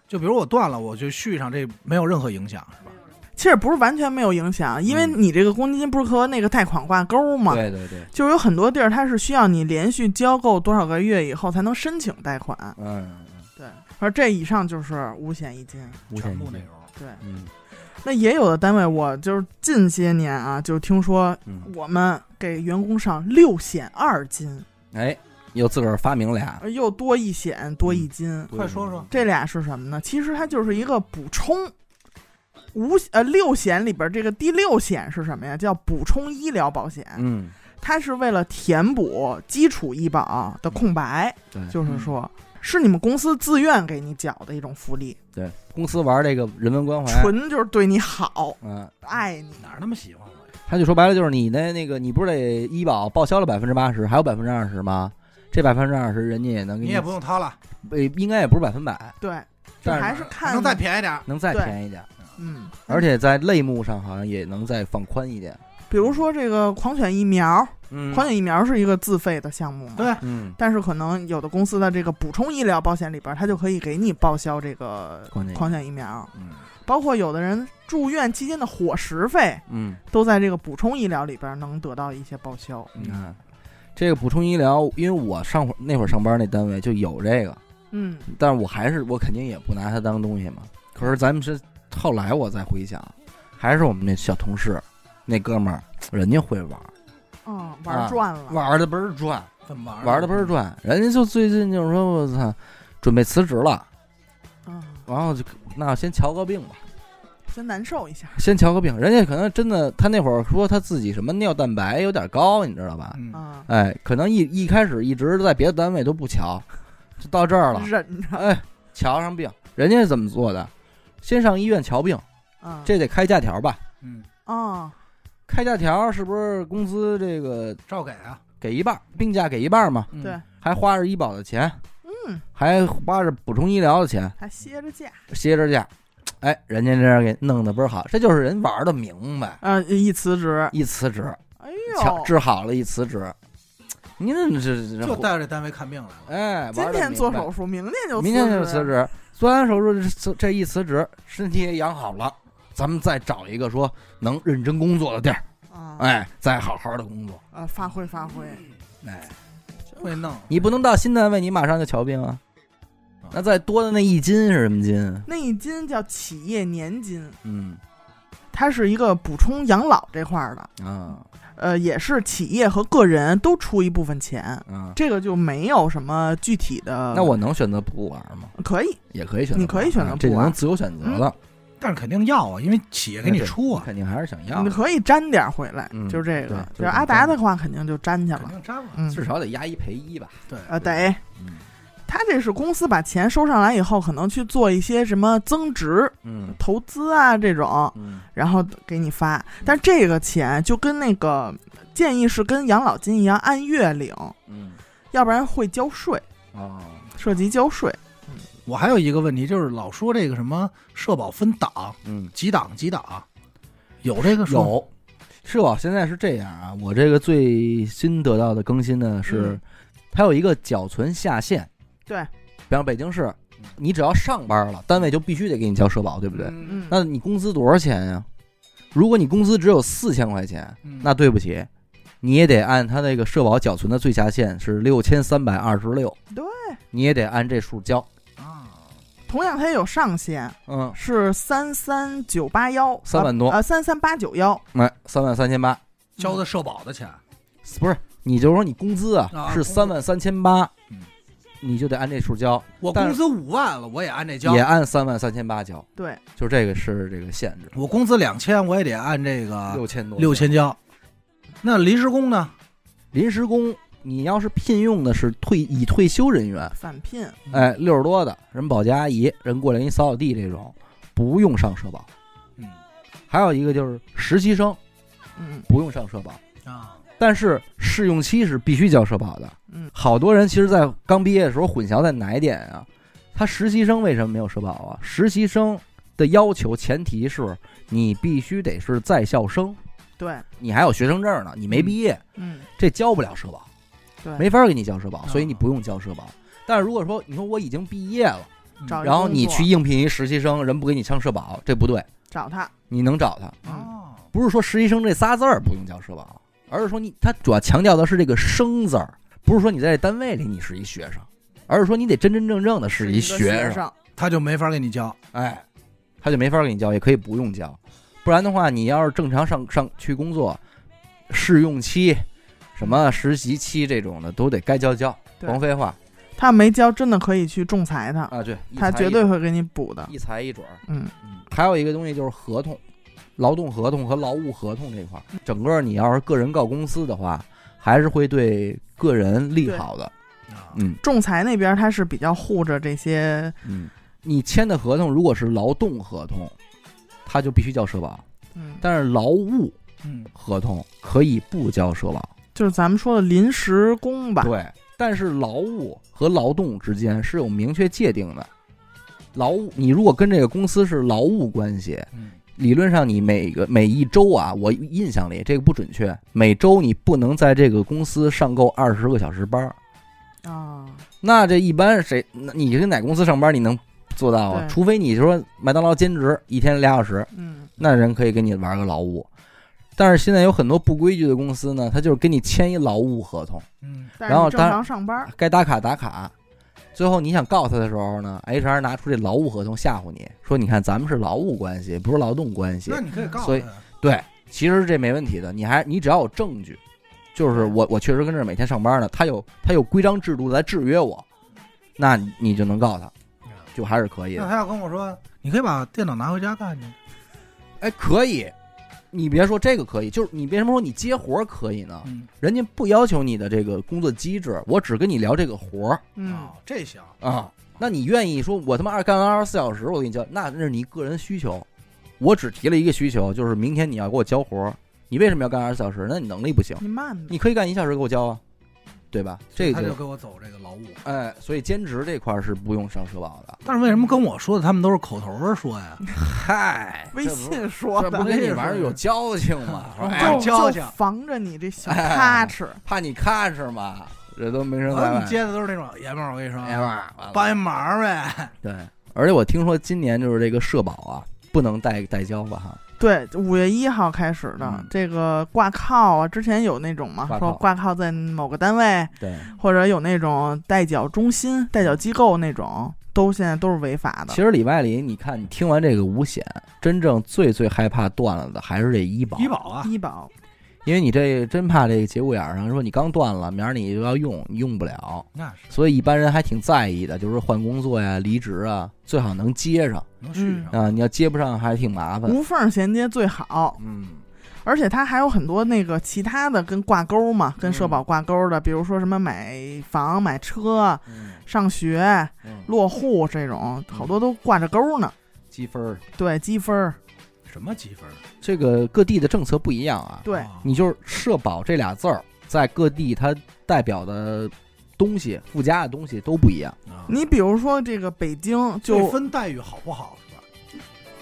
[SPEAKER 2] 就比如我断了，我就续上，这没有任何影响，是吧？
[SPEAKER 3] 其实不是完全没有影响，因为
[SPEAKER 1] 嗯
[SPEAKER 3] 你这个公积金不是和那个贷款挂钩吗？
[SPEAKER 1] 对对对，
[SPEAKER 3] 就是有很多地儿，它是需要你连续交够多少个月以后才能申请贷款。
[SPEAKER 1] 嗯，
[SPEAKER 3] 对，而这以上就是五险一金。
[SPEAKER 1] 无
[SPEAKER 2] 全
[SPEAKER 1] 限
[SPEAKER 2] 部
[SPEAKER 1] 期
[SPEAKER 2] 内容。
[SPEAKER 3] 对，
[SPEAKER 1] 嗯
[SPEAKER 3] 那也有的单位，我就是近些年啊，就听说
[SPEAKER 1] 嗯，
[SPEAKER 3] 我们给员工上六险二金，
[SPEAKER 1] 哎，又自个儿发明俩，
[SPEAKER 3] 呃又多一险多一金。
[SPEAKER 2] 哎
[SPEAKER 1] 嗯
[SPEAKER 2] 快说说
[SPEAKER 3] 这俩是什么呢？其实它就是一个补充。五呃六险里边这个第六险是什么呀？叫补充医疗保险。
[SPEAKER 1] 嗯，
[SPEAKER 3] 它是为了填补基础医保的空白，
[SPEAKER 1] 对
[SPEAKER 3] 就是说是你们公司自愿给你缴的一种福利，
[SPEAKER 1] 对，公司玩这个人文关怀，
[SPEAKER 3] 纯就是对你好，
[SPEAKER 1] 嗯、
[SPEAKER 3] 爱你。
[SPEAKER 2] 哪儿那么喜欢我呀？
[SPEAKER 1] 他就说白了就是你的那个，你不是得医保报销了百分之八十，还有百分之二十吗？这百分之二十人家也能给
[SPEAKER 2] 你也不用掏了，嗯
[SPEAKER 1] 呃，应该也不是百分百，
[SPEAKER 3] 对，就
[SPEAKER 1] 但
[SPEAKER 3] 还
[SPEAKER 1] 是
[SPEAKER 3] 是看
[SPEAKER 2] 能再便宜点儿。
[SPEAKER 1] 能再
[SPEAKER 3] 对
[SPEAKER 1] 便宜点，
[SPEAKER 3] 嗯，
[SPEAKER 1] 而且在类目上好像也能再放宽一点。
[SPEAKER 3] 比如说这个狂犬疫苗，
[SPEAKER 1] 嗯
[SPEAKER 3] 狂犬疫苗是一个自费的项目嘛，
[SPEAKER 2] 对，
[SPEAKER 1] 嗯，
[SPEAKER 3] 但是可能有的公司的这个补充医疗保险里边，它就可以给你报销这个
[SPEAKER 1] 关键
[SPEAKER 3] 狂犬疫苗，
[SPEAKER 1] 嗯
[SPEAKER 3] 包括有的人住院期间的伙食费，
[SPEAKER 1] 嗯，
[SPEAKER 3] 都在这个补充医疗里边能得到一些报销。
[SPEAKER 1] 你看这个补充医疗，因为我上会那会儿上班那单位就有这个，
[SPEAKER 3] 嗯，
[SPEAKER 1] 但是我还是我肯定也不拿它当东西嘛。可是咱们是后来我再回想，还是我们那小同事那哥们儿，人家会玩，
[SPEAKER 3] 哦，玩
[SPEAKER 1] 啊
[SPEAKER 3] 儿转了，
[SPEAKER 1] 玩的倍儿转。
[SPEAKER 2] 怎么玩
[SPEAKER 1] 玩的倍儿转。人家就最近就是说，我操，准备辞职了，
[SPEAKER 3] 嗯，
[SPEAKER 1] 然后就那先瞧个病吧，
[SPEAKER 3] 先难受一下。
[SPEAKER 1] 先瞧个病。人家可能真的，他那会儿说他自己什么尿蛋白有点高，你知道吧？
[SPEAKER 2] 嗯，
[SPEAKER 3] 啊，
[SPEAKER 1] 哎，可能一一开始一直在别的单位都不瞧，就到这儿了，
[SPEAKER 3] 忍着
[SPEAKER 1] 哎，瞧上病。人家是怎么做的？先上医院瞧病，
[SPEAKER 3] 啊，
[SPEAKER 1] 这得开假条吧？
[SPEAKER 2] 嗯，
[SPEAKER 3] 啊，
[SPEAKER 1] 开假条是不是工资这个
[SPEAKER 2] 照给啊。
[SPEAKER 1] 给一半儿，病假给一半儿嘛？
[SPEAKER 2] 嗯
[SPEAKER 3] 对，
[SPEAKER 1] 还花着医保的钱，
[SPEAKER 3] 嗯，
[SPEAKER 1] 还花着补充医疗的钱，
[SPEAKER 3] 还歇着假，
[SPEAKER 1] 歇着假，哎，人家这样给弄得倍儿好，这就是人玩的明白。
[SPEAKER 3] 啊，一辞职，
[SPEAKER 1] 呃一辞职，
[SPEAKER 3] 哎
[SPEAKER 1] 瞧
[SPEAKER 3] 呦，
[SPEAKER 1] 治好了，一辞职，您这这
[SPEAKER 2] 就
[SPEAKER 1] 这，
[SPEAKER 2] 带着单位看病来了。
[SPEAKER 1] 哎，
[SPEAKER 3] 今
[SPEAKER 1] 玩得
[SPEAKER 3] 天做
[SPEAKER 1] 明白
[SPEAKER 3] 手，术，明天就
[SPEAKER 1] 明天就辞，职，做完手术这这一辞职，身体也养好了，咱们再找一个说能认真工作的地儿，
[SPEAKER 3] 啊，
[SPEAKER 1] 哎，再好好的工作，
[SPEAKER 3] 啊，发挥发挥，
[SPEAKER 1] 哎，
[SPEAKER 3] 这
[SPEAKER 2] 会弄，
[SPEAKER 1] 你不能到新单位你马上就瞧病啊。
[SPEAKER 3] 嗯
[SPEAKER 1] 那再多的那一斤是什么斤？
[SPEAKER 3] 那一金叫企业年金，
[SPEAKER 1] 嗯
[SPEAKER 3] 它是一个补充养老这块儿的，
[SPEAKER 1] 啊
[SPEAKER 3] 呃，也是企业和个人都出一部分钱，
[SPEAKER 1] 啊，
[SPEAKER 3] 这个就没有什么具体的。
[SPEAKER 1] 那我能选择不玩吗？
[SPEAKER 3] 可以，
[SPEAKER 1] 也可以选择玩，
[SPEAKER 3] 嗯你可以选
[SPEAKER 1] 啊
[SPEAKER 3] 择不
[SPEAKER 1] 这就能
[SPEAKER 3] 玩嗯
[SPEAKER 1] 自由选择了。
[SPEAKER 2] 但是肯定要啊，因为企业给
[SPEAKER 1] 哎
[SPEAKER 2] 你出啊，
[SPEAKER 1] 肯定还是想要
[SPEAKER 3] 你，可以沾点儿回来，
[SPEAKER 1] 嗯
[SPEAKER 3] 就是
[SPEAKER 1] 对
[SPEAKER 3] 这个。
[SPEAKER 1] 就是
[SPEAKER 3] 就是阿达的话，肯定就沾去
[SPEAKER 2] 肯
[SPEAKER 3] 了。
[SPEAKER 2] 定沾了。
[SPEAKER 3] 嗯，
[SPEAKER 1] 至少得压一赔一吧。
[SPEAKER 2] 对，
[SPEAKER 3] 啊，得。
[SPEAKER 1] 嗯
[SPEAKER 3] 他这是公司把钱收上来以后，可能去做一些什么增值、
[SPEAKER 1] 嗯
[SPEAKER 3] 投资啊这种，
[SPEAKER 1] 嗯
[SPEAKER 3] 然后给你发。但这个钱就跟那个建议是跟养老金一样按月领，
[SPEAKER 1] 嗯
[SPEAKER 3] 要不然会交税，
[SPEAKER 2] 啊
[SPEAKER 1] 哦，
[SPEAKER 3] 涉及交税。
[SPEAKER 2] 我还有一个问题就是老说这个什么社保分档
[SPEAKER 1] 嗯，
[SPEAKER 2] 几档几档，有这个说吗？
[SPEAKER 1] 有。社保现在是这样啊，我这个最新得到的更新呢是
[SPEAKER 3] 嗯，
[SPEAKER 1] 它有一个缴存下限。
[SPEAKER 3] 对，
[SPEAKER 1] 比方北京市，你只要上班了，单位就必须得给你交社保，对不对？
[SPEAKER 2] 嗯
[SPEAKER 3] 嗯，
[SPEAKER 1] 那你工资多少钱呀？如果你工资只有四千块钱，
[SPEAKER 2] 嗯
[SPEAKER 1] 那对不起，你也得按他那个社保缴存的最下限是六千三百二十六，
[SPEAKER 3] 对，
[SPEAKER 1] 你也得按这数交。
[SPEAKER 2] 啊，
[SPEAKER 3] 同样它也有上限，
[SPEAKER 1] 嗯，
[SPEAKER 3] 是三三九八幺，
[SPEAKER 1] 三万多
[SPEAKER 3] 呃，三三八九幺。
[SPEAKER 1] 哎，三万三千八，
[SPEAKER 2] 交的社保的钱，
[SPEAKER 1] 不是，你就说你工资啊
[SPEAKER 2] 啊
[SPEAKER 1] 是
[SPEAKER 2] 工资
[SPEAKER 1] 三万三千八
[SPEAKER 2] 嗯，
[SPEAKER 1] 你就得按这数交，
[SPEAKER 2] 我
[SPEAKER 1] 但
[SPEAKER 2] 工资五万了，我也按这交
[SPEAKER 1] 也；按三万三千八交，
[SPEAKER 3] 对，
[SPEAKER 1] 就这个是这个限制，
[SPEAKER 2] 我工资两千，我也得按这个
[SPEAKER 1] 六千多，
[SPEAKER 2] 啊六。千交。那临时工呢？
[SPEAKER 1] 临时工，你要是聘用的是退已退休人员，
[SPEAKER 3] 返聘
[SPEAKER 2] 嗯
[SPEAKER 1] 哎，六十多的人保洁阿姨，人过来给你扫扫地这种，不用上社保。
[SPEAKER 2] 嗯
[SPEAKER 1] 还有一个就是实习生
[SPEAKER 3] 嗯
[SPEAKER 1] 不用上社保，
[SPEAKER 2] 啊，
[SPEAKER 1] 但是试用期是必须交社保的。
[SPEAKER 3] 嗯，
[SPEAKER 1] 好多人其实，在刚毕业的时候混淆在哪一点啊？他实习生为什么没有社保啊？实习生的要求前提是你必须得是在校生，
[SPEAKER 3] 对，
[SPEAKER 1] 你还有学生证呢，你没毕业，
[SPEAKER 3] 嗯
[SPEAKER 1] 这交不了社保，
[SPEAKER 3] 对，嗯
[SPEAKER 1] 没法给你交社保，
[SPEAKER 2] 啊
[SPEAKER 1] 所以你不用交社保。但是如果说你说我已经毕业了，
[SPEAKER 2] 嗯
[SPEAKER 3] 找一
[SPEAKER 1] 然后你
[SPEAKER 3] 工作
[SPEAKER 1] 去应聘一实习生，人不给你上社保，这不对，
[SPEAKER 3] 找他，
[SPEAKER 1] 你能找他。
[SPEAKER 3] 嗯，
[SPEAKER 2] 哦，
[SPEAKER 1] 不是说实习生这仨字儿不用交社保，而是说你他主要强调的是这个生字儿，不是说你在这单位里你是一学生，而是说你得真真正正的
[SPEAKER 3] 是
[SPEAKER 1] 一
[SPEAKER 3] 个
[SPEAKER 1] 学生，
[SPEAKER 3] 生，
[SPEAKER 2] 他就没法给你交。
[SPEAKER 1] 哎，他就没法给你交，也可以不用交，不然的话，你要是正常上上去工作，试用期、什么实习期这种的都得该交交，
[SPEAKER 3] 对
[SPEAKER 1] 甭废话
[SPEAKER 3] 他没交真的可以去仲裁他，
[SPEAKER 1] 啊，对，一
[SPEAKER 3] 他
[SPEAKER 1] 裁
[SPEAKER 3] 绝
[SPEAKER 1] 一
[SPEAKER 3] 对会给你补的。
[SPEAKER 1] 一裁一准儿。
[SPEAKER 3] 嗯，
[SPEAKER 1] 嗯，还有一个东西就是合同，劳动合同和劳务合同这块儿，整个你要是个人告公司的话，还是会对个人利好的。
[SPEAKER 2] 啊
[SPEAKER 1] 嗯
[SPEAKER 3] 仲裁那边他是比较护着这些，
[SPEAKER 1] 嗯，你签的合同如果是劳动合同，它就必须交社保，
[SPEAKER 3] 嗯，
[SPEAKER 1] 但是劳务
[SPEAKER 2] 嗯，
[SPEAKER 1] 合同可以不交社保。
[SPEAKER 3] 就是咱们说的临时工吧。
[SPEAKER 1] 对，但是劳务和劳动之间是有明确界定的。劳务，你如果跟这个公司是劳务关系，
[SPEAKER 2] 嗯
[SPEAKER 1] 理论上你每个每一周啊，我印象里这个不准确，每周你不能在这个公司上够二十个小时班儿。
[SPEAKER 3] 啊，那
[SPEAKER 1] 那这一般谁，那你跟哪公司上班你能做到啊？
[SPEAKER 3] 对
[SPEAKER 1] 除非你说麦当劳兼职一天俩小时，
[SPEAKER 3] 嗯，
[SPEAKER 1] 那人可以给你玩个劳务。但是现在有很多不规矩的公司呢，他就是跟你签一劳务合同，
[SPEAKER 2] 嗯，
[SPEAKER 3] 但
[SPEAKER 1] 然
[SPEAKER 3] 是
[SPEAKER 1] 后
[SPEAKER 3] 你正
[SPEAKER 1] 当
[SPEAKER 3] 常上班，
[SPEAKER 1] 该打卡打卡。最后你想告他的时候呢，HR 拿出这劳务合同吓唬你，说你看咱们是劳务关系，不是劳动关系。
[SPEAKER 2] 那你可以告
[SPEAKER 1] 所
[SPEAKER 2] 诉
[SPEAKER 1] 以
[SPEAKER 2] 他，
[SPEAKER 1] 对，其实这没问题的，你还你只要有证据，就是我我确实跟这儿每天上班呢，他有他有规章制度来制约我，那你就能告他，就还是可以
[SPEAKER 2] 那
[SPEAKER 1] 的。
[SPEAKER 2] 他要跟我说，你可以把电脑拿回家干去。
[SPEAKER 1] 啊哎，可以，你别说这个可以，就是你为什么说你接活儿可以呢？
[SPEAKER 2] 嗯，
[SPEAKER 1] 人家不要求你的这个工作机制，我只跟你聊这个活儿
[SPEAKER 3] 嗯
[SPEAKER 2] 哦，这行
[SPEAKER 1] 啊。那你愿意说我他妈二干完二十四小时，我给你交，那那是你个人需求。我只提了一个需求，就是明天你要给我交活儿，你为什么要干二十四小时？那你能力不行。
[SPEAKER 3] 你慢点，
[SPEAKER 1] 你可以干一小时给我交啊，对吧？这
[SPEAKER 2] 他就
[SPEAKER 1] 个
[SPEAKER 2] 给我走这个劳务。
[SPEAKER 1] 哎，所以兼职这块儿是不用上社保的。
[SPEAKER 2] 但是为什么跟我说的他们都是口头儿说呀？
[SPEAKER 1] 嗨
[SPEAKER 3] 微信 说
[SPEAKER 1] 这
[SPEAKER 3] 的
[SPEAKER 1] 不，跟你玩意儿 有交情 吗？说哎
[SPEAKER 3] 就
[SPEAKER 2] 玩交
[SPEAKER 3] 就
[SPEAKER 2] 情
[SPEAKER 3] 防着你这小咔哧。
[SPEAKER 1] 怕你看是吗？这都没人
[SPEAKER 2] 我
[SPEAKER 1] 来
[SPEAKER 2] 们
[SPEAKER 1] 往。
[SPEAKER 2] 接的都是那种爷们儿，我跟你说，
[SPEAKER 1] 哎吧，完了
[SPEAKER 2] 帮一忙呗。
[SPEAKER 1] 对，而且我听说今年就是这个社保啊，不能代代交了哈，
[SPEAKER 3] 对，五月一号开始的、
[SPEAKER 1] 嗯
[SPEAKER 3] 这个挂靠啊，之前有那种嘛
[SPEAKER 1] 挂，靠嗯
[SPEAKER 3] 说挂靠在某个单位，
[SPEAKER 1] 对，
[SPEAKER 3] 或者有那种代缴中心、代缴机构那种，都现在都是违法
[SPEAKER 1] 嗯
[SPEAKER 3] 的
[SPEAKER 1] 其。实里外里，你看你听完这个五险，真正最最害怕断了的还是这医保，
[SPEAKER 2] 医保啊，
[SPEAKER 3] 医保，
[SPEAKER 1] 因为你这真怕这个节骨眼儿上，说你刚断了，明儿你就要用，你用不了，
[SPEAKER 2] 那是
[SPEAKER 1] 所以一般人还挺在意的，就是换工作呀、离职啊，最好能接上
[SPEAKER 2] 能续上。
[SPEAKER 1] 啊、
[SPEAKER 3] 嗯
[SPEAKER 1] 你要接不上还挺麻烦。
[SPEAKER 3] 无缝衔接最好，
[SPEAKER 1] 嗯，
[SPEAKER 3] 而且它还有很多那个其他的跟挂钩嘛，
[SPEAKER 2] 嗯
[SPEAKER 3] 跟社保挂钩的，比如说什么买房、买车、
[SPEAKER 1] 嗯
[SPEAKER 3] 上学、
[SPEAKER 1] 嗯
[SPEAKER 3] 落户这种，好多都挂着钩呢。
[SPEAKER 1] 积分儿，
[SPEAKER 3] 对，积分儿，
[SPEAKER 2] 什么积分？
[SPEAKER 1] 这个各地的政策不一样啊。
[SPEAKER 3] 对
[SPEAKER 2] 哦
[SPEAKER 1] 你就是“社保”这俩字儿，在各地它代表的东西、附加的东西都不一样。
[SPEAKER 2] 啊
[SPEAKER 3] 你比如说这个北京
[SPEAKER 2] 这
[SPEAKER 3] 就
[SPEAKER 2] 分待遇好不好是吧？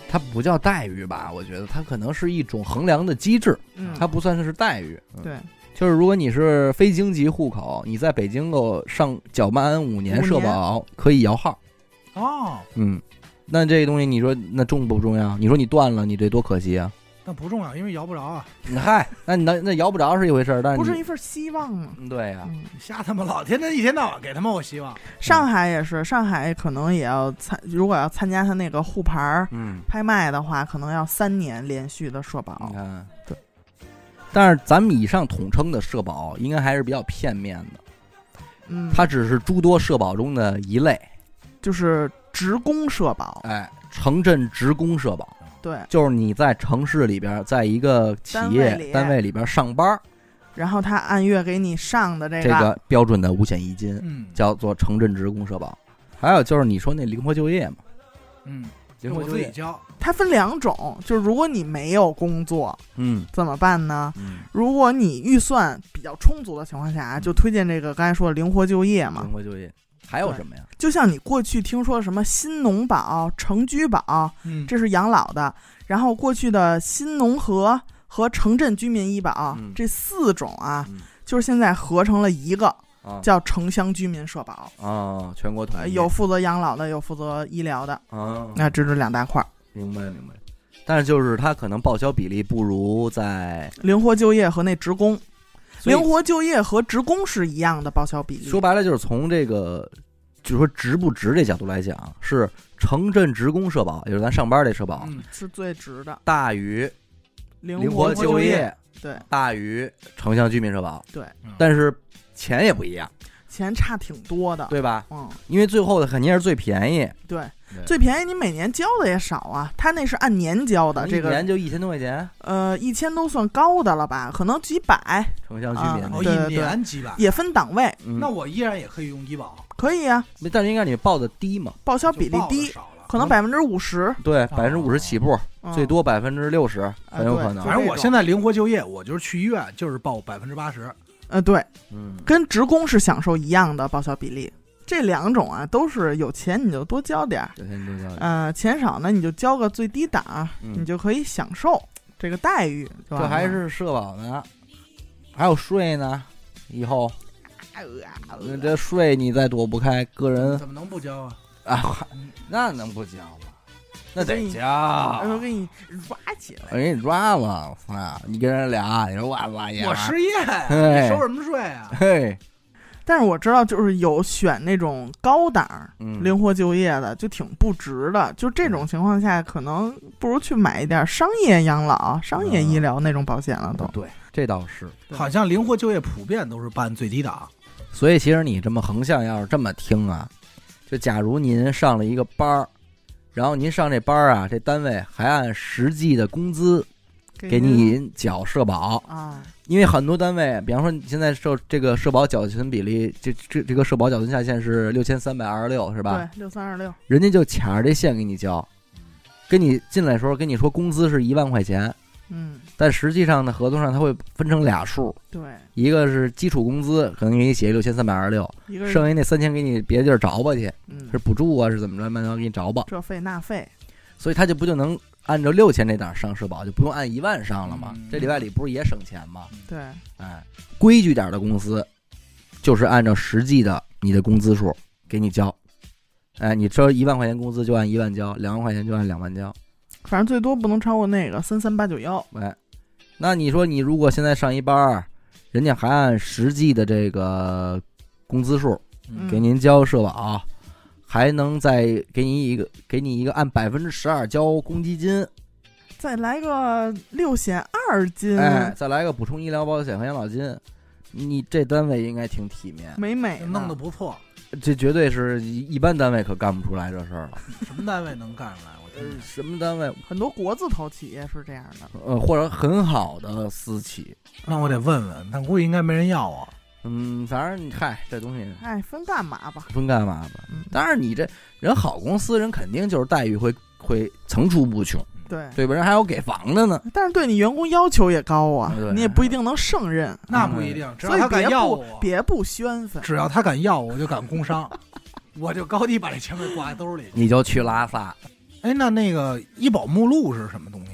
[SPEAKER 1] 它不叫待遇吧？我觉得它可能是一种衡量的机制，
[SPEAKER 3] 嗯，
[SPEAKER 1] 它不算是待遇。嗯，
[SPEAKER 3] 对，
[SPEAKER 1] 就是如果你是非京籍户口，你在北京够上缴满五年社保，可以摇号。
[SPEAKER 2] 哦，
[SPEAKER 1] 嗯，那这东西你说那重不重要？你说你断了，你这多可惜啊！
[SPEAKER 2] 那不重要，因为摇不着啊，
[SPEAKER 1] 嗯嗨，那你那那摇不着是一回事儿，但是
[SPEAKER 3] 不
[SPEAKER 1] 你
[SPEAKER 3] 是一份希望吗？
[SPEAKER 1] 嗯对呀、
[SPEAKER 3] 嗯，
[SPEAKER 2] 你瞎他妈老天天一天到晚给他们我希 望，
[SPEAKER 3] 上海也是，上海可能也要参，如果要参加他那个沪牌儿
[SPEAKER 1] 嗯。
[SPEAKER 3] 拍卖的话，可能要三年连续的社保
[SPEAKER 1] 你。看，嗯对。但是咱们以上统称的社保，应该还是比较片面的，
[SPEAKER 3] 嗯，
[SPEAKER 1] 它只是诸多社保中的一类。
[SPEAKER 3] 就是职工社保，
[SPEAKER 1] 哎，城镇职工社保
[SPEAKER 3] 对，
[SPEAKER 1] 就是你在城市里边，在一个企业
[SPEAKER 3] 单位里
[SPEAKER 1] 单位里边上班，
[SPEAKER 3] 然后他按月给你上的这
[SPEAKER 1] 这个标准的五险一金
[SPEAKER 2] 嗯，
[SPEAKER 1] 叫做城镇职工社保。还有就是你说那灵活就业嘛，
[SPEAKER 2] 嗯，
[SPEAKER 1] 灵活
[SPEAKER 2] 我
[SPEAKER 1] 就
[SPEAKER 2] 自己
[SPEAKER 1] 业，
[SPEAKER 2] 交，
[SPEAKER 3] 它分两种，就是如果你没有工作
[SPEAKER 1] 嗯
[SPEAKER 3] 怎么办呢？
[SPEAKER 1] 嗯，
[SPEAKER 3] 如果你预算比较充足的情况下，就推荐这个刚才说的灵活就业嘛
[SPEAKER 1] 灵。活就业。还有什么呀？
[SPEAKER 3] 就像你过去听说什么新农保、城居保，
[SPEAKER 2] 嗯，
[SPEAKER 3] 这是养老的，然后过去的新农合和城镇居民医保、
[SPEAKER 1] 嗯
[SPEAKER 3] 这四种啊，
[SPEAKER 1] 嗯
[SPEAKER 3] 就是现在合成了一个
[SPEAKER 1] 啊
[SPEAKER 3] 叫城乡居民社保，
[SPEAKER 1] 啊，全国统
[SPEAKER 3] 呃
[SPEAKER 1] 一
[SPEAKER 3] 有负责养老的，有负责医疗的，
[SPEAKER 1] 啊，
[SPEAKER 3] 那这是两大块儿。
[SPEAKER 1] 明白明白。但是就是它可能报销比例不如在
[SPEAKER 3] 灵活就业和那职工，
[SPEAKER 1] 所以
[SPEAKER 3] 灵活就业和职工是一样的报销比例。
[SPEAKER 1] 说白了就是从这个，就是说值不值这角度来讲，是城镇职工社保，也就是咱上班这社保，
[SPEAKER 2] 嗯，
[SPEAKER 3] 是最值的，
[SPEAKER 1] 大于
[SPEAKER 3] 灵
[SPEAKER 1] 灵活就
[SPEAKER 3] 业
[SPEAKER 1] 业，
[SPEAKER 3] 对，
[SPEAKER 1] 大于城乡居民社保，
[SPEAKER 2] 嗯
[SPEAKER 1] 但是钱也不一样，
[SPEAKER 3] 钱差挺多的。
[SPEAKER 1] 对吧？
[SPEAKER 3] 嗯，
[SPEAKER 1] 因为最后的肯定是最便宜，
[SPEAKER 3] 对
[SPEAKER 1] 对，
[SPEAKER 3] 最便宜你每年交的也少啊，他那是按年交的，这
[SPEAKER 1] 一年
[SPEAKER 3] 个
[SPEAKER 1] 就一千多块钱，
[SPEAKER 3] 呃一千都算高的了吧，可能几百，
[SPEAKER 1] 城乡居民
[SPEAKER 3] 啊
[SPEAKER 1] 那
[SPEAKER 2] 哦，
[SPEAKER 1] 个。
[SPEAKER 3] 对对
[SPEAKER 2] 一年几百，
[SPEAKER 3] 也分档位，
[SPEAKER 1] 嗯
[SPEAKER 2] 那我依然也可以用医保，
[SPEAKER 3] 可以啊，
[SPEAKER 1] 但是应该你报的低嘛？
[SPEAKER 3] 报销
[SPEAKER 2] 就
[SPEAKER 3] 比例
[SPEAKER 2] 报的
[SPEAKER 3] 低，
[SPEAKER 2] 少了。
[SPEAKER 3] 可能百分之五十，
[SPEAKER 1] 对，百分之五十起步，
[SPEAKER 3] 嗯
[SPEAKER 1] 嗯最多百分之六十，
[SPEAKER 3] 啊
[SPEAKER 1] 很有
[SPEAKER 3] 对
[SPEAKER 1] 可能
[SPEAKER 2] 反。正我
[SPEAKER 3] 这种
[SPEAKER 2] 现在灵活就业，我就是去医院就是报百分之八十，
[SPEAKER 3] 呃对，
[SPEAKER 1] 嗯，
[SPEAKER 3] 跟职工是享受一样的报销比例。这两种啊都是有钱你就多交点儿，
[SPEAKER 1] 九千多交易，
[SPEAKER 3] 呃，钱少呢，你就交个最低档，
[SPEAKER 1] 嗯
[SPEAKER 3] 你就可以享受这个待遇，吧？
[SPEAKER 1] 这还是社保呢，还有税呢，以后。
[SPEAKER 3] 哎呃
[SPEAKER 1] 那这税你再躲不开，个人
[SPEAKER 2] 怎么能不交啊？
[SPEAKER 1] 啊
[SPEAKER 2] 嗯，
[SPEAKER 1] 那能不交吗？那得交，
[SPEAKER 3] 我给你抓起来。
[SPEAKER 1] 我给你抓了，我操！你跟人俩，你说哇哇呀，
[SPEAKER 2] 我失业，
[SPEAKER 1] 嘿
[SPEAKER 3] 哎
[SPEAKER 2] 你收什么税啊？
[SPEAKER 1] 嘿，
[SPEAKER 3] 但是我知道，就是有选那种高档儿
[SPEAKER 1] 嗯
[SPEAKER 3] 灵活就业的，就挺不值的。就这种情况下，可能不如去买一点商业养老、商业医疗那种保险了都。
[SPEAKER 1] 对，这倒是。
[SPEAKER 3] 对
[SPEAKER 2] 好像灵活就业普遍都是办最低啊档，
[SPEAKER 1] 所以其实你这么横向要是这么听啊，就假如您上了一个班儿，然后您上这班儿啊，这单位还按实际的工资给
[SPEAKER 3] 您
[SPEAKER 1] 您缴社保，
[SPEAKER 3] 啊，
[SPEAKER 1] 因为很多单位，比方说你现在社这个社保缴存比例，这这这个社保缴存下限是六千三百二十六，是吧？
[SPEAKER 3] 对，六三二六，
[SPEAKER 1] 人家就卡着这线给你交，跟你进来的时候跟你说工资是一万块钱，
[SPEAKER 3] 嗯，
[SPEAKER 1] 但实际上呢，合同上它会分成俩数，
[SPEAKER 3] 对，
[SPEAKER 1] 一个是基础工资，可能给你写六千三百二十六，
[SPEAKER 3] 一个是
[SPEAKER 1] 剩下那三千给你别的地儿找吧去，
[SPEAKER 3] 嗯
[SPEAKER 1] 是，补助啊，是怎么着，慢慢给你找吧，
[SPEAKER 3] 这费那费，
[SPEAKER 1] 所以他就不就能按照六千这档上社保，就不用按一万上了吗？
[SPEAKER 2] 嗯
[SPEAKER 1] 这里外里不是也省钱吗？
[SPEAKER 3] 对，
[SPEAKER 1] 哎，规矩点儿的公司，就是按照实际的你的工资数给你交。哎，你收一万块钱工资就按一万交，两万块钱就按两万交。
[SPEAKER 3] 反正最多不能超过那个三三八九幺。
[SPEAKER 1] 哎，那你说你如果现在上一班儿，人家还按实际的这个工资数
[SPEAKER 3] 嗯
[SPEAKER 1] 给您交社保，还能再给你一个给你一个按百分之十二交公积金，
[SPEAKER 3] 再来个六险二金，
[SPEAKER 1] 哎，再来个补充医疗保险和养老金，你这单位应该挺体面，
[SPEAKER 3] 美美呢
[SPEAKER 2] 弄得不错，
[SPEAKER 3] 嗯
[SPEAKER 1] 这绝对是一一般单位可干不出来这事儿了。
[SPEAKER 2] 什么单位能干出来？我
[SPEAKER 1] 呃
[SPEAKER 3] 嗯
[SPEAKER 2] 真，
[SPEAKER 1] 什么单位？
[SPEAKER 3] 很多国字头企业是这样的。
[SPEAKER 1] 呃，或者很好的私企，
[SPEAKER 2] 那我得问问，但估计应该没人要啊。
[SPEAKER 1] 嗯，反正你嗨，这东西
[SPEAKER 3] 哎，分干嘛吧？
[SPEAKER 1] 分干嘛吧
[SPEAKER 3] 嗯。
[SPEAKER 1] 当然，你这人好公司，人肯定就是待遇会会层出不穷，
[SPEAKER 2] 嗯
[SPEAKER 3] 对，
[SPEAKER 1] 对吧？人还有给房的呢，
[SPEAKER 3] 但是对你员工要求也高啊
[SPEAKER 1] 对，
[SPEAKER 3] 你也不一定能胜任，
[SPEAKER 2] 那不一定，只
[SPEAKER 3] 嗯
[SPEAKER 2] 要
[SPEAKER 3] 所以
[SPEAKER 2] 他敢
[SPEAKER 3] 别
[SPEAKER 2] 要
[SPEAKER 3] 不
[SPEAKER 2] 我，
[SPEAKER 3] 别不宣愤。
[SPEAKER 2] 只要他敢要我，我就敢工伤， 我就高低把这钱给挂兜里。
[SPEAKER 1] 你就去拉萨。
[SPEAKER 2] 哎，那那个医保目录是什么东西？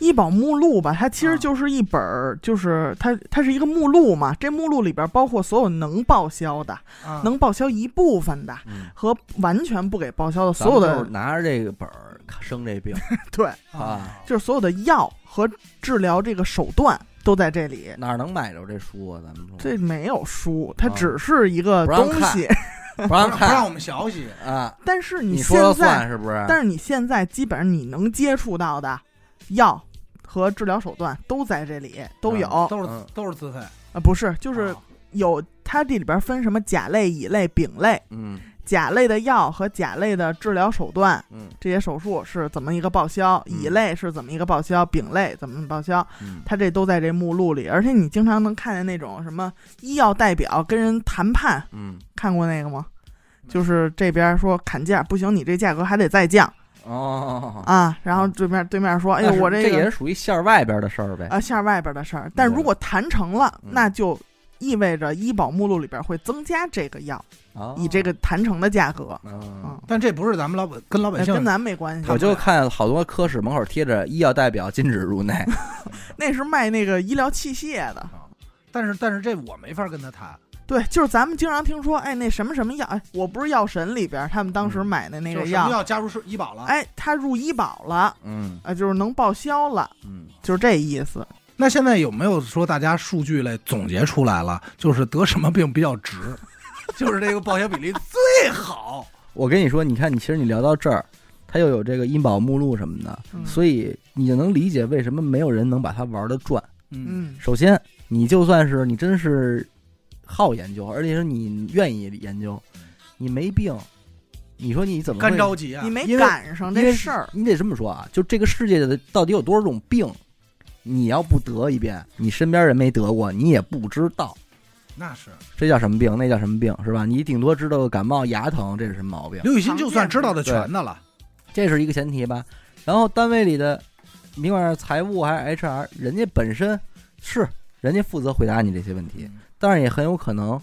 [SPEAKER 3] 医保目录吧，它其
[SPEAKER 2] 啊
[SPEAKER 3] 实就是一本儿，就是它它是一个目录嘛，这目录里边包括所有能报销的，
[SPEAKER 2] 啊，
[SPEAKER 3] 能报销一部分的
[SPEAKER 1] 嗯，
[SPEAKER 3] 和完全不给报销的所有
[SPEAKER 1] 咱们就
[SPEAKER 3] 的
[SPEAKER 1] 是，拿着这个本儿生这病，
[SPEAKER 3] 对，
[SPEAKER 1] 啊
[SPEAKER 3] 就是所有的药和治疗这个手段都在这里。
[SPEAKER 1] 哪儿能买着这书啊？咱们说
[SPEAKER 3] 这没有书，它
[SPEAKER 1] 啊
[SPEAKER 3] 只是一个
[SPEAKER 1] 不让
[SPEAKER 3] 东 西。
[SPEAKER 1] 不
[SPEAKER 2] 不
[SPEAKER 1] 让
[SPEAKER 2] 让不让我
[SPEAKER 1] 看
[SPEAKER 2] 们学习。
[SPEAKER 1] 啊！
[SPEAKER 3] 但是
[SPEAKER 1] 你说
[SPEAKER 3] 现
[SPEAKER 1] 了
[SPEAKER 3] 在，
[SPEAKER 1] 算是不是？
[SPEAKER 3] 但是你现在基本上你能接触到的药和治疗手段都在这里都有。
[SPEAKER 2] 都是、
[SPEAKER 1] 嗯
[SPEAKER 2] 都是自费，
[SPEAKER 3] 啊，不是，哦就是
[SPEAKER 2] 啊
[SPEAKER 3] 有它这里边分什么甲类、乙类、丙类，
[SPEAKER 1] 嗯
[SPEAKER 3] 甲类的药和甲类的治疗手段，
[SPEAKER 1] 嗯
[SPEAKER 3] 这些手术是怎么一个报销，
[SPEAKER 1] 嗯
[SPEAKER 3] 乙类是怎么一个报销，丙类怎么报销，
[SPEAKER 1] 嗯，
[SPEAKER 3] 它这都在这目录里。而且你经常能看见那种什么医药代表跟人谈判，
[SPEAKER 1] 嗯
[SPEAKER 3] 看过那个吗？就是这边说砍价不行，你这价格还得再降
[SPEAKER 1] 哦，
[SPEAKER 3] 啊，然后对面对面说，哎呦
[SPEAKER 1] 那是
[SPEAKER 3] 我
[SPEAKER 1] 这
[SPEAKER 3] 个
[SPEAKER 1] 也是属于线儿外边的事儿呗。
[SPEAKER 3] 啊，线儿外边的事儿。但
[SPEAKER 1] 对
[SPEAKER 3] 如果谈成了，
[SPEAKER 1] 嗯
[SPEAKER 3] 那就意味着医保目录里边会增加这个药，
[SPEAKER 1] 哦
[SPEAKER 3] 以这个谈成的价格。
[SPEAKER 1] 嗯
[SPEAKER 3] 嗯，
[SPEAKER 2] 但这不是咱们老百跟老百
[SPEAKER 3] 那
[SPEAKER 2] 姓
[SPEAKER 3] 跟咱没关系
[SPEAKER 1] 我，就看好多科室门口贴着“医药代表禁止入内
[SPEAKER 3] 那是卖那个医疗器械的。
[SPEAKER 2] 啊但是但是这我没法跟他谈，
[SPEAKER 3] 对，就是咱们经常听说，哎，那什么什么药，哎，我不是药神里边他们当时
[SPEAKER 1] 嗯
[SPEAKER 3] 买的那
[SPEAKER 2] 就
[SPEAKER 3] 个
[SPEAKER 2] 是什么
[SPEAKER 3] 药，
[SPEAKER 2] 要加入是医保了。
[SPEAKER 3] 哎，他入医保了”。，
[SPEAKER 1] 嗯
[SPEAKER 3] 啊，就是能报销了，
[SPEAKER 1] 嗯，
[SPEAKER 3] 就是这意思。
[SPEAKER 2] 那现在有没有说大家数据类总结出来了，就是得什么病比较值， 就是这个报销比例最好？
[SPEAKER 1] 我跟你说，你看你其实你聊到这儿，它又有这个医保目录什么的，
[SPEAKER 3] 嗯
[SPEAKER 1] 所以你就能理解为什么没有人能把它玩的转。
[SPEAKER 2] 嗯，
[SPEAKER 3] 嗯，
[SPEAKER 1] 首先，你就算是你真是好研究，而且是你愿意研究，你没病，你说你怎么
[SPEAKER 2] 干
[SPEAKER 1] 会
[SPEAKER 2] 着急啊！
[SPEAKER 3] 你没
[SPEAKER 1] 因为
[SPEAKER 3] 赶上
[SPEAKER 1] 因为
[SPEAKER 3] 这事儿，
[SPEAKER 1] 你得这么说啊，就这个世界的到底有多少种病，你要不得一遍，你身边人没得过，你也不知道
[SPEAKER 2] 那是
[SPEAKER 1] 这叫什么病，那叫什么病，是吧？你顶多知道感冒、牙疼这是什么毛病，
[SPEAKER 2] 刘雨欣就算知道的全的了，
[SPEAKER 1] 这是一个前提吧。然后单位里的，甭管是财务还是 HR，人家本身是人家负责回答你这些问题，但是也很有可能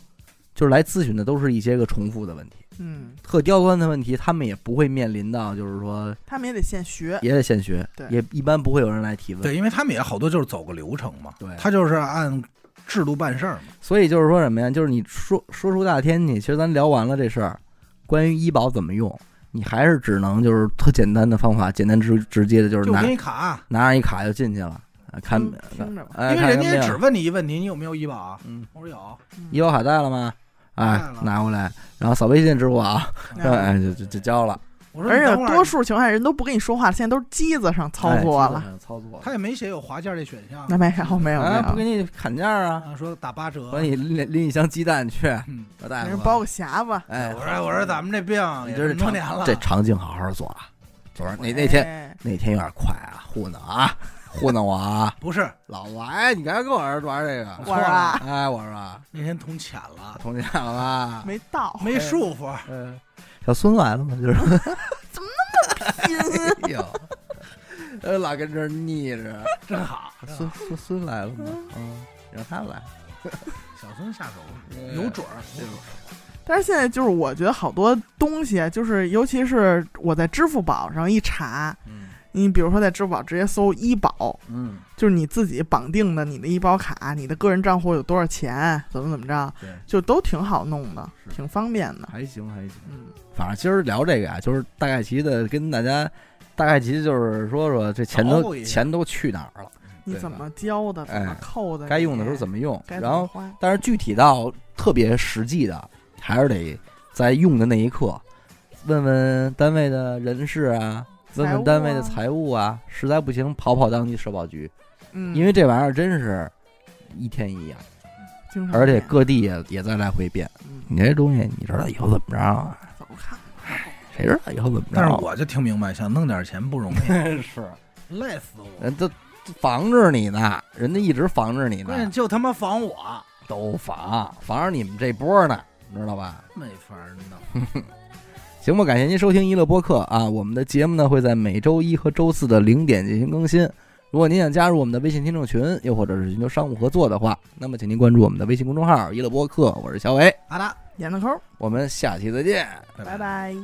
[SPEAKER 1] 就是来咨询的都是一些个重复的问题。
[SPEAKER 3] 嗯，
[SPEAKER 1] 特刁钻的问题，他们也不会面临到，就是说
[SPEAKER 3] 他们也得现学，
[SPEAKER 1] 也得现学
[SPEAKER 3] 对，
[SPEAKER 1] 也一般不会有人来提问。
[SPEAKER 2] 对，因为他们也好多就是走个流程嘛，
[SPEAKER 1] 对
[SPEAKER 2] 他就是按制度办事儿嘛。
[SPEAKER 1] 所以就是说什么呀？就是你说说出大天去，其实咱聊完了这事儿，关于医保怎么用，你还是只能就是特简单的方法，简单直直接的，就是
[SPEAKER 2] 就
[SPEAKER 1] 拿
[SPEAKER 2] 给你卡，啊
[SPEAKER 1] 拿上一卡就进去了，啊看
[SPEAKER 3] 听嗯听着吧
[SPEAKER 1] 哎，
[SPEAKER 2] 因为人家
[SPEAKER 1] 看
[SPEAKER 2] 也
[SPEAKER 1] 看
[SPEAKER 2] 只
[SPEAKER 1] 病
[SPEAKER 2] 问你一问题，你有没有医保啊？
[SPEAKER 1] 嗯，
[SPEAKER 2] 我说有，
[SPEAKER 1] 医保卡带了吗？哎
[SPEAKER 2] 带了，
[SPEAKER 1] 拿过来，然后扫微信支付宝，
[SPEAKER 3] 嗯
[SPEAKER 1] 哎，就就就交了，
[SPEAKER 2] 我说
[SPEAKER 3] 而
[SPEAKER 2] 你
[SPEAKER 3] 且
[SPEAKER 2] 等会儿
[SPEAKER 3] 多数情况下人都不跟你说话了，现在都是机子上操作了。
[SPEAKER 1] 哎，操作了，
[SPEAKER 2] 他也没写有划价这选项
[SPEAKER 3] 那没有没有没
[SPEAKER 1] 啊，不给
[SPEAKER 3] 有，
[SPEAKER 1] 你砍价啊，
[SPEAKER 2] 啊，说打八折
[SPEAKER 1] 管。你拎拎一箱鸡蛋去，
[SPEAKER 2] 嗯，
[SPEAKER 1] 老大
[SPEAKER 3] 给
[SPEAKER 1] 夫
[SPEAKER 3] 人
[SPEAKER 1] 啊，
[SPEAKER 3] 包个匣子。
[SPEAKER 1] 哎，
[SPEAKER 2] 我说我说咱们这病
[SPEAKER 1] 你
[SPEAKER 2] 也
[SPEAKER 1] 这
[SPEAKER 2] 这
[SPEAKER 1] 是
[SPEAKER 2] 么多年了，
[SPEAKER 1] 这肠镜好好做啊，昨儿那那天
[SPEAKER 3] 天
[SPEAKER 1] 那天有点快啊，糊弄啊，糊弄我啊，
[SPEAKER 2] 不是
[SPEAKER 1] 老子哎，你刚才跟我儿子玩这个，
[SPEAKER 3] 我啊
[SPEAKER 1] 哎，我说
[SPEAKER 2] 那天捅浅了，
[SPEAKER 1] 同见了吧？
[SPEAKER 3] 没到，
[SPEAKER 2] 没啊束缚，
[SPEAKER 1] 嗯，小孙子来了吗？ 就是，
[SPEAKER 3] 拼
[SPEAKER 1] 哎 呦，呃，老跟这儿腻着，
[SPEAKER 2] 真好。
[SPEAKER 1] 孙孙孙来了吗？嗯，让他来，
[SPEAKER 2] 小孙下手
[SPEAKER 1] 嗯
[SPEAKER 2] 有准儿，
[SPEAKER 1] 对
[SPEAKER 3] 但是现在就是我觉得好多东西，啊就是尤其是我在支付宝上一查，
[SPEAKER 1] 嗯
[SPEAKER 3] 你比如说在支付宝直接搜医保，
[SPEAKER 1] 嗯，
[SPEAKER 3] 就是你自己绑定的你的医保卡，你的个人账户有多少钱，怎么怎么着
[SPEAKER 1] 对，
[SPEAKER 3] 就都挺好弄的，
[SPEAKER 1] 是
[SPEAKER 3] 挺方便的。
[SPEAKER 1] 还行还行，
[SPEAKER 3] 嗯，
[SPEAKER 1] 反正今儿聊这个啊，就是大概其的跟大家。大概其实就是说说这钱
[SPEAKER 2] 捣鼓
[SPEAKER 1] 都
[SPEAKER 2] 一下
[SPEAKER 1] 钱都去哪儿了，
[SPEAKER 3] 你怎么交的，
[SPEAKER 1] 哎
[SPEAKER 3] 怎么扣的，
[SPEAKER 1] 该用的时候怎
[SPEAKER 3] 么，
[SPEAKER 1] 么用，
[SPEAKER 3] 该怎
[SPEAKER 1] 然
[SPEAKER 3] 么
[SPEAKER 1] 后
[SPEAKER 3] 花，
[SPEAKER 1] 但是具体到特别实际的，还是得在用的那一刻，问问单位的人事啊，问
[SPEAKER 3] 财务
[SPEAKER 1] 问
[SPEAKER 3] 啊
[SPEAKER 1] 单位的财务啊，实在不行跑跑当地社保局，
[SPEAKER 3] 嗯，
[SPEAKER 1] 因为这玩意儿真是一天一样，
[SPEAKER 3] 经常
[SPEAKER 1] 而且
[SPEAKER 3] 见
[SPEAKER 1] 各地也也在来回变。
[SPEAKER 3] 嗯
[SPEAKER 1] 你这东西，你知道以后怎么着啊？
[SPEAKER 3] 早看了，
[SPEAKER 1] 谁知道以后怎么着？啊
[SPEAKER 2] 但是我就听明白，想弄点钱不容易，
[SPEAKER 1] 真是，
[SPEAKER 2] 累死我。
[SPEAKER 1] 呃人都都防着你呢，人家一直防着你
[SPEAKER 2] 关键
[SPEAKER 1] 呢，
[SPEAKER 2] 就他妈防我，
[SPEAKER 1] 都防防着你们这波呢，你知道吧？
[SPEAKER 2] 没法弄。
[SPEAKER 1] 行吧，感谢您收听娱乐播客啊！我们的节目呢会在每周一和周四的零点进行更新。如果您想加入我们的微信听众群，又或者是寻求商务合作的话，那么请您关注我们的微信公众号“娱乐播客”，我是小伟，
[SPEAKER 2] 好的，
[SPEAKER 3] 演的抠，
[SPEAKER 1] 我们下期再见。
[SPEAKER 3] 拜拜。